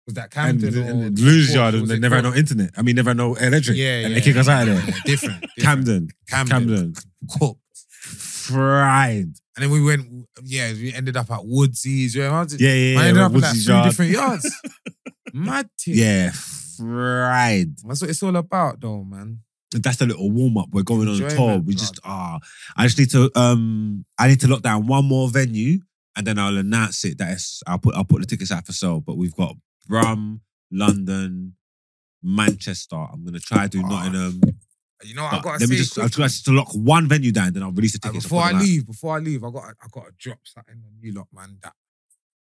Was that Camden
and,
or
and lose
or
yard
was
and they
it
never had no
Cork?
internet. I mean, never had no electric.
Yeah, yeah.
And they kick us out of there.
yeah, different, different.
Camden,
Camden,
Camden,
cooked.
fried.
And then we went, yeah, we ended up at Woodsy's. Yeah, I
Yeah, yeah, yeah.
ended up in like
Woodsy
three
yard.
different yards. Mad thing.
Yeah, fried.
That's what it's all about, though, man.
That's the little warm up. We're going on
Enjoyment,
tour. We
blood.
just ah, I just need to um, I need to lock down one more venue, and then I'll announce it. That it's, I'll put I'll put the tickets out for sale. But we've got Brum, London, Manchester. I'm gonna try to do
Ah,
Nottingham.
You know, what, I
But
gotta
let
say,
me just I've
quick-
got to lock one venue down, then I'll release the
uh,
tickets. I'll
before
put
I
them out.
leave, before I leave, I got, I got to drop something on you lot, man. That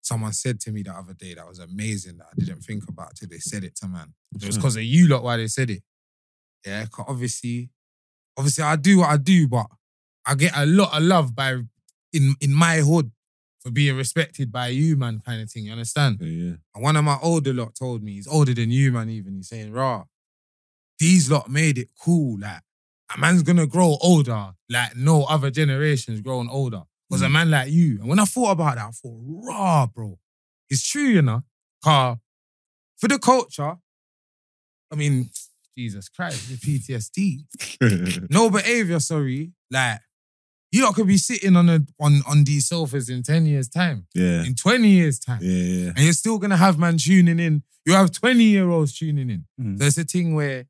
someone said to me the other day that was amazing that I didn't think about till they said it to man. It
Hmm.
was because of you lot why they said it. Yeah, 'cause obviously, obviously I do what I do, but I get a lot of love by in in my hood for being respected by you, man, kind of thing. You understand?
Yeah, yeah.
And one of my older lot told me, he's older than you, man, even. He's saying, rah, these lot made it cool. Like, a man's gonna grow older, like no other generation's growing older. Was a
Mm.
man like you. And when I thought about that, I thought, rah, bro. It's true, you know. Car, for the culture, I mean, Jesus Christ, the PTSD no behavior, sorry. Like, you lot could be sitting on a on on these sofas in 10 years' time,
yeah,
in 20 years' time.
yeah, yeah.
And you're still gonna have man tuning in. You have 20-year-olds tuning in.
Mm.
There's a thing where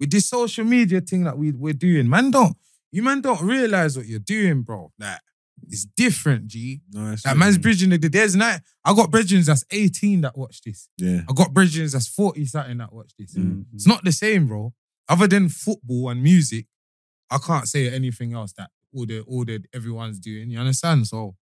with this social media thing that we, we're doing, man don't, you man don't realize what you're doing, bro. Like, it's different, G.
No, it's
That
not.
man's bridging the there's night. I got bridgings that's 18 that watch this.
Yeah.
I got bridgings that's 40 something that watch
Mm-hmm.
this.
Mm.
It's not the same, bro. Other than football and music, I can't say anything else that all the all the everyone's doing. You understand? So,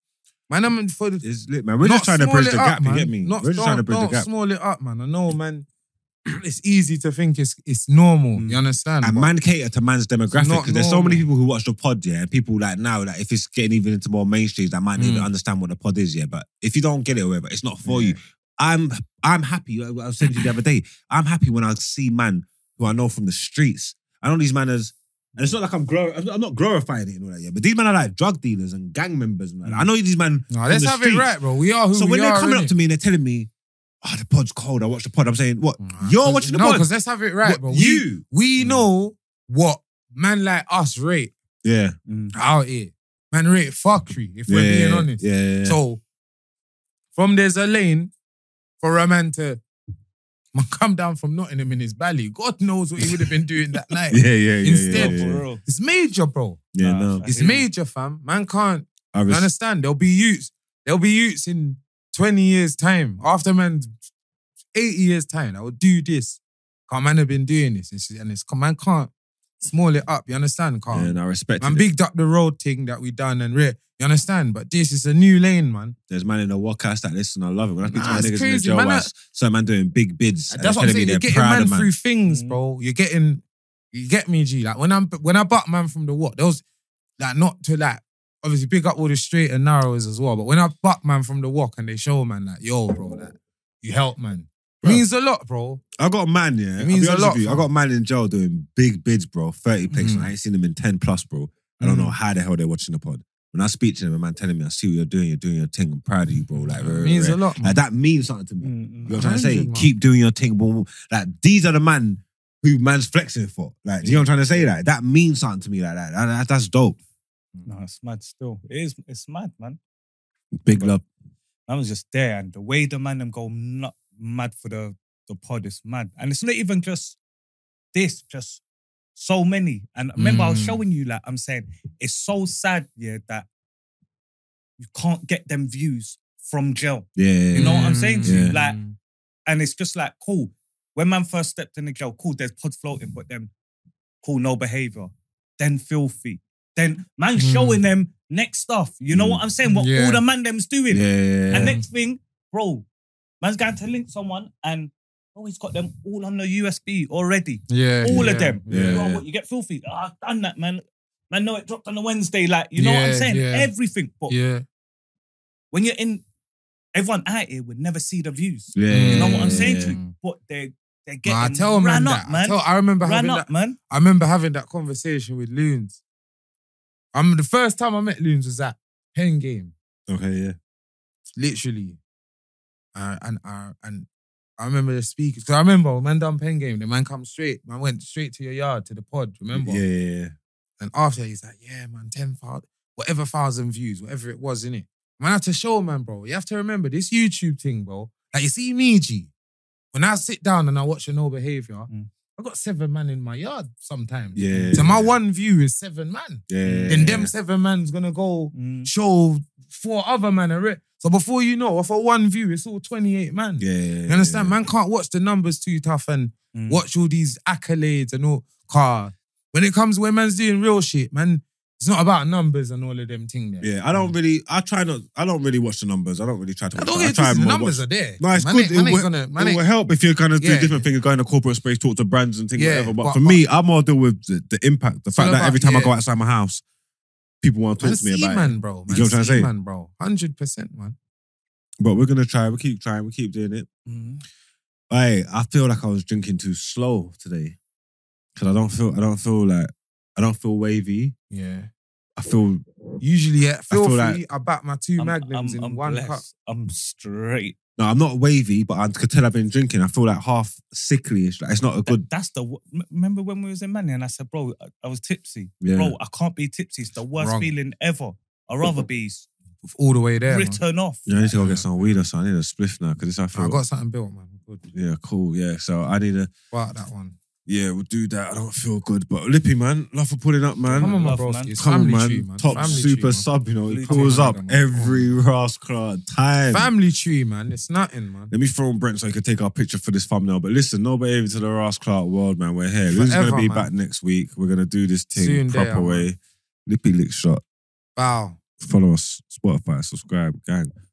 man, I'm for the.
It's lit, man. We're
not
just trying to
small
bridge
it
the
up,
gap,
man.
you get me?
Not,
We're just
don't,
trying to bridge the
don't
gap.
small it up, man. I know, man. it's easy to think it's it's normal.
Mm.
You understand?
And
But
man cater to man's demographic
not
because there's so many
normal.
people who watch the pod, yeah. And people like now, like if it's getting even into more mainstreams, that might not even
Mm.
understand what the pod is, yeah. But if you don't get it, or whatever, it's not for
Yeah.
you. I'm I'm happy. I I was saying to you the other day, I'm happy when I see man who I know from the streets. I know these manners, and it's not like I'm glor- I'm not- I'm not glorifying it and all that, yeah. But these men are like drug dealers and gang members, man. I know these men.
No,
from
let's
the
have
streets.
it right, bro. We are Mm. who
So
we
when
are.
they're coming
innit?
up to me and they're telling me, oh, the pod's cold. I watched the pod. I'm saying,
Mm.
what? You're watching the
no,
pod?
because let's have it right,
What,
bro. We,
you?
we
Mm.
know what man like us rate
Yeah.
out here. Man rate fuckery, if we're
yeah,
being honest.
Yeah. yeah.
So, from there's a lane for a man to man, come down from Nottingham in his belly. God knows what he would have been doing that night.
yeah, yeah, yeah, yeah.
instead-
yeah,
For
yeah.
real.
It's major, bro.
Yeah,
Nah,
no.
I
It's
hear you.
major, fam. Man can't
I
you
res-
understand. There'll be youths. There'll be youths in 20 years' time. After man's 80 years' time, I will do this. Can't man have been doing this. It's- And it's man can't small it up. You understand? Can't.
yeah, and I respect
man
it.
bigged up the road thing that we done and re- you understand? But this is a new lane, man.
There's man in the walkhouse that listen. I love it. When I speak to
Nah,
my
it's
niggas in the
crazy,
jail,
man,
man,
that-
some man doing big bids. and
That's
they're
what I'm
telling me
saying.
they're
You're getting
proud
man
of Mm.
through things,
Mhm.
bro. You're getting, you get me, G. Like when I'm when I butt man from the what, there was like not to like obviously big up all the straight and narrows as well. But when I butt man from the walk and they show man like, yo, bro, like you help man.
Bro.
Means a lot, bro.
I got a man, yeah.
It
I'll
means
be
a
honest
lot,
with you. I
fam.
got a man in jail doing big bids, bro. 30 picks, and
Mm.
I ain't seen them in 10 plus, bro. I don't
Mm.
know how the hell they're watching the pod. When I speak to them, a man telling me, I see what you're doing, you're doing your thing. I'm proud of you, bro. Like, rah,
means
rah,
a
rah.
lot, man.
Like, that means something to me.
Mm-hmm.
You know what I'm trying to say?
Hundred, man.
Keep doing your thing, boom, boom. Like these are the man who man's flexing for. Like, do you know what I'm trying to say? Like that means something to me. Like that, That- that- that's dope.
No, it's mad still. It is, it's mad, man.
Big love.
I was just there, and the way the man them go nut mad for the the pod is mad, and it's not even just this, just so many. And remember, I was
Mm.
showing you like I'm saying, it's so sad, yeah, that you can't get them views from jail,
Yeah, yeah,
You know
yeah.
what I'm saying to you?
Yeah.
Like, and it's just like cool. When man first stepped in the jail, cool, there's pods floating, but then cool, no behavior, then filthy, then man
Mm.
showing them next stuff. You know what I'm saying? What
Hmm. Yeah.
all the man them's doing.
Yeah, yeah, yeah.
And next thing, bro, man's going to link someone and oh, he's got them all on the USB already.
yeah,
all
yeah,
of them.
Yeah.
You, know what, you get filthy. Oh, I've done that, man. Man, no, it dropped on a Wednesday. Like, you know what I'm
Yeah,
saying?
yeah.
Everything. But
Yeah,
when you're in, everyone out here would never see the views.
yeah,
You know what I'm saying to
yeah.
you? But they're, they're
Man,
getting
I tell man
ran
that.
up, man.
I, tell, I remember
ran
having
up,
that.
man.
I remember having that conversation with Loons. I'm the first time I met Loons was at Pen Game.
Okay, yeah.
literally. Uh, and uh, and I remember the speakers. Cause I remember when man done pen game. The man come straight. Man went straight to your yard to the pod. Remember?
Yeah, yeah, yeah.
And after he's like, yeah, man, ten thousand, whatever thousand views, whatever it was, innit? Man, I had to show man, bro. You have to remember this YouTube thing, bro. Like you see me, G. When I sit down and I watch a no behavior,
Mm.
I got seven man in my yard sometimes.
Yeah,
So my
yeah.
one view is seven man.
Yeah, yeah,
Then
yeah.
them seven man's gonna go
Mm.
show four other man a rip. So before you know, for one view, it's all 28 man.
Yeah, yeah, Hmm.
You understand? Man can't watch the numbers too tough and
Mm.
watch all these accolades and all car. When it comes when man's doing real shit, man, it's not about numbers and all of them thing there.
Yeah, I don't really. I try not. I don't really watch the numbers. I don't really try to.
I
Watch it.
don't get it
I try
twisted, the
more
numbers
watch-
are there.
No, it's
man
good.
Ain't, man
It
ain't
will-
gonna, man
it
ain't,
will help if you're going to do
Yeah.
different things, go in the corporate space, talk to brands and things,
Yeah,
whatever. But,
but-
for
but-
me, I'm more deal with the, the impact, the fact
all
that
about-
every time I
yeah.
go outside my house, people want to
man,
talk to me
see,
about
man,
it.
bro.
You
Man,
get what I'm trying to
see,
say?
man, bro. 100%, man.
But we're gonna try. We keep trying. We keep doing it.
Mm.
Hey, I feel like I was drinking too slow today because I don't feel. I don't feel like. I don't feel wavy.
Yeah.
I feel.
Usually, yeah, feel
feel
free.
like-
I back my 2
I'm-
magnums
I'm-
in
I'm
one cup.
blessed. I'm straight.
No, I'm not wavy, but I could tell I've been drinking. I feel like half sicklyish. Like it's not a
That-
good.
that's the. wo- M- Remember when we was in Manny and I said, bro, I, I was tipsy.
Yeah.
Bro, I can't be tipsy. It's the worst
Wrong.
feeling ever. I'd rather be s-
All the way there. man.
written off.
Yeah, I need to go get some weed or something. I need a spliff now because it's. I feel.
I got something built, man. Good.
yeah, cool. Yeah, so I need a.
Spark that one.
Yeah, we'll do that. I don't feel good, but Lippy man, love for pulling up, man.
Come on, my
Love,
bro.
man.
It's
Come on,
family
man.
tree, man.
Top
family
super
tree,
sub, you know, he
Please
pulls
come on,
up
come on.
every Ross Clark time.
Man. Family tree, man. It's nothing, man.
Let me throw on Brent so he can take our picture for this thumbnail. But listen, no behavior to the Ross Clark world, man. We're here. Lou's going to
Forever,
be
man.
back next week. We're going to do this thing
Soon,
proper
there, man.
way. Lippy Lick Shot.
Wow.
Follow us, Spotify, subscribe, gang.